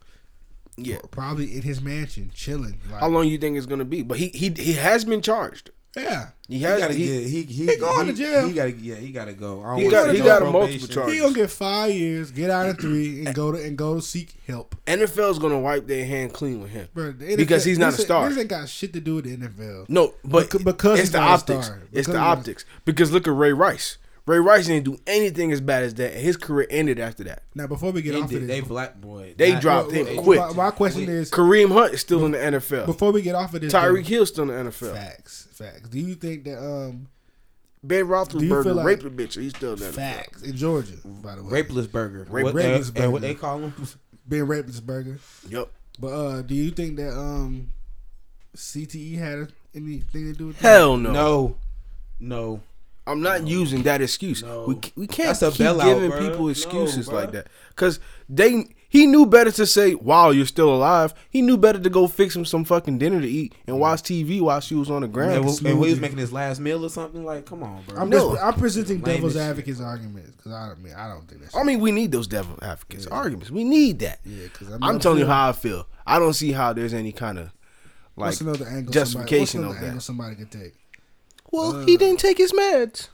B: Yeah.
C: Probably in his mansion, chilling. Like,
B: How long you think it's gonna be? But he he he has been charged.
C: Yeah.
B: He
A: He
B: has.
A: gotta
B: he-
A: get he he,
C: he going
A: he-
C: to jail.
A: He gotta yeah he gotta go. I don't
B: He
A: want
B: got-
A: to
B: he
A: go
B: got
A: on
B: multiple
A: probation.
B: charges.
C: He gonna get five years, get out in three, and go to and go seek help.
B: NFL's gonna wipe their hand clean with him
C: Bro, the
B: because
C: NFL
B: he's not
C: this
B: a
C: ain't-
B: star.
C: This ain't got shit to do with the NFL.
B: No, but
C: Becau- because
B: it's
C: he's
B: the
C: not a
B: optics.
C: star.
B: It's the
C: Because he's not-
B: optics. Because look at Ray Rice. Ray Rice didn't do anything as bad as that, and his career ended after that.
C: Now, before we get
A: They
C: off of
A: did- They
C: this,
A: black boy.
B: They
A: Not-
B: dropped
A: they-
B: him
A: they-
B: quick.
C: my, my question is,
B: Kareem Hunt is still in the NFL.
C: before we get off of this,
B: Tyreek Hill still in the NFL.
C: Facts, facts. Do you think that um
B: Ben
C: feel
B: Roethlisberger
C: like-
B: raped a bitch. and He's still there.
C: facts in Georgia, by the way,
A: Rapeless burger.
B: Rape-
A: what, they-
C: Rapeless
A: and what
C: burger.
A: they call him?
C: Ben Roethlisberger?
B: Yep.
C: But uh, do you think that um CTE had anything to do with that?
B: Hell no.
A: No, no.
B: I'm not using that excuse.
A: No.
B: We, we can't
A: That's a
B: keep
A: bailout,
B: giving
A: bruh.
B: people
A: No,
B: excuses
A: bruh.
B: like that. Cause they he knew better to say, "Wow, you're still alive." He knew better to go fix him some fucking dinner to eat and watch TV while she was on the ground.
A: And, we- and we was
C: smoothie.
A: making his last meal or something. Like, come on, bro.
C: I'm
B: No.
C: just, I'm presenting
A: Lame
C: devil's
A: as shit.
C: advocate's arguments because I don't mean I don't think that's
B: I mean, we need those devil advocates arguments. We need that.
C: Yeah, 'cause I'm
B: I'm,
C: not
B: telling you
C: sure.
B: how I feel. I don't see how there's any kind of like
C: what's another angle
B: justification
C: somebody, what's another
B: of
C: angle
B: that.
C: somebody could take.
B: Well, he didn't take his meds.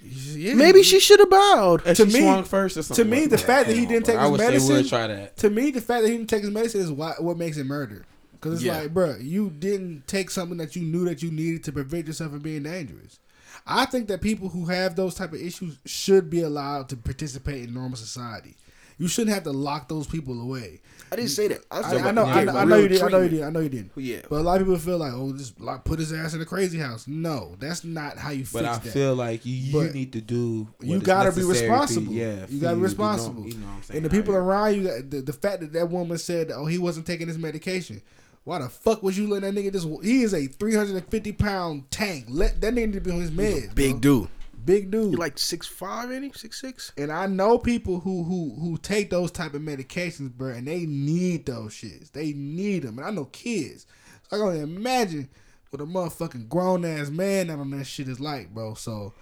C: Yeah,
B: Maybe she should have bowed.
A: And
C: to
A: she
C: me-
A: swung first or something
C: to me,
A: like
C: the
A: that.
C: fact that
A: Come
C: he
A: on,
C: didn't
A: bro.
C: take
A: I
C: his
A: would
C: medicine-
A: Say we'll try that.
C: To me, the fact that he didn't take his medicine is why, what makes it murder. Because it's
B: Yeah.
C: like, bruh, you didn't take something that you knew that you needed to prevent yourself from being dangerous. I think that people who have those type of issues should be allowed to participate in normal society. You shouldn't have to lock those people away.
B: I didn't say that.
C: I,
B: said
C: I know, I,
B: get
C: know- I know
B: real
C: you did. I know you
B: treatment.
C: did. I know you did.
B: Yeah.
C: But a lot of people feel like, oh, just like put his ass in a crazy house. No, that's not how you fix
A: But I
C: that.
A: feel like you, you
C: But
A: need to do. what
C: you
A: is
C: gotta be
A: necessary for you-
C: responsible.
A: yeah, for to
C: you gotta be
A: do norm-
C: responsible.
A: you know what I'm saying?
C: and the people
A: Like,
C: around you, the, the fact that that woman said, "Oh, he wasn't taking his medication." Why the fuck was you letting that nigga just? He is a 350 pound tank. Let that nigga need to be on his meds.
B: Big
C: bro.
B: dude.
C: big dude.
B: You like six five, ain't he? Six six.
C: and I know people who who who take those type of medications, bro, and they need those shits. They need them, and I know kids. So I can only imagine what a motherfucking grown ass man out on that shit is like, bro. So,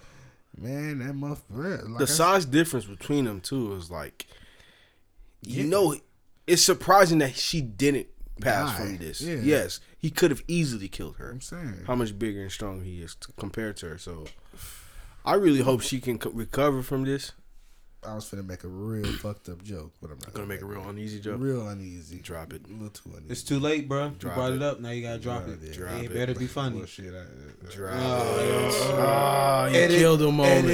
C: man, that motherfucker. Like I
B: The
C: said-
B: size difference between them two is like, you know, it's surprising that she didn't pass
C: Die.
B: from this.
C: Yeah.
B: Yes, he could have easily killed her. I'm
C: saying.
B: how much bigger and stronger he is t- compared to her. So, I really hope she can co- recover from this.
C: I was finna make a real fucked up joke, but I'm not
B: Gonna make a real uneasy
C: it.
B: joke.
C: real uneasy.
B: Drop it.
C: a little too uneasy.
A: It's too late, bro. You
B: Drop
A: brought
B: it.
A: it. up. Now you gotta drop, it.
B: Drop
A: it
B: it.
A: better be funny.
C: Bullshit. I,
B: Drop it. Ah, you killed him moment.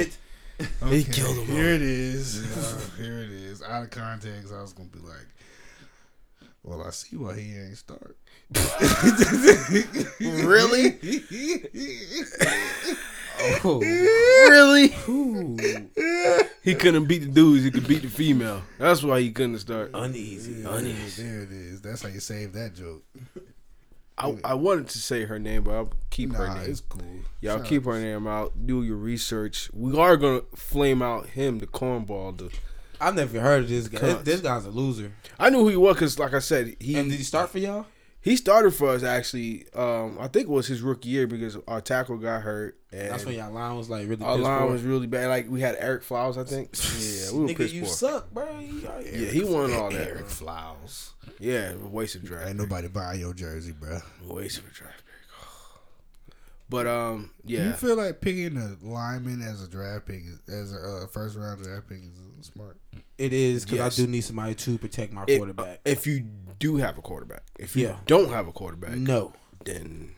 A: Edit.
C: okay.
B: killed him
C: Here it is. Uh, here it is. Out of context, I was gonna be like, "Well, I see why he ain't start."
B: Really?
A: Oh.
B: really?
A: Ooh.
B: He couldn't beat the dudes. He could beat the female. That's why he couldn't start.
A: Uneasy. Uneasy.
C: There it is. That's how you save that joke.
B: I, I wanted to say her name, but I'll keep her
C: Nah,
B: name.
C: it's cool.
B: Y'all keep her name out. Do your research. We are gonna flame out him, the cornball. The
A: I've never heard of this guy. This,
B: Cunts.
A: this guy's a loser.
B: I knew who he was because, like I said, he
A: And did he start for y'all?
B: he started for us actually. Um, I think it was his rookie year because our tackle got hurt. And
A: That's when y'all line was like really.
B: our
A: pissed
B: line
A: poor.
B: was really bad. Like we had Eric Flowers, I think. Yeah, we were
A: Nigga,
B: pissed
A: you
B: poor.
A: suck, bro. You-
B: Yeah, he won all that.
C: Eric Flowers.
B: Yeah, it was a waste of draft.
C: Ain't
B: pick.
C: nobody buying your jersey, bro.
B: Waste of a draft pick. But um,
C: Do you
B: yeah,
C: feel like picking a lineman as a draft pick, is, as a uh, first round draft pick, is smart?
A: It is because
B: Yes. uh,
A: I do need somebody to protect my
B: If-
A: quarterback.
B: if you do have a quarterback, if you
A: Yeah. Mm.
B: don't have a quarterback,
A: no,
B: then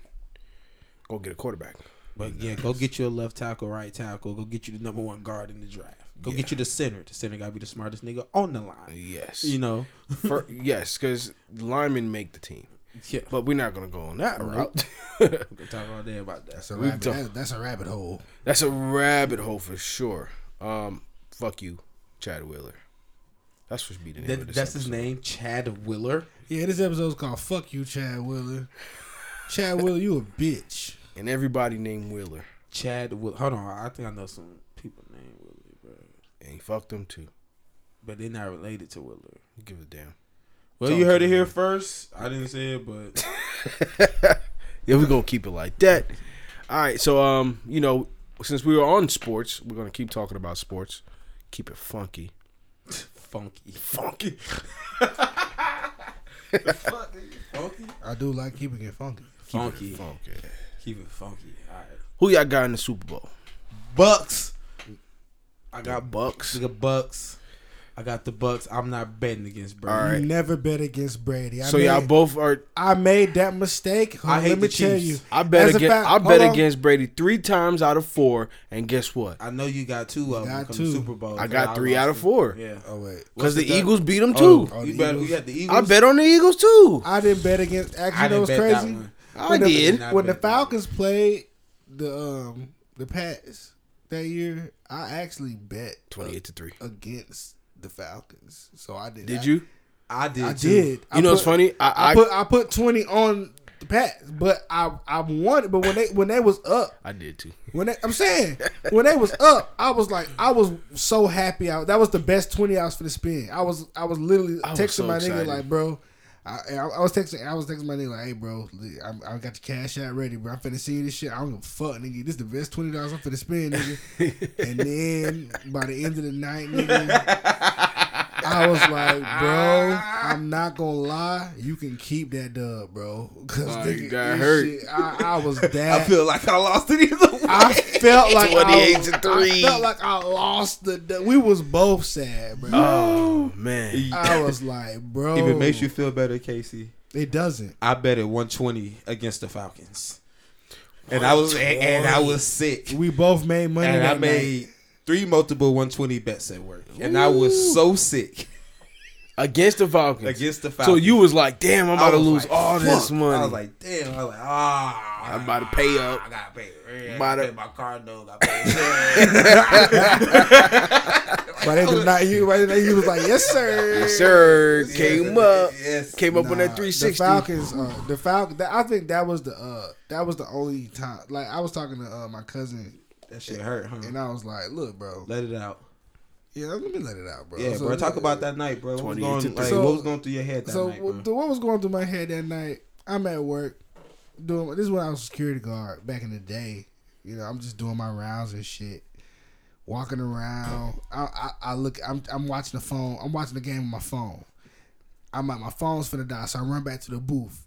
B: go get a quarterback.
A: but yeah, go get you a left tackle, right tackle. Go get you the number one guard in the draft. Go get you the center. The center got to be the smartest nigga on the line.
B: Yes,
A: You know,
B: For, yes, because linemen make the team.
A: yeah.
B: But we're not gonna go on that route.
A: We can talk all day about that.
C: That's a
B: We've
C: rabbit.
B: done-
C: That, that's a rabbit hole.
B: That's a rabbit hole for sure. Um, fuck you, Chad Wheeler. That's supposed to be the name. of
A: That,
B: this
A: that's his
B: episode.
A: name, Chad Willer.
C: Yeah, this episode's called "Fuck You, Chad Wheeler." Chad Wheeler, you a bitch.
B: And everybody named Wheeler,
A: Chad Willer. Hold on, I think I know some people named Willer, bro.
B: and he fucked them too.
A: But they're not related to Willer.
B: Give a damn.
A: Well, you heard it here first. I didn't say it, but
B: Yeah, we're gonna keep it like that. All right, so um, you know, since we were on sports, we're gonna keep talking about sports. Keep it funky.
A: funky,
B: Funky.
A: funky,
C: I do like keeping it funky.
A: funky.
B: Funky.
A: Keep it funky. All right.
B: Who y'all got in the Super Bowl?
A: Bucks. I got Bucks.
B: Bucks.
A: The Bucks. I got the Bucks. I'm not betting against Brady.
B: All
C: You
B: right.
C: never bet against Brady. I
B: So
C: made,
B: y'all both are.
C: I made that mistake.
A: I hate
C: Let me
A: the
C: tell
A: Chiefs.
C: you.
B: I bet
C: As a
B: against.
C: fact-
B: I bet
C: hold on.
B: against Brady three times out of four, and guess what?
A: I know you got two of them
C: got
A: come the
C: two.
A: Super Bowl.
B: I got
A: but
B: three out
A: lost
B: of
A: them.
B: four.
A: Yeah.
C: Oh wait,
B: Because the,
A: the third-
B: Eagles beat them
A: Oh,
B: too.
C: Oh,
A: you
C: the
A: bet
C: Eagles.
A: you got the Eagles.
B: I bet on the Eagles too.
C: I didn't bet against. Actually,
A: I
C: that
A: didn't
C: was
A: bet
C: crazy.
A: that one.
B: I
C: when the,
B: did.
A: I
C: when the
A: bet that one.
C: Falcons played the um the Pats that year, I actually bet
B: Twenty-eight to three.
C: against the Falcons. So I did.
B: Did
C: I-
B: you?
A: I did.
C: I
A: too.
C: did.
B: You know what's funny? I, I,
C: I, put I put twenty on the Pats, but I I won. But when they when they was up,
B: I did too.
C: when they, I'm saying when they was up, I was like I was so happy. I, that was the best twenty I was for the spin. I was I was literally
B: was
C: texting
B: so
C: my
B: excited.
C: nigga like, bro. I, I, I was texting. I was texting my nigga like, "Hey, bro, I, I got the cash out ready, bro. I'm finna see this shit. I don't give a fuck, nigga. This the best twenty dollars I'm finna spend, nigga." and then by the end of the night, nigga, I was like, "Bro, I'm not gonna lie. You can keep that dub, bro, because
B: Oh, you
C: nigga,
B: got
C: this
B: hurt.
C: shit- I, I was that.
A: I feel like I lost it either way.
C: I felt like
B: 28
C: I,
B: to three.
C: I felt like I lost the. the- we was both sad, bro.
B: Oh man.
C: I was like, bro.
A: If it makes you feel better, Casey,
C: It doesn't.
A: I bet at 120 against the Falcons. and I was and, and I was sick.
C: We both made money.
A: and I
C: that night.
A: made three multiple 120 bets at work, and I was so sick
B: against the Falcons.
A: against the
B: So
A: Falcons.
B: you was like, damn, I'm
A: I
B: about to
A: was
B: lose
A: like,
B: all this
A: fuck.
B: money.
A: I was like, damn. I was like, ah,
B: I'm about to pay up.
A: I gotta pay. I
B: About
A: gotta
B: to-
A: pay my car note. I pay.
C: Why they was not you? Why they, he was like, yes sir,
B: Yes, sir. Came up.
A: Yes.
B: Came up on that
C: The
B: 360.
C: Falcons, uh, the Falcon. I think that was the uh, that was the only time. Like I was talking to uh, my cousin,
A: That shit hurt, huh?
C: and I was like, look, bro,
A: Let it out.
C: yeah, let me let it out, bro.
A: Yeah,
C: So,
A: bro. Talk about that night, bro. What was
B: 28
A: going,
B: to
A: like,
C: thirty.
A: what was going through your head that
C: So
A: night,
C: what,
A: bro?
C: the, what was going through my head that night? I'm at work doing. This is when I was a security guard back in the day. You know, I'm just doing my rounds and shit, walking around. I, I, I look. I'm I'm watching the phone. I'm watching the game on my phone. I'm like my phone's finna die, so I run back to the booth.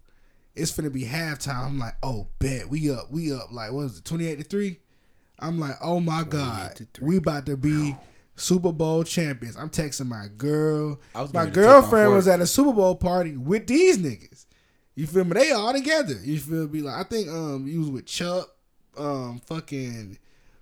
C: It's finna be halftime. I'm like, oh bet we up, we up. Like what was it, 28 to three? I'm like, oh my god, we about to be Super Bowl champions. I'm texting my girl.
A: I was
C: My
A: ready to take off
C: girlfriend
A: work.
C: was at a Super Bowl party with these niggas. You feel me? They all together. You feel me? Like I think um you was with Chuck, um fucking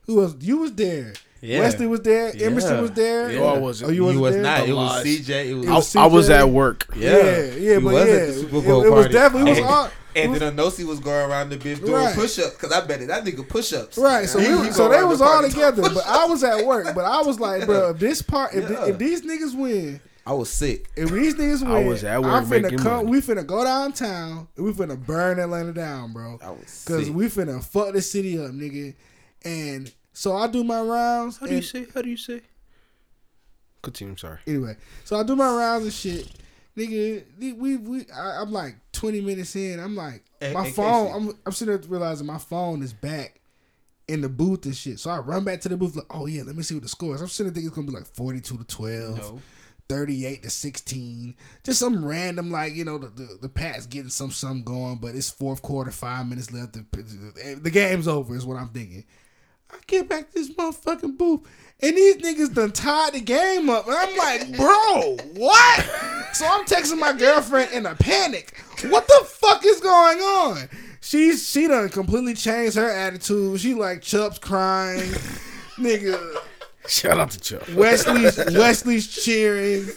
C: who else? You was there.
A: Yeah.
C: Wesley was there. Emerson was there.
B: Yeah. Oh, I wasn't.
C: Oh, you,
A: you
C: wasn't
A: was
C: there?
A: not. It was
B: Lies.
A: CJ. It was.
C: I-
B: I was
C: CJ.
B: at work.
C: Yeah, yeah,
A: we
C: but
A: was
C: yeah,
A: at the Super Bowl
C: it, it was
A: party.
C: definitely it was
A: And-
C: all,
A: And then Anosi was going around the bib doing
C: Right.
A: push ups because I bet it that nigga push ups.
C: right. So we, were- so they was all together, but I was at work. But I was like, bro, if this part, if,
A: Yeah.
C: thi- if these niggas win,
A: I was sick.
C: if these niggas win,
B: I was at work
C: I'm finna
B: making
C: come.
B: money.
C: We finna go downtown. And we finna burn Atlanta down, bro.
A: I was
C: Cause
A: sick.
C: we finna fuck the city up, nigga. And so I do my rounds.
B: How do you
C: and-
B: say? How do you say? Continue. I'm sorry.
C: Anyway, so I do my rounds and shit, nigga. the- We we I, I'm like 20 minutes in. I'm like
A: Hey,
C: my
A: hey,
C: phone.
A: Casey.
C: I'm I'm sitting there realizing my phone is back in the booth and shit. So I run back to the booth like, oh yeah, let me see what the score is. I'm sitting there thinking it's gonna be like 42 to 12. 38 to 16 just some random like you know the, the, the pat's getting some some going but it's fourth quarter five minutes left the, the, the game's over is what i'm thinking i get back to this motherfucking booth and these niggas done tied the game up and i'm like bro what so i'm texting my girlfriend in a panic what the fuck is going on she's she done completely changed her attitude she like chups crying nigga
B: Shout out to Chuck.
C: Wesley's Wesley's cheering.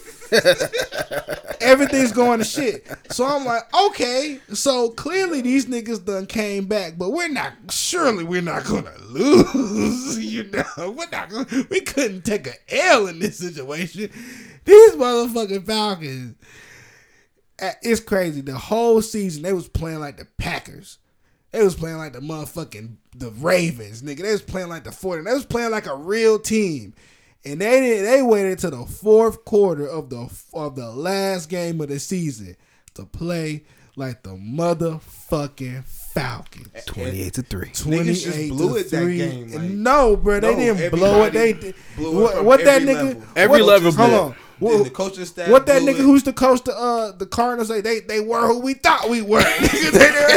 C: Everything's going to shit. So I'm like, okay, so clearly these niggas done came back, but we're not surely we're not gonna lose. You know, we're not gonna we couldn't take a L in this situation. These motherfucking Falcons. uh, It's crazy. The whole season they was playing like the Packers. They was playing like the motherfucking the Ravens, nigga. They was playing like the 40. They was playing like a real team. And they did, they waited to the fourth quarter of the of the last game of the season to play like the motherfucking Falcons.
B: 28 to 3.
A: Niggas just blew it that
C: three.
A: game, like-
C: no, bro, they
A: No,
C: didn't blow it. They
A: everybody
C: did.
A: blew it
C: What,
A: from
C: what that
A: every
C: nigga?
A: level.
B: Every
C: what,
B: level
C: Hold
B: blew it.
C: on.
A: Then
C: What,
A: the coaching staff.
C: what that
A: blew
C: nigga
A: it.
C: who's the coach to uh the Cardinals say they they were who we thought we were. Nigga,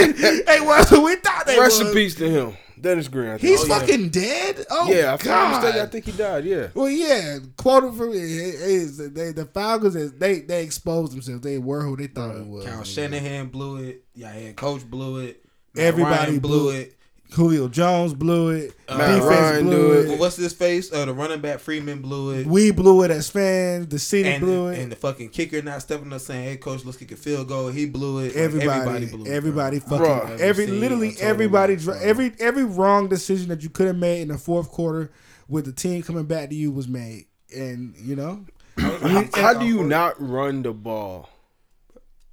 C: they, they, they were who we thought they
B: Rest in
C: were.
B: peace to him. Dennis Green. I think.
C: He's
B: Oh, yeah.
C: fucking dead. Oh
B: Yeah, if I'm not
C: god.
B: mistaken, I think he died. Yeah.
C: well, yeah. Quote it from it is they the Falcons is they they exposed themselves. They were who they thought it was.
A: Kyle Shanahan blew it. Yeah, head coach blew it. Matt
C: Everybody
A: Ryan
C: blew
A: it.
C: Julio Jones blew it.
B: Matt
C: defense
B: Ryan
C: blew
B: do
C: it.
B: it.
A: Well, what's his face? Uh, the running back Freeman blew it.
C: We blew it as fans. The city
A: and,
C: blew it.
A: and the fucking kicker not stepping up saying, "Hey, coach, let's kick a field goal." He blew it. Like,
C: everybody, everybody,
A: blew
C: fucking,
B: Bruh.
C: every
A: I've seen a
C: literally
A: total
C: everybody,
A: lot,
C: dr-
A: bruh.
C: every every wrong decision that you could have made in the fourth quarter with the team coming back to you was made, and you know
A: it.
B: How do you not run the ball?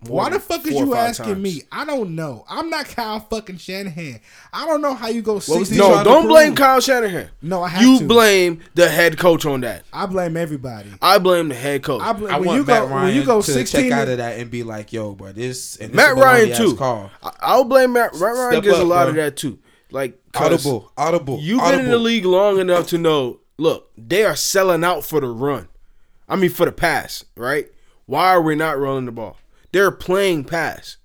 C: why
B: than
C: the fuck is
B: four or
C: you
B: five
C: asking
B: times.
C: me? I don't know. I'm not Kyle fucking Shanahan. I don't know how you go
A: was
C: six.
A: he
B: No,
A: trying to
B: don't
A: prove?
B: blame Kyle Shanahan.
C: No, I have
B: You
C: to.
B: blame the head coach on that.
C: I blame everybody.
B: I blame the head coach.
C: I blame
A: I
C: when
A: want
C: you
A: Matt
C: go
A: Ryan
C: when you go
A: to
C: 16
A: check out of that and be like, "Yo, bro, this." And this
B: Matt
A: a baloney
B: Ryan
A: ass
B: too.
A: Call.
B: I- I'll blame Matt, Matt Ryan.
A: Step
B: gets a
A: up,
B: lot
A: bro.
B: of that too. Like 'cause
A: Audible, audible.
B: You've
A: audible.
B: been in the league long enough to know. Look, they are selling out for the run. I mean, for the pass, right? Why are we not running the ball? They're playing pass.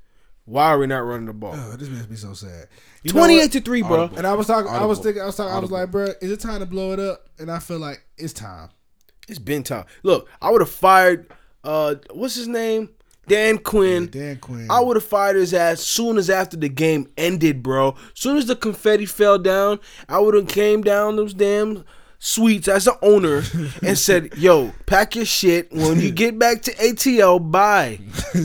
B: Why are we not running the ball?
C: Oh, this makes me so sad. You know what?
B: Twenty-eight to three, bro.
C: And I was talking. I was
A: Audible.
C: thinking. I was talking. I was like, bruh, is it time to blow it up? And I feel like it's time.
B: It's been time. Look, I would have fired. Uh, what's his name? Dan Quinn.
C: Dan Quinn.
B: I would have fired his ass soon as after the game ended, bro. Soon as the confetti fell down, I would have came down those damn suites as the owner and said, "Yo, pack your shit. When you get back to ATL, bye."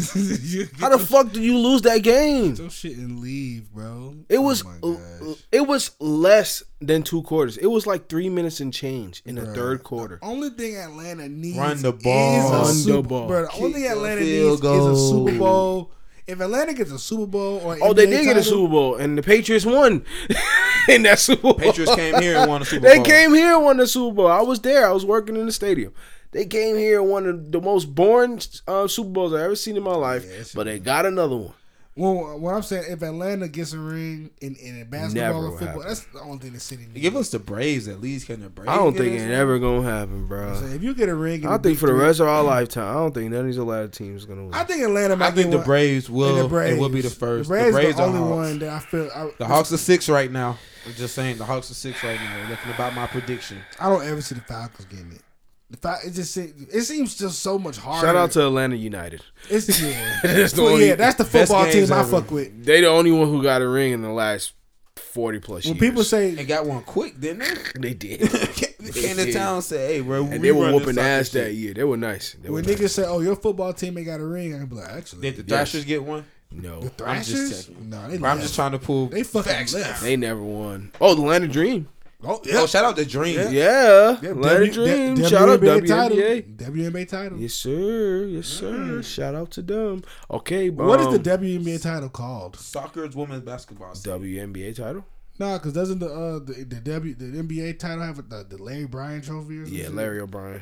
B: How the fuck did you lose that game?
C: Some shit and leave, bro.
B: It
C: Oh
B: was
C: my
B: uh,
C: gosh.
B: it was less than two quarters. It was like three minutes and change in the
C: Bruh,
B: third quarter.
C: Only thing Atlanta needs
A: Run the ball.
B: Run
C: Is
B: the
C: a Super,
B: ball.
C: Bro, the only
A: Kick
C: thing
A: the
C: Atlanta
A: field
C: needs is a
A: goal.
C: Super Bowl. If Atlanta gets a Super Bowl or
B: Oh, they
C: NBA
B: did get a
C: title,
B: Super Bowl, and the Patriots won in that Super Bowl.
A: Patriots came here and won the Super
B: They
A: Bowl.
B: came here and won the Super Bowl. I was there. I was working in the stadium. They came here and won the, the most boring uh, Super Bowls I've ever seen in my life, but they got another one.
C: Well, what I'm saying, if Atlanta gets a ring in, in
B: Never
C: basketball
B: will
C: or football,
B: happen.
C: that's the only thing the city needs.
A: Give us the Braves at least. Can the Braves?
B: I don't
A: get
B: think
A: us
B: it
A: one?
B: ever gonna happen,
C: So
B: bro.
C: if you get a ring, in
B: I
C: Big
B: think for the
C: Three-
B: rest of our lifetime, I don't think none of these Atlanta teams gonna win.
C: I think Atlanta might
A: I think
C: get
A: the
C: one.
A: Braves
C: And
A: will. It will be the first.
C: The Braves,
A: the Braves
C: the
A: are
C: only
A: Hawks.
C: one that I feel. I,
A: The Hawks are six right now. I'm just saying, the Hawks are six right now. Looking about my prediction.
C: I don't ever see the Falcons getting it. The Fal- it just se- it seems just so much harder.
B: Shout out to Atlanta United.
C: it's yeah.
B: That's the
C: Well,
B: only-
C: yeah, that's the
A: best
C: football
A: games
C: team I
A: ever.
C: fuck with.
B: They the only one who got a ring in the last forty plus
C: When
B: years.
C: people
A: They
C: say
A: got one quick, didn't they?
B: they did,
A: Canada Town said, "Hey, bro,
B: and they were whooping ass that year. They were nice. They were
C: when
B: nice.
C: niggas say, "Oh, your football team ain't got a ring," I'm like, actually,
A: Did the Thrashers get one?
B: No,
A: I'm just
C: Thrashers?
A: checking.
C: No, they
A: Bro, I'm just trying to pull.
C: They fucking left.
B: they never won. Oh, the Atlanta Dream.
C: oh
A: Oh, shout out to Dream.
B: Yeah,
C: Yeah,
B: Atlanta
C: W-
B: Dream.
C: W-
B: Shout out
C: WNBA
B: WNBA.
C: title. WNBA title.
B: Yes, sir. Yes, sir. Shout out to them. Okay, um, but
C: What is the WNBA title called?
A: Soccer is women's basketball.
B: WNBA title?
C: Nah, because doesn't the uh the, the W the NBA title have the, the Larry Bryan Trophy? Or some
B: Yeah,
C: shit?
B: Larry O'Brien.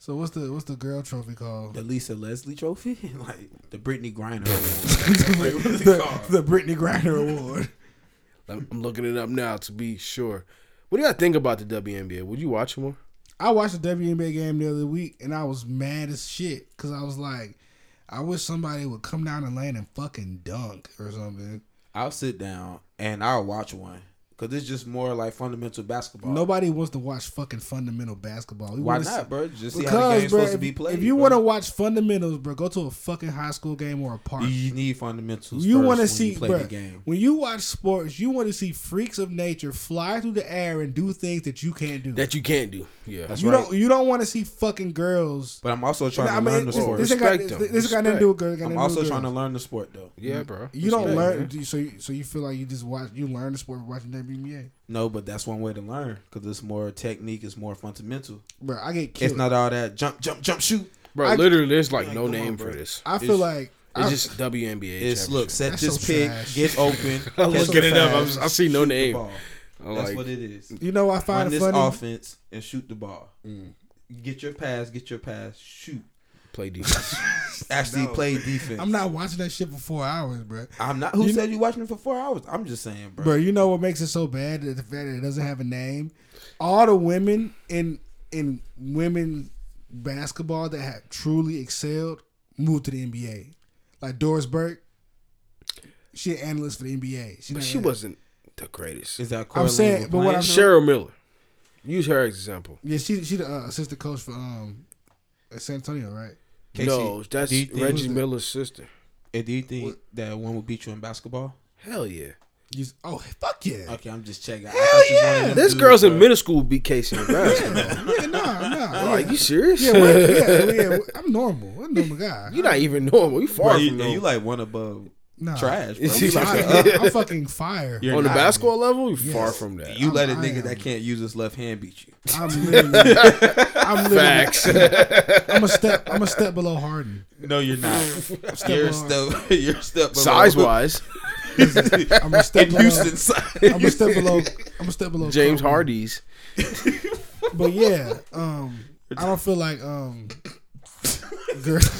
C: So what's the what's the girl trophy called?
A: The Lisa Leslie Trophy, like the Brittany Griner. Like, what is it
C: the,
A: called?
C: the Brittany Griner Award.
B: I'm I'm looking it up now to be sure. What do y'all think about the WNBA? Would you watch more?
C: I watched a WNBA game the other week and I was mad as shit because I was like, I wish somebody would come down the lane and fucking dunk or something.
A: I'll sit down and I'll watch one because it's just more like fundamental basketball.
C: Nobody wants to watch fucking fundamental basketball. We
A: Why
C: wanna see-
A: not, bro? Just see how the
C: Because,
A: game's
C: bro,
A: supposed to
C: if,
A: be played.
C: if you
A: bro.
C: want to watch fundamentals, bro, go to a fucking high school game or a park.
A: you need fundamentals.
C: you
A: want to
C: see,
A: play
C: bruh,
A: the game.
C: when you watch sports, you want to see freaks of nature fly through the air and do things that you can't do.
B: That you can't do. Yeah. That's
C: you
A: right.
C: don't, you don't want to see fucking girls.
A: But I'm also trying
C: Nah,
A: to
C: I mean,
A: learn the
C: this,
A: sport.
C: this ain't got,
B: Respect
C: this,
B: 'em.
C: this ain't got nothing to do with girls. it got
A: I'm
C: nothing to do
A: also
C: with
A: trying to
C: girls.
A: learn the sport though.
B: Yeah, bro.
C: You don't
B: Respect,
C: learn,
B: man.
C: do you- so you, so you feel like you just watch. You learn the sport watching WNBA.
A: No, but that's one way to learn because it's more technique. It's more fundamental.
C: Bro, I get killed.
A: It's not all that jump, jump, jump, shoot.
B: Bro,
C: I-
B: literally, there's like no
A: come on,
B: name
A: bro.
B: for this.
C: I
A: it's-
C: feel like
B: It's
C: I-
B: just WNBA.
A: It's look, set
C: That's
A: this
C: so
A: pick,
C: trash.
A: get open.
B: I'm
A: catch
B: looking
A: the
B: it up. I'm
A: pass,
B: s- I see
A: shoot
B: no
A: the
B: name.
A: ball.
B: I'm
A: That's
B: like-
A: what it is.
C: you know. I
A: Run
C: find it
A: this
C: funny.
A: offense and shoot the ball. Get your pass, get your pass, shoot.
B: Play defense.
A: Actually play defense.
C: I'm not watching that shit for four hours, bro.
A: I'm not. Who said you watching it for four hours? I'm just saying, bro.
C: Bro, you know what makes it so bad? The fact that it doesn't have a name. All the women in in women basketball that have truly excelled moved to the NBA. Like Doris Burke, she an analyst for the NBA. She,
B: but
C: not
B: she
C: an-
B: wasn't the greatest.
A: Is that?
C: I'm saying,
A: correlated
C: but
A: with
C: what I'm
A: playing?
B: Cheryl Miller. Use her as example.
C: Yeah, she she the uh, assistant coach for um San Antonio, right?
A: Casey,
B: no, that's
A: do you think-
B: Reggie Miller's sister.
A: And do you think that one will beat you in basketball?
B: Hell yeah.
C: You, oh fuck yeah!
A: Okay, I'm just checking.
C: Hell yeah!
B: This girl's in middle school beat Casey in basketball.
C: yeah, nah, nah.
B: Like, you serious?
C: Yeah, yeah, yeah, I'm normal. I'm a normal guy.
B: You're not even normal. You far
A: you,
B: from
A: and
B: normal.
A: you like one above
C: Nah.
A: trash. Bro.
B: It's
A: You
B: like-
A: like-
C: I, I'm fucking fire.
A: You're
B: On the
A: not.
B: basketball level, you far from that.
A: You let a
C: I
A: nigga
C: am.
A: that can't use his left hand beat you.
C: I'm literally, I'm literally
B: Facts.
C: I'm a step. I'm a step below Harden.
A: No, you're not. you're step. You're step. below-
B: Size wise,
C: I'm a step
A: in
C: below.
A: Houston size.
C: I'm a step below. I'm a step below
B: James
C: Kobe.
B: Hardy's.
C: But yeah, um, I don't feel like um, girl.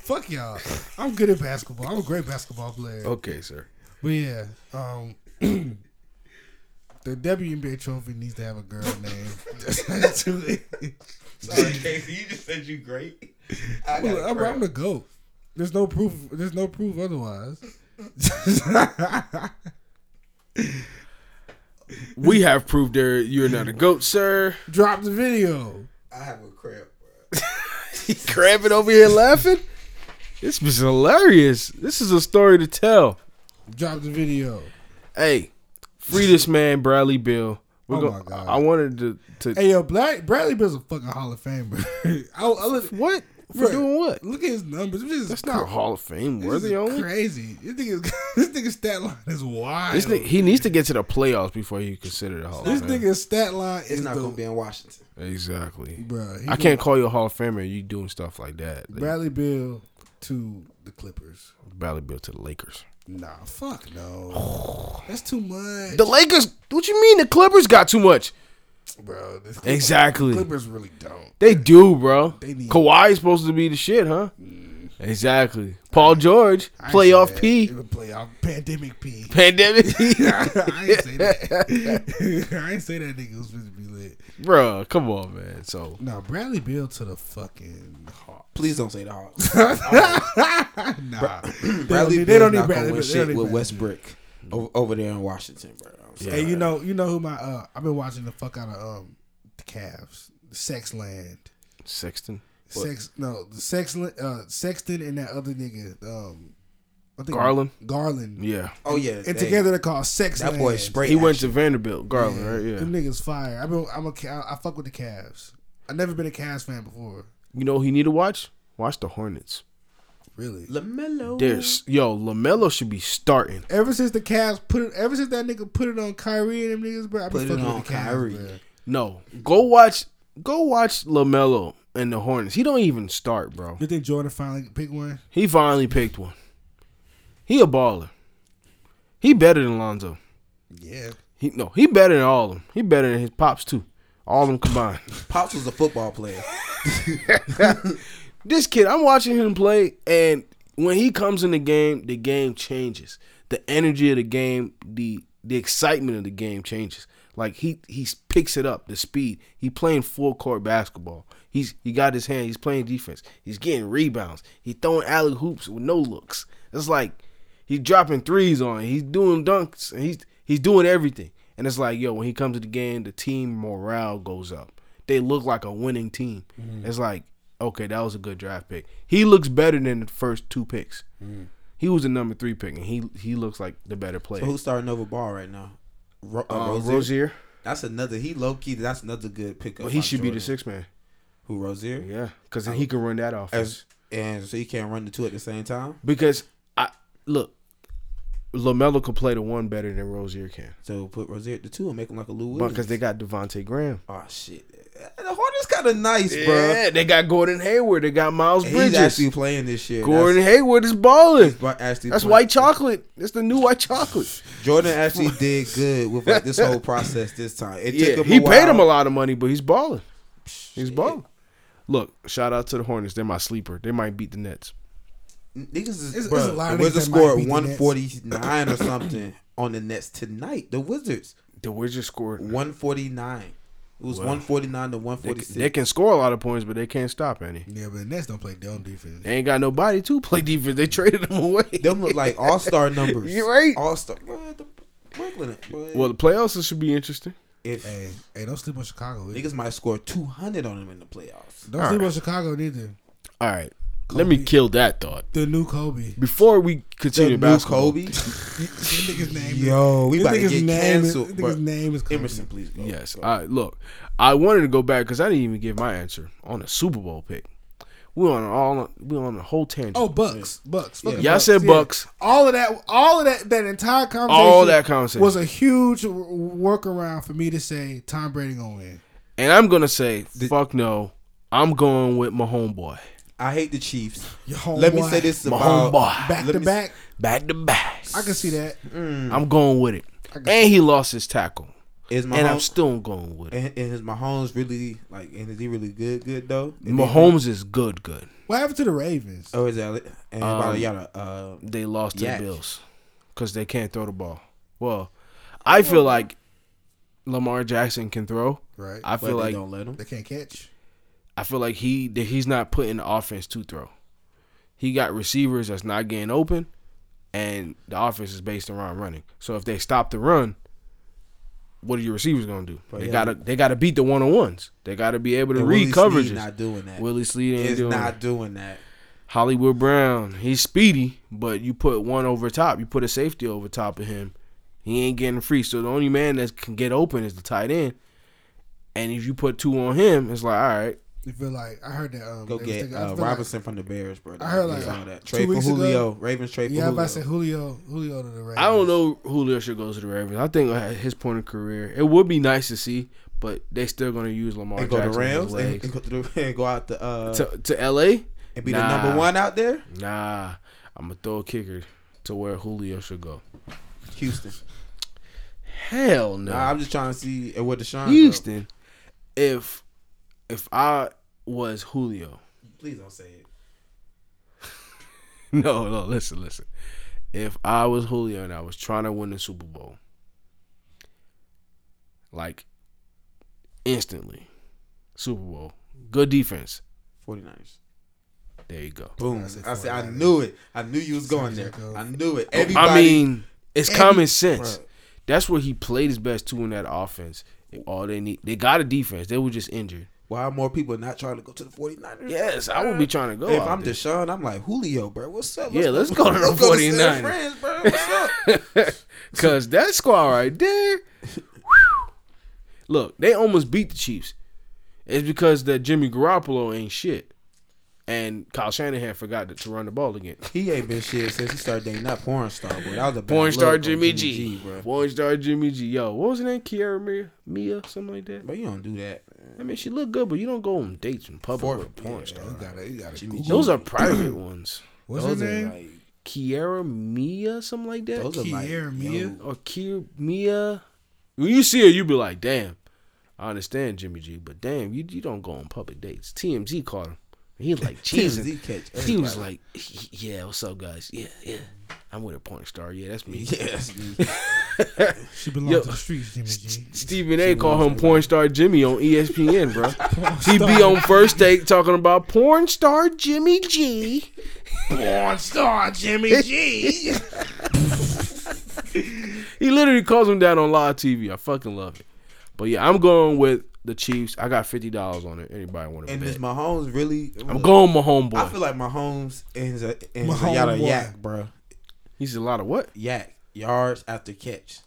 C: Fuck y'all. I'm good at basketball. I'm a great basketball player.
B: Okay, sir.
C: But yeah, um, the WNBA trophy needs to have a girl name. To it.
A: Casey, you just said you great. I
C: Look, I'm, I'm the goat. There's no proof. There's no proof otherwise.
B: We have proved there you're not a goat, sir.
C: Drop the video.
A: I have a crap.
B: Cramping over here laughing. This is hilarious. This is a story to tell.
C: Drop the video.
B: Hey, free this man, Bradley Bill. We're
C: Oh
B: go-
C: my God.
B: I wanted to. to
C: Hey yo, Black Bradley Bill's a fucking Hall of Famer. I, I look,
B: what? For
C: Right.
B: doing what?
C: look at his numbers. This is
B: That's not Hall of Fame
C: This is
B: worthy only.
C: crazy. This nigga, this nigga's stat line is wild.
B: This nigga, he needs to get to the playoffs before he considered a Hall
C: This
B: of Fame.
C: nigga's stat line
A: It's
C: is
A: not
C: the,
A: gonna be in Washington.
B: exactly.
C: Bruh, he
B: I can't call you a Hall of Famer. You doing stuff like that. Like,
C: Bradley Bill to the Clippers.
B: Bradley Bill to the Lakers.
C: Nah, fuck no. That's too much,
B: The Lakers. What you mean the Clippers got too much?
C: bro. This Clippers,
B: Exactly.
C: Clippers really don't.
B: They do, bro.
C: They need- Mm.
B: Kawhi's supposed to be the shit, huh? Exactly. Paul George,
C: I ain't say
B: playoff
C: that.
B: P,
C: It would Playoff pandemic P.
B: pandemic,
C: I ain't say that. I ain't say that nigga was supposed to be lit.
B: bro. Come on, man. So
C: No, Bradley Bill to the fucking Hawks.
A: Please don't say the Hawks.
C: Nah,
A: Bradley they
C: they
A: don't
C: don't
A: not
C: need
A: gonna
C: Bradley
A: win
C: Bill. They don't
A: shit
C: need
A: with
C: Bradley
A: Westbrook o- over there in Washington, bro. I'm sorry.
C: Hey, you know, you know who my uh, I've been watching the fuck out of um the Cavs, Sexland,
B: Sexton,
C: Sex no the Sexland, uh, Sexton and that other nigga um I think
B: Garland?
C: Garland,
B: yeah,
A: Oh yeah,
C: and
A: they-
C: together they're called Sexland.
A: that boy
C: Oh,
A: spray.
B: he went to Vanderbilt, Garland,
C: Them
B: right? Yeah.
C: niggas fire. I've been I'm a Ca- I fuck with the Cavs. I've never been a Cavs fan before.
B: You know who he need to watch? Watch the Hornets.
C: Really.
A: Lamelo.
B: There's yo Lamelo should be starting.
C: Ever since the Cavs put it, ever since that nigga put it on Kyrie and them niggas, bro, I've been
A: Put it
C: fucking
A: on
C: with the Cavs.
A: Kyrie.
C: bruh.
B: No, go watch, go watch Lamelo and the Hornets. He don't even start, bro.
C: You think Jordan finally picked one?
B: He finally picked one. He a baller. He better than Lonzo.
C: Yeah.
B: He no, he better than all of them. He better than his pops too. All of them combined.
A: Pops was a football player.
B: this kid, I'm watching him play, and when he comes in the game, the game changes. The energy of the game, the the excitement of the game changes. Like he he picks it up, the speed. He playing full court basketball. He's he got his hand. He's playing defense. He's getting rebounds. He throwing alley hoops with no looks. It's like he's dropping threes on. it. He's doing dunks. And he's he's doing everything. And it's like yo, when he comes to the game, the team morale goes up. They look like a winning team.
A: Mm-hmm.
B: It's like okay, that was a good draft pick. He looks better than the first two picks.
A: Mm-hmm.
B: He was the number three pick, and he he looks like the better player.
A: Who's starting over Ball right now? Ro- uh,
B: Uh,
A: Rozier?
B: Rozier,
A: That's another. He low key. That's another good pickup.
B: Well, he
A: by
B: should be
A: Jordan.
B: the sixth man.
A: Who Rozier?
B: Yeah, because he can run that offense.
A: As, and so he can't run the two at the same time.
B: Because I look, Lamelo could play the one better than Rozier can
A: So put Rozier at the two and make him like a Lou Williams.
B: because they got Devonte Graham.
A: oh shit, the Hornets kind of nice, bro.
B: Yeah, they got Gordon Hayward. They got Miles
A: He's
B: Bridges.
A: actually playing this year.
B: Gordon Hayward is balling.
A: That's, but actually
B: That's
A: playing-
B: white chocolate. That's the new white chocolate.
A: Jordan actually did good with like, this whole process this time. It
B: Yeah,
A: took him
B: he
A: a
B: paid
A: while.
B: him a lot of money, but he's balling. He's balling. Look, shout out to the Hornets. They're my sleeper. They might beat the Nets.
A: Niggas is,
C: It's-
A: bruh,
C: it's a lot of
A: the
C: niggas
A: Wizards
C: that might beat
A: scored
C: the Nets.
A: 149 or something on the Nets tonight. The Wizards
B: The Wizards scored.
A: 149. It was 149 to
B: They,
A: 146.
B: they can score a lot of points, but they can't stop any.
C: Yeah, but the Nets don't play dumb defense.
B: They ain't got nobody to play defense. They traded them away.
A: Them look like all star numbers.
B: You right.
A: All star. Brooklyn. bruh.
B: well, the playoffs should be interesting.
A: if
C: Hey, hey, don't sleep on Chicago. either.
A: niggas might score 200 on them in the playoffs.
C: Don't sleep on Chicago neither.
B: All right, let me kill that thought
C: The new Kobe.
B: before we continue.
A: new
B: basketball,
A: Kobe.
C: That nigga's name.
A: Yo, we
C: is,
A: about
C: that
A: to
C: nigga's
A: get
C: name is-
A: canceled.
C: that nigga's
A: bruh.
C: name is Kobe.
A: Emerson, please go.
B: Yes. All right. Look, I wanted to go back because I didn't even give my answer on a Super Bowl pick. We on all we on a whole tangent.
C: Oh, Bucks, Bucks. fucking
B: Y'all said Bucks.
C: All of that, all of that, that entire conversation,
B: All that conversation.
C: was a huge w- workaround for me to say Tom Brady gonna win.
B: And I'm gonna say, fuck no. I'm going with my homeboy.
A: I hate the Chiefs.
C: Your
A: Let me
C: homeboy.
A: say this
B: My
A: about
B: homeboy.
C: Back
A: Ah, let
C: to
A: me-
C: back,
B: Back to back.
C: I can see that.
B: I'm going with it. And he lost his tackle.
A: is my
B: And I'm
A: home-
B: still going with it.
A: and, and is Mahomes really like? And is he really good? Good though. And
B: Mahomes is good, good.
C: What happened to the Ravens?
A: Oh, is that? And about
B: Um,
A: yada. Uh,
B: They lost to
A: Yak.
B: the Bills because they can't throw the ball. Well, I feel like Lamar Jackson can throw.
C: Right,
B: I feel
A: but
B: like
A: they don't let him.
C: they can't catch.
B: I feel like he that he's not putting the offense to throw. He got receivers that's not getting open, and the offense is based around running. So if they stop the run, what are your receivers gonna do? they
A: yeah.
B: gotta they gotta beat the one on ones. They gotta be able to
A: And
B: read
A: Willie Sneed
B: coverages.
A: Not doing that.
B: Willie Sneed ain't
A: is
B: doing
A: not
B: it.
A: doing that.
B: Hollywood Brown, he's speedy, but you put one over top. You put a safety over top of him. He ain't getting free. So the only man that can get open is the tight end. And if you put two on him, it's like, all right,
C: You feel like I heard that. Um,
A: Go
C: they was
A: get
C: thinking- I
A: uh,
C: feel like-
A: Robinson from the Bears, bro.
C: I heard, like,
A: He's on that.
C: two
A: Trade for
C: weeks ago-
A: Julio. Ravens trade for
C: yeah, I'm
A: Julio.
C: about to say Julio. Julio to the Ravens.
B: I don't know Julio should go to the Ravens. I think at his point of career, it would be nice to see, but they still going to use Lamar
A: and go to
B: Jackson.
A: Rams and,
B: legs.
A: and go, to the, and go out to, uh,
B: to, to L.A.?
A: and be
B: Nah.
A: the number one out there.
B: Nah, I'm going to throw a kicker to where Julio should go.
A: Houston.
B: Hell no.
A: Nah, I'm just trying to see uh, what Deshaun. go.
B: Houston, if if I was Julio,
A: Please don't say it.
B: no, no, listen, listen. If I was Julio and I was trying to win the Super Bowl, like instantly, Super Bowl, good defense.
A: 49ers.
B: There you go.
A: Boom. I
C: said
A: said, I,
C: 49ers.
A: knew it. I knew you was going there.
C: Go.
A: I knew it.
B: I
A: Everybody.
B: mean, it's common sense.
A: Bruh.
B: That's where he played his best too in that offense. All they need, they got a defense. They were just injured.
A: why are more people not trying to go to the 49ers?
B: Yes, I would be trying to go.
A: If
B: out
A: I'm
B: there.
A: Deshaun, I'm like Julio, bro. What's up?
B: Yeah, let's go to the
A: let's go San
B: 49ers.
A: Fran, bro. What's up?
B: Cause that squad right there, whew. look, they almost beat the Chiefs. It's because that Jimmy Garoppolo ain't shit, and Kyle Shanahan forgot to, to run the ball again.
A: He ain't been shit since he started dating that porn star, bro. That was a bad
B: Porn star
A: look on
B: Jimmy, G,
A: bro.
B: porn star Jimmy G. Yo, what was her name? Kiara Mia, Mia, something like that.
A: But you don't do that.
B: I mean, she looked good, but you don't go on dates in public
A: Four-
B: with a porn
A: yeah,
B: star.
C: You gotta, you gotta
A: Jimmy
C: Google.
A: G.
B: Those are private ones.
C: What's
A: those
C: her
A: are
C: name?
A: like
B: Kiara Mia, something like that.
A: those are like
C: Kiara Mia?
A: yo,
B: or Kier Mia. When you see her, you be like, damn, I understand Jimmy G, but damn, you you don't go on public dates. TMZ caught him. And He was like, Jesus.
A: TMZ catch
B: he was like, yeah, what's up, guys? Yeah, yeah. I'm with a porn star. Yeah, that's me.
A: Yes.
C: She belongs
B: Yo.
C: to the streets, Jimmy G.
B: Stephen A. called him porn star Jimmy on E ESPN, bro. he be on first take talking about porn star Jimmy G.
C: Porn star Jimmy G.
B: He literally calls him down on live TV. I fucking love it. But yeah, I'm going with the Chiefs. I got fifty dollars on it. Anybody want to
A: and
B: bet?
A: is Mahomes really?
B: I'm going my
A: I
B: homeboy.
A: feel like Mahomes and Z- and
C: Mahomes
A: Zenyatta
C: boy.
A: yak, bro.
B: He's a lot of what?
A: Yak yards after catch.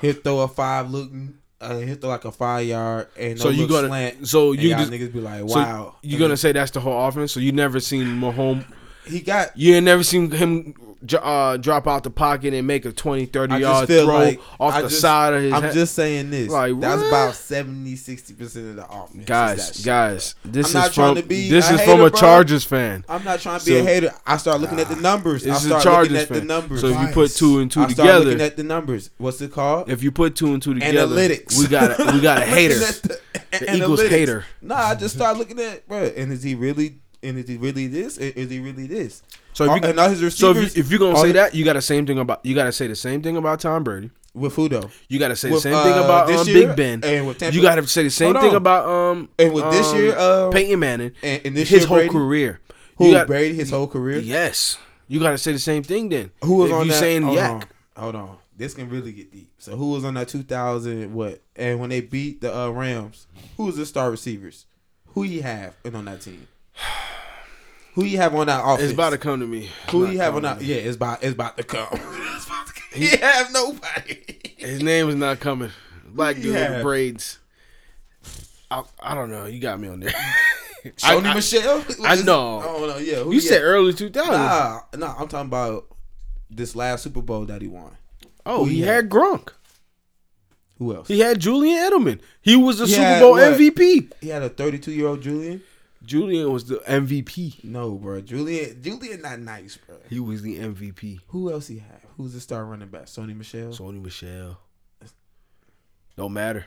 A: He'll throw a five looking. Uh, he'll throw like a five yard and no
B: So you
A: look
B: gonna-
A: slant.
B: so
A: and
B: you
A: y'all
B: just-
A: niggas be like,
B: So
A: wow.
B: you
A: And
B: gonna say that's the whole offense? So you never seen Mahomes?
A: he got
B: You ain't never seen him j- uh, drop out the pocket and make a 20, 30
A: I
B: yard
A: just feel
B: throw
A: like
B: off
A: I
B: the
A: just-
B: side of his.
A: I'm
B: head.
A: just saying this.
B: Like,
A: That's
B: what?
A: about 70, 60 percent of the offense. is that
B: guys,
A: shit.
B: guys. This
A: I'm
B: is
A: not trying
B: from
A: to be
B: this
A: a
B: is from a
A: hater, bro.
B: Chargers fan.
A: I'm not trying to be
B: So-
A: a hater. I start looking at the numbers. I
B: This is a
A: start
B: Chargers
A: looking at
B: fan.
A: the numbers.
B: So if you
C: Bias.
B: put two and two
A: I start
B: together,
A: looking at the numbers. What's it called?
B: if you put two and two together,
A: analytics.
B: we got a, we got a hater.
A: Looking at the,
B: The Eagles hater.
A: Nah, I just started looking at, bro. And is he really? And is he really this? And Is he really this?
B: So if
A: All-
B: you,
A: and all his
B: so
A: receivers.
B: if, you, if you're gonna
A: all
B: say
A: the-
B: that, you got the same thing about you got to say the same thing about Tom Brady.
A: with who though?
B: You got to say the
A: With,
B: same thing
A: uh,
B: about
A: this
B: um,
A: year
B: Big Ben.
A: and with Tampa-
B: you got to say the same
A: Hold
B: thing
A: on.
B: about um
A: And with this
B: um,
A: year, uh,
B: Peyton Manning
A: and- and this
B: his
A: year
B: whole
A: Brady?
B: career.
A: Who
B: You got-
A: Brady his whole career?
B: Yes, you got to say the same thing. Then
A: Who was
B: If
A: on
B: you
A: that?
B: saying
A: hold
B: yak?
A: on, hold on. This can really get deep. So who was on that 2000 what? And when they beat the uh, Rams, who was the star receivers? Who you have and on that team? Who you have on that offense?
B: It's about to come to me.
A: Who
B: Not
A: you have on
B: coming to
A: that?
B: me.
A: Yeah, it's about it's about to come. It's about to come. he have nobody.
B: His name is not coming. Black
A: Who
B: dude
A: you
B: with the
A: have?
B: braids. I, I don't know. You got me on there.
A: Tony
B: I-
A: Michelle.
B: I know.
A: I don't know. Yeah, who
B: you said early two thousand.
A: nah, nah. I'm talking about this last Super Bowl that he won.
B: oh,
A: who
B: he
A: you
B: had Gronk.
A: Who else? He,
B: He had Julian Edelman. He was the
A: He
B: Super
A: had
B: Bowl
A: what?
B: MVP.
A: had a 32 year old Julian.
B: Julian was the MVP.
A: No, bro. Julian, Julian, not nice, bro.
B: He was the MVP.
A: Who else he have? Who's the star running back? Sony Michelle.
B: Sony Michelle. Don't matter.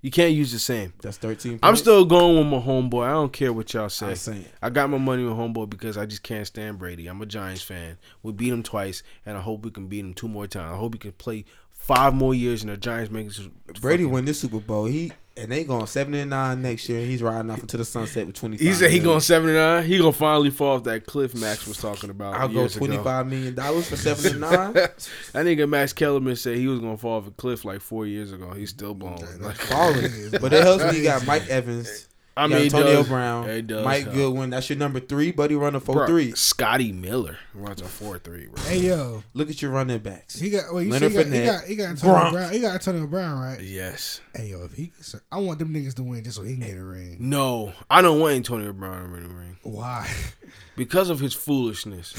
B: You can't use the same.
A: That's 13.
B: I'm
A: points.
B: still going with my homeboy. I don't care what y'all say.
A: I'm saying.
B: I got my money on homeboy because I just can't stand Brady. I'm a Giants fan. We beat him twice, and I hope we can beat him two more times. I hope he can play five more years and the Giants make it. to-
A: Brady win this Super Bowl. He and they going seven and nine next year. And he's riding off into the sunset with 25.
B: He said he
A: million.
B: going seventy nine. He gonna finally fall off that cliff Max was talking about.
A: I'll go
B: years ago.
A: twenty five million dollars for seven and nine.
B: That nigga Max Kellerman said he was gonna fall off a cliff like four years ago. He's still balling. Like,
A: Balling, but it helps when you got Mike Evans
B: I
A: You got
B: mean, it
A: Antonio
B: does-
A: Brown,
B: it does
A: Mike
B: help.
A: Goodwin. That's your number three, buddy. Run a four
B: Bro,
A: three.
B: Scotty Miller runs a four three. Bro.
C: Hey yo,
A: Look at your running backs.
C: he got. Well, you
A: Leonard
C: see, he, got,
A: Fournette,
C: he got. He got Antonio
A: Gronk.
C: Brown. He got Antonio Brown, right?
B: Yes.
C: Hey yo, if he, can, sur- I want them niggas to win just so he can get a ring.
B: No, I don't want Antonio Brown to win the ring
C: Why?
B: because of his foolishness.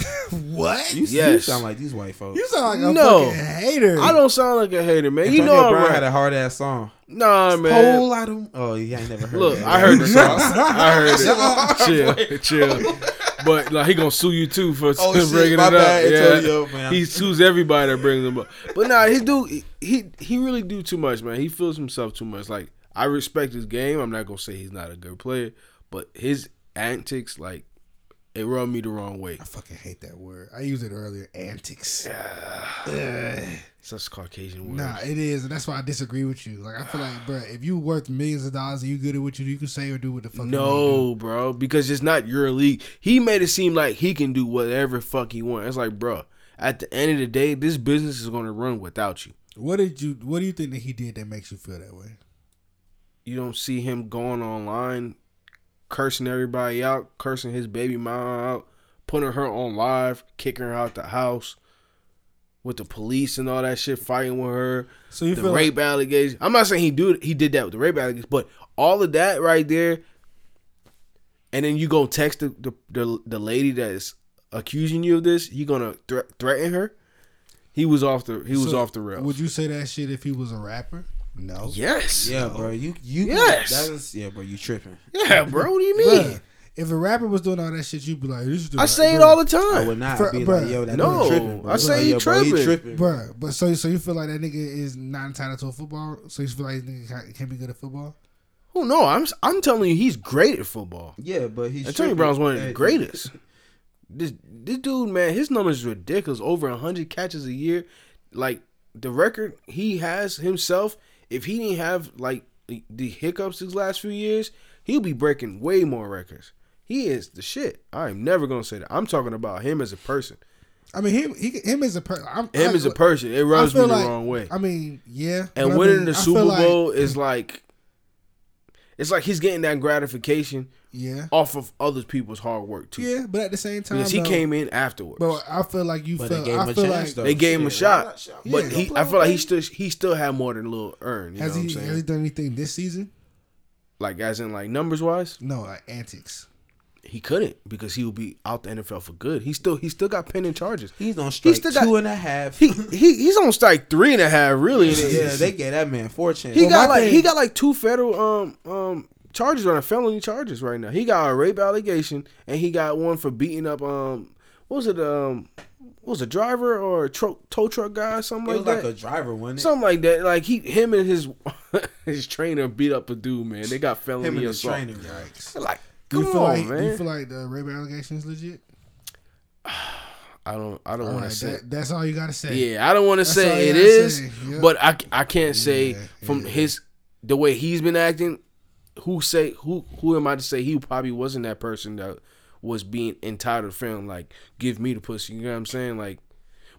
C: what?
A: You,
C: You,
A: you
B: Yes.
A: sound like these white folks.
C: sound like a
B: No.
C: fucking hater.
B: I don't sound like a hater, man.
A: Antonio
B: you know I'm
A: Brown
B: right.
A: had a hard ass song.
B: nah, man.
A: Whole lot of. Oh, yeah, I ain't never heard.
B: Look,
A: that.
B: I heard the song. I heard it. chill, chill. But like he gonna sue you too for
A: Oh, shit,
B: bringing
A: my
B: it
A: bad,
B: up.
A: Antonio,
B: yeah.
A: man.
B: He sues everybody that brings him up. But nah, he do he he really do too much, man. He feels himself too much. Like I respect his game. I'm not gonna say he's not a good player, but his antics like it rubbed me the wrong way.
C: I fucking hate that word. I used it earlier. Antics.
B: Such a Caucasian word.
C: Nah, it is, and that's why I disagree with you. Like I feel like, bruh, if you worth millions of dollars and you good at what you do, you can say or do what the fuck. you wanna
B: No, bro, because it's not your league. He made it seem like he can do whatever fuck he wants. It's like, bro, at the end of the day, this business is gonna run without you.
C: do. What did you? What do you think that he did that makes you feel that way?
B: You don't see him going online, cursing everybody out, cursing his baby mom out, putting her on live, kicking her out the house with the police and all that shit, fighting with her.
C: So you
B: the
C: feel
B: rape allegations. I'm not saying he do he did that with the rape allegations, but all of that right there, and then you gonna text the the, the, the lady that's accusing you of this. You gonna thre- threaten her? He was off the he was
C: So,
B: off the rails.
C: Would you say that shit if he was a rapper? No.
B: yes. Yeah.
A: Yeah, bro. You you.
B: Yes.
A: That's, yeah, bro. You tripping?
B: bro. What do you mean?
C: Bruh, if a rapper was doing all that shit, you'd be like, "This is the
B: I say it
C: bruh.
B: all the
A: I
B: time.
A: would not
C: Fr-
A: be
C: bruh.
A: like, yo, that
B: No,
A: nigga tripping. Bro.
B: I say
A: Like,
B: he
A: yo, bro,
B: tripping.
C: Bruh, but so so you feel like that nigga is not entitled to a football? So you feel like this nigga can't- can't be good at football?
B: Who Oh, no? I'm s- I'm telling you, he's great at football.
A: Yeah, but he's
B: Antonio
A: tripping.
B: Brown's one of the
A: Hey,
B: greatest. This this dude, man, his numbers is ridiculous. Over hundred catches a year, like the record he has himself. If he didn't have like the, the hiccups these last few years, he'll be breaking way more records. He is the shit. I am never gonna say that. I'm talking about him as a person.
C: I mean, him he, him as a person. Him
B: Him as a person, it rubs me the wrong way.
C: I mean, yeah.
B: and
C: but I
B: winning
C: mean,
B: the
C: I feel
B: Super
C: like-
B: Bowl is like, it's like he's getting that gratification
C: yeah,
B: off of other people's hard work too.
C: yeah. But at the same time,
B: Because he
C: though,
B: came in afterwards.
C: But I feel like you
A: But
C: felt.
A: they gave
C: I
A: him a
C: feel
A: chance
C: like
A: though.
B: They gave him a
A: Oh, Shit, why
B: shot,
A: not? Shit,
B: but
A: yeah,
B: he,
A: don't
B: I
A: play
B: feel like he
A: with
B: still he still had more than Lil Earn. You know
C: has
B: what
C: he
B: I'm
C: has he
B: saying?
C: done anything this season?
B: Like as in like numbers wise,
C: No, like antics.
B: he couldn't because he would be out the NFL for good. He still he still got pending charges.
A: He's on
B: He
A: strike
B: still
A: two
B: got-
A: and a half.
B: He he he's on strike three and a half really.
A: yeah, they gave that man four chances.
B: he got
C: my
B: like
C: thing-
B: he got like two federal um um charges on a felony charges right now. He got a rape allegation and he got one for beating up um what was it um what was a driver or a tro- tow truck guy or something
A: it was
B: like that.
A: like a driver, wasn't it?
B: Something like that. Like he, him and his his trainer beat up a dude, man. They got felony
A: Him and the
B: assault.
A: trainer.
B: Like, come
C: Do you
B: on,
C: feel like,
B: man.
C: Do you feel like the rape allegation is legit?
B: I don't, I don't
C: All
B: want
C: right,
B: to say.
C: that, that's all you gotta say.
B: yeah, I don't want to
C: That's all
B: say
C: you
B: it
C: gotta
B: is,
C: say. Yeah.
B: but I, I can't say
C: Yeah,
B: from his the way he's been acting. Who say who? Who am I to say he probably wasn't that person that was being entitled to feeling like give me the pussy? You know what I'm saying? Like,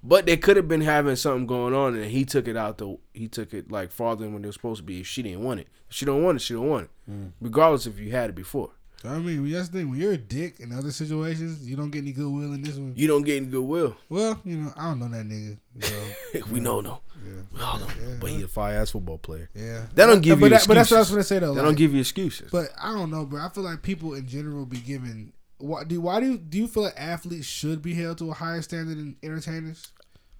B: but they could have been having something going on, and he took it out the he took it like farther than when they were supposed to be. If she didn't want it, if she don't want it, she don't want it,
C: Mm.
B: regardless if you had it before.
C: I mean, that's the thing. When you're a dick in other situations, you don't get any goodwill in this one.
B: You don't get any goodwill.
C: Well, you know, I don't know that nigga. So,
B: we know, Oh, no, we all know, but he a fire ass football player.
C: yeah.
B: That don't give
C: but,
B: you
C: that, but that's what I was
B: excuses.
C: gonna say though.
B: They
C: like-
B: don't give you excuses.
C: but I don't know, bro. I feel like people in general be given. Why do why do do you feel like athletes should be held to a higher standard than entertainers?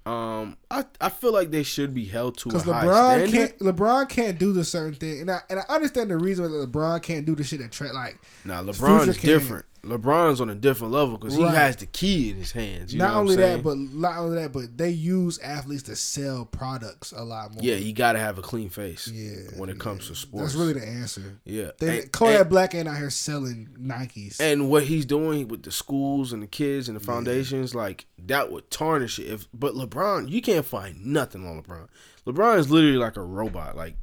B: um, I I feel like they should be held to a
C: Because
B: high
C: LeBron
B: standard.
C: can't LeBron can't do the certain thing, and I and I understand the reason why LeBron can't do the shit that Trey like.
B: Nah, LeBron's
C: Future can.
B: different. LeBron's on a different level because
C: Right.
B: he has the key in his hands. You know
C: not
B: what
C: only
B: I'm saying?
C: that, but not only that, but they use athletes to sell products a lot more.
B: yeah, you gotta have a clean face.
C: Yeah,
B: when it comes to sports,
C: that's really the answer.
B: yeah.
C: They,
B: and,
C: Kodak
B: and-
C: Black ain't out here selling Nikes.
B: and what he's doing with the schools and the kids and the foundations, like that would tarnish it. If but LeBron, you can't find nothing on LeBron. LeBron is literally like a robot. Like,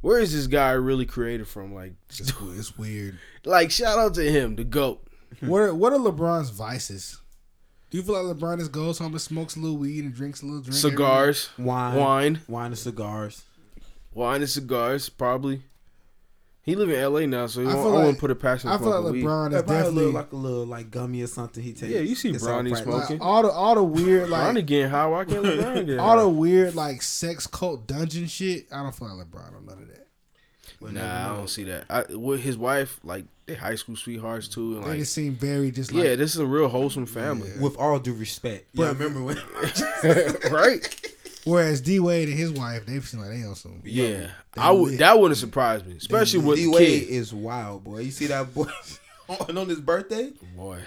B: where is this guy really created from? Like,
C: it's, we- it's weird.
B: like shout out to him, the goat.
C: what are, What are LeBron's vices? Do you feel like LeBron just goes home and smokes a little weed and drinks a little drink? every-
B: Cigars,
A: Wine,
B: wine,
A: wine and cigars.
B: wine and cigars, probably. He live in L.A. now, so he
C: I
B: won't, I,
C: feel like-
B: wouldn't put it past him.
C: I feel
B: for
C: like
B: weed.
C: LeBron is
A: That probably
C: definitely
A: look like a little like gummy or something he takes.
B: Yeah, you see
A: It's all
B: Bronny
A: practical.
B: smoking.
C: like, all the all the weird
B: LeBron
C: like
B: again, how I can't LeBron get
C: all
B: high?
C: the weird like sex cult dungeon shit. I don't feel like LeBron on none of that.
B: Nah, I don't see that. I, with his wife, like they high school sweethearts too, and
C: They
B: like
C: just seem very just like
B: yeah, this is a real wholesome family,
A: With all due respect, yeah, I remember when?
B: right?
C: Whereas D Wade and his wife, they seem like they also.
B: Yeah, I would. That wouldn't surprise me, especially with
A: D
B: the
A: Wade
B: kid.
A: is wild, boy. You see that boy on, on his birthday?
B: Boy,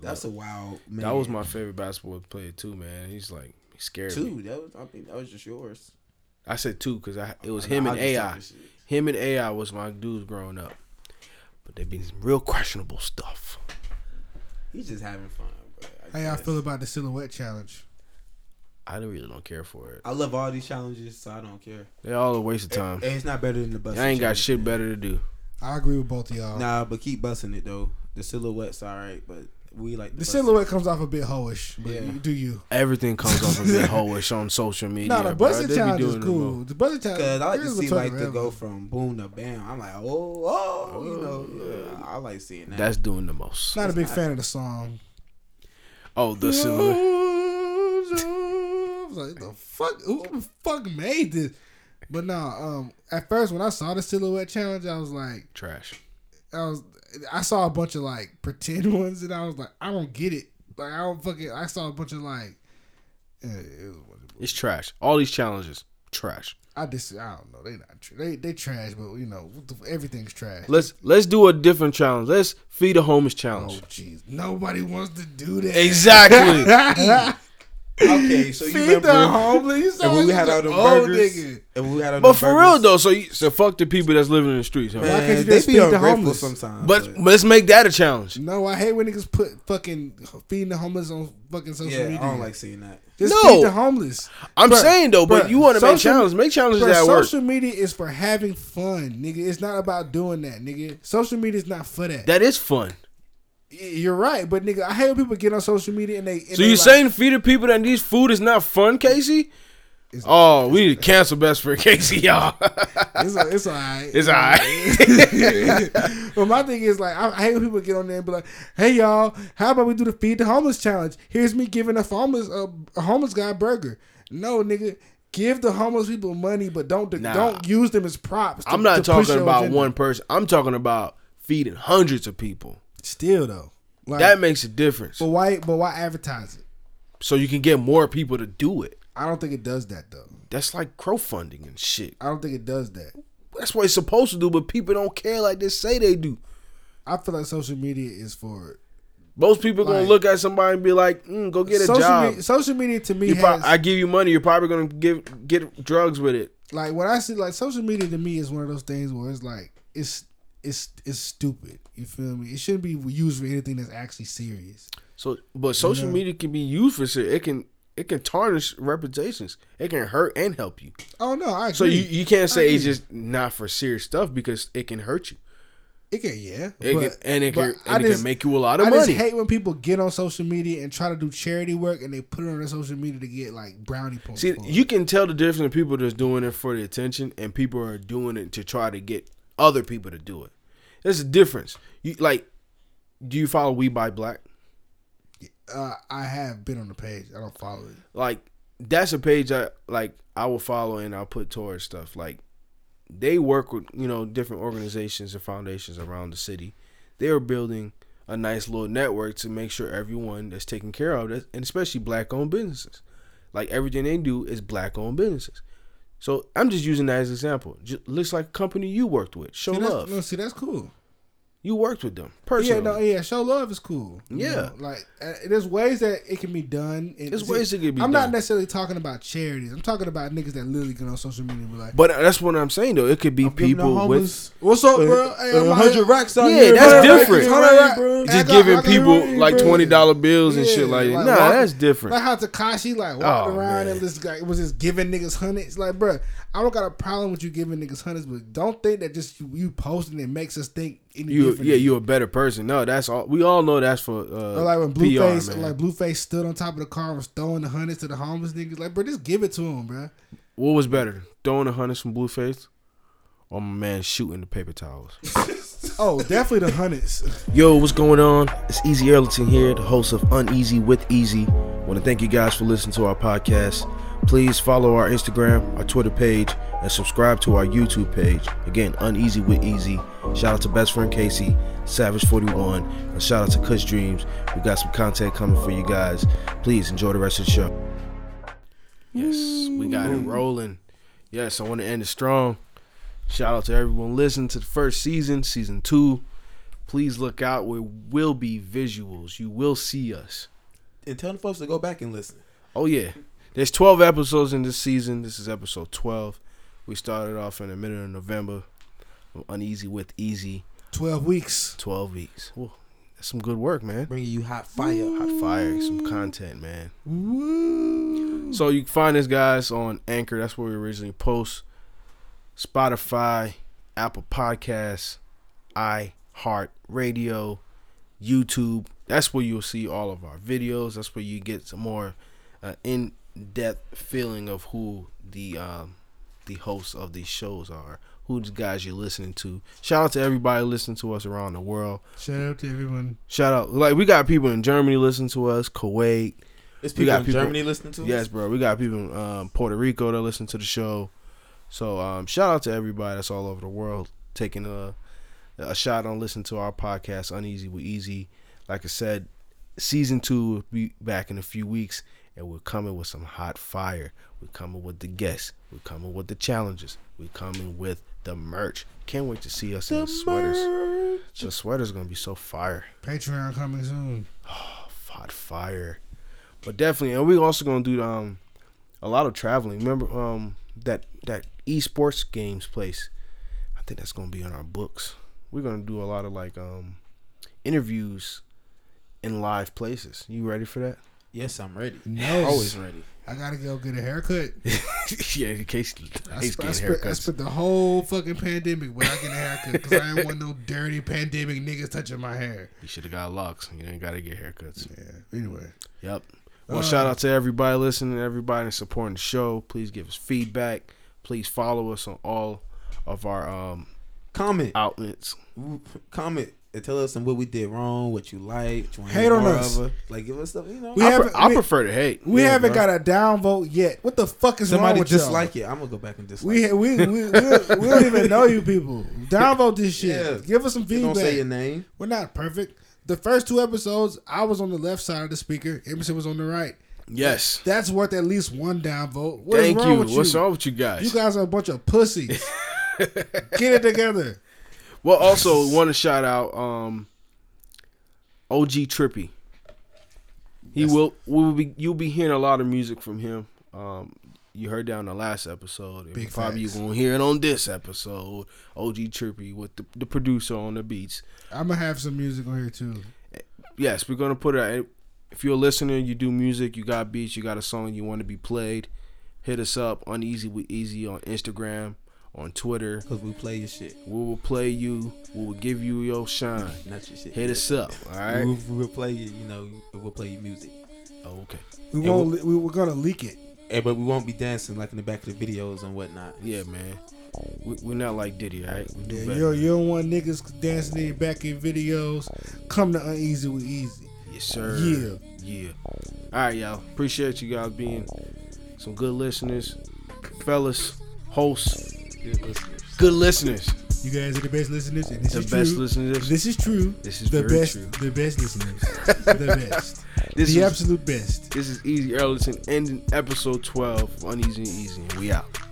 A: That's a wild man.
B: that was my favorite basketball player too, man. He's like he scared me.
A: two. That was I think that was just yours.
B: I said two because I it was
A: Nah,
B: him
A: I
B: and
A: just
B: AI.
A: talking shit.
B: Him and AI was my dudes growing up, but they been some real questionable stuff.
A: He's just having fun. Bro.
C: How y'all
A: guess.
C: feel about the silhouette challenge?
B: I really don't care for it.
A: I love all these challenges, so I don't care.
B: They all a waste of time.
A: And it's not better than the bus.
B: I ain't got shit better to do.
C: I agree with both of y'all.
A: Nah, but keep busting it though. The silhouette's all right, but we like
C: the
A: bus-
C: silhouette comes off a bit hoish, but
A: Yeah.
C: you do you?
B: Everything comes off of that hoish on social media.
C: Nah, the
B: bruh.
C: busted
B: They be
C: challenge is
B: doing the
C: cool.
B: most.
C: The busted challenge.
A: Cause I like to
C: there's a
A: see
C: ton
A: like
C: of
A: to
C: them.
A: go from boom to bam. I'm like, oh, oh, you know, yeah, I like seeing that.
B: That's doing the most.
C: Not a big fan of the song.
B: Oh, the silhouette.
C: I was like, the fuck? Who the fuck made this? But nah, um, at first when I saw the silhouette challenge, I was like,
B: Trash.
C: I was, I saw a bunch of like pretend ones, and I was like, I don't get it. Like I don't fucking. I saw a bunch of like, eh, it was a bunch of-
B: It's trash. All these challenges, trash.
C: I just, I don't know. They not, tr- they they trash, but you know, what the- everything's trash.
B: Let's let's do a different challenge. Let's feed a homeless
C: Oh
B: challenge.
C: jeez, nobody wants to do that.
B: Exactly.
A: okay, so you
C: Feed the
A: remember
C: homeless.
A: and when we had all them burgers, and we had all
B: but
A: them
B: for real
A: burgers,
B: though, so you, so fuck the people that's living in the streets. huh?
A: man,
C: can't you
A: they
C: just
A: be
C: feed the
A: ungrateful
C: homeless?
A: sometimes.
B: But let's make that a challenge.
C: No, I hate when niggas put fucking feeding the homeless on fucking social
A: yeah, I
C: media.
A: don't like seeing that.
C: Just
B: No.
C: feed the homeless.
B: I'm
C: Bruh,
B: saying though, but
C: bruh,
B: you want to make
C: social-
B: challenges. Make challenges
C: Bruh,
B: that work.
C: social media is for having fun, nigga. It's not about doing that, nigga. Social media is not for that.
B: That is fun.
C: Y- You're right, but nigga, I hate when people get on social media and they. And
B: So
C: they
B: you are
C: like,
B: saying feed the people that needs food is not fun, Casey?
C: It's-
B: oh, we need to cancel best for Casey, y'all.
C: it's a- it's alright.
B: it's alright.
C: but my thing is like, I, I hate when people get on there and be like, "Hey y'all, how about we do the feed the homeless challenge? Here's me giving a homeless a, a homeless guy a burger." No, nigga. Give the homeless people money, but don't
B: Nah.
C: don't use them as props. to-
B: I'm not
C: to push
B: talking
C: your
B: about
C: agenda.
B: one person. I'm talking about feeding hundreds of people.
C: Still though, like,
B: That makes a difference.
C: But why? But why advertise it?
B: So you can get more people to do it.
C: I don't think it does that though.
B: That's like crowdfunding and shit.
C: I don't think it does that.
B: That's what it's supposed to do, but people don't care like they say they do.
C: I feel like social media is for
B: Most people gonna
C: Like-
B: look at somebody and be like, mm, "Go get a
C: social
B: job."
C: media. Social media to me
B: You
C: has
B: prob- I give you money. You're probably gonna give get drugs with it.
C: like when I see like social media to me is one of those things where it's like it's it's it's stupid. You feel me? It shouldn't be used for anything that's actually serious.
B: So, but social media can be used for shit. It can it can tarnish reputations. It can hurt and help you.
C: Oh no, I agree.
B: So you, you can't say it's
C: agree.
B: just not for serious stuff because it can hurt you.
C: it can yeah,
B: It can, and it can
C: but I
B: and it
C: just-
B: can make you a lot of
C: I
B: money.
C: just hate when people get on social media and try to do charity work and they put it on their social media to get like brownie points.
B: See,
C: for it.
B: you can tell the difference in people that's doing it for the attention and people are doing it to try to get other people to do it. There's a difference. You like, do you follow We Buy Black?
C: uh, I have been on the page. I don't follow it.
B: Like, that's a page that like I will follow and I'll put towards stuff. Like, they work with you know different organizations and foundations around the city. They are building a nice little network to make sure everyone that's taken care of, that- and especially black-owned businesses. Like everything they do is black-owned businesses. So I'm just using that as an example. Just looks like a company you worked with. Show
C: See, that's-
B: love.
C: No, see, that's cool.
B: You worked with them personally.
C: Yeah, no, yeah. Show love is cool. you
B: Yeah.
C: know, like uh, there's ways that it can be done. And
B: There's ways it can be
C: I'm not
B: done.
C: necessarily talking about charities. I'm talking about niggas that literally get on social media and be like,
B: But uh, that's what I'm saying though. It could be people with
C: "What's up,
A: Uh,
C: bro? Hey, I'm
A: uh,
C: out here."
A: 100 racks out
B: Yeah,
A: here.
B: that's
A: bro.
B: different.
A: Hundred rack, bro.
C: I
B: just
C: got- I
B: giving
C: got
B: people
C: money,
B: like
C: bro.
B: twenty dollar bills and
C: Yeah,
B: shit like, that.
C: like,
B: Nah,
C: walk-
B: that's different.
C: Like how Takashi like walked
B: Oh,
C: around
B: man.
C: and this guy was just giving niggas hundreds. Like, bro, I don't got a problem with you giving niggas hundreds, but don't think that just you, you posting it makes us think any
B: You
C: different.
B: yeah, you a better person. No, that's all. We all know that's for uh,
C: Or like when Blueface,
B: PR,
C: or
B: man.
C: like Blueface stood on top of the car and was throwing the hundreds to the homeless niggas. Like, bro, just give it to him, bro.
B: what was better, throwing the hundreds from Blueface, or my man shooting the paper towels.
C: Oh, definitely the hundreds.
B: Yo, what's going on? It's Easy Erlington here, the host of Uneasy with Easy. want to thank you guys for listening to our podcast. Please follow our Instagram, our Twitter page, and subscribe to our YouTube page. Again, Uneasy with Easy. Shout out to best friend Casey, Savage41, and shout out to Kush Dreams. We got some content coming for you guys. Please enjoy the rest of the show. Mm-hmm. Yes, we got it rolling. Yes, I want to end it strong. Shout out to everyone listening to the first season, season two please look out. There will be visuals. You will see us.
A: And tell the folks to go back and listen.
B: Oh yeah. There's 12 episodes in this season. This is episode 12. We started off in the middle of November. Uneasy with easy.
C: Twelve weeks.
B: 12 weeks. Whoa, that's some good work, man.
A: Bringing you hot fire.
B: Hot fire, some content, man. So you can find us guys on Anchor. That's where we originally post. Spotify, Apple Podcasts, iHeart Radio, YouTube. That's where you'll see all of our videos. That's where you get some more uh, in-depth feeling of who the um, the hosts of these shows are, who the guys you're listening to. Shout out to everybody listening to us around the world.
C: Shout out to everyone.
B: Shout out, like we got people in Germany listening to us, Kuwait.
A: It's
B: We
A: people
B: got
A: in
B: people-
A: Germany listening to
B: Yes,
A: us.
B: bro. We got people in um, Puerto Rico that listen to the show. So um, shout out to everybody that's all over the world taking a a shot on listening to our podcast, Uneasy with Easy. Like I said, season two will be back in a few weeks, and we're coming with some hot fire. We're coming with the guests. We're coming with the challenges. We're coming with the merch. Can't wait to see us in the sweaters. The sweaters gonna be so fire
C: Patreon coming soon.
B: hot fire. But definitely, and we also gonna do um a lot of traveling. Remember um that that esports games place. I think that's gonna be on our books. We're gonna do a lot of like um interviews in live places. You ready for that?
A: Yes, I'm ready.
C: Yes.
A: Always ready.
C: I gotta go get a haircut.
B: yeah, in case
C: I,
B: he's
C: sp- I,
B: getting
C: sp- I
B: haircuts.
C: spent the whole fucking pandemic without getting a haircut because I didn't want no dirty pandemic niggas touching my hair.
B: you should have got locks. You ain't gotta get haircuts.
C: Yeah. Anyway,
B: Yep.
C: Uh,
B: Well, shout out to everybody listening, everybody that's supporting the show. Please give us feedback. Please follow us on all of our um
A: Comment.
B: outlets.
A: Comment. And tell us some what we did wrong, what you like, what you wanna
C: Hate
A: hear
C: on
A: more
C: us.
A: of. Like give us stuff, you know.
C: We
B: I,
C: haven't-
B: pre- I
C: we-
B: prefer to hate.
C: we
A: Yeah,
C: haven't
A: bro.
C: got a downvote yet. What the fuck is wrong
A: Somebody
C: with y'all?
A: dislike it. I'm gonna go back and dislike.
C: We
A: it.
C: we we we, we don't even know you people. Downvote this shit.
A: Yeah.
C: Give us some
A: You
C: feedback.
A: don't say your name.
C: We're not perfect. The first two episodes, I was on the left side of the speaker. Emerson was on the right.
B: Yes.
C: That's worth at least one downvote. What is
B: Thank
C: wrong
B: you.
C: With
B: What's
C: you?
B: wrong with you guys?
C: You guys are a bunch of pussies. Get it together.
B: well, also want to shout out um, OG Trippy. He will. We will be. You'll be hearing a lot of music from him. Um, you heard that on the last episode. And
C: Big
B: probably
C: facts.
B: you gonna hear it on this episode. OG Trippy with the, the producer on the beats.
C: I'm gonna have some music on here too.
B: yes, we're gonna put it. If you're a listener, you do music, you got beats, you got a song you want to be played, hit us up uneasy with easy on Instagram, on Twitter.
A: Cause we play your shit,
B: We will play you. We will give you your shine.
A: not your shit.
B: Hit us up. All right.
C: Mm-hmm.
A: We'll, we'll play you, you know, we'll play your music.
B: Oh, okay.
C: We
B: And
C: won't. We, we're gonna leak it.
A: Hey, but we won't be dancing like in the back of the videos and whatnot.
B: Yeah, man. We, we're not like Diddy, all right? We do
C: Yeah,
B: better.
C: you you don't want niggas dancing in your back in videos. Come to uneasy with easy.
B: Yes, sir.
C: Yeah.
B: Yeah. All right, y'all. Appreciate you guys being some good listeners, fellas, hosts,
A: Good listeners.
B: good listeners.
C: You guys are the best listeners, and this
B: The
C: is
B: best
C: true.
B: listeners.
C: This is true.
B: This is
C: the
B: very
C: best.
B: true.
C: The best listeners. the best.
B: This
C: the
B: is-
C: absolute best.
B: This is Easy Erlington ending episode 12 of Uneasy and Easy, and we out.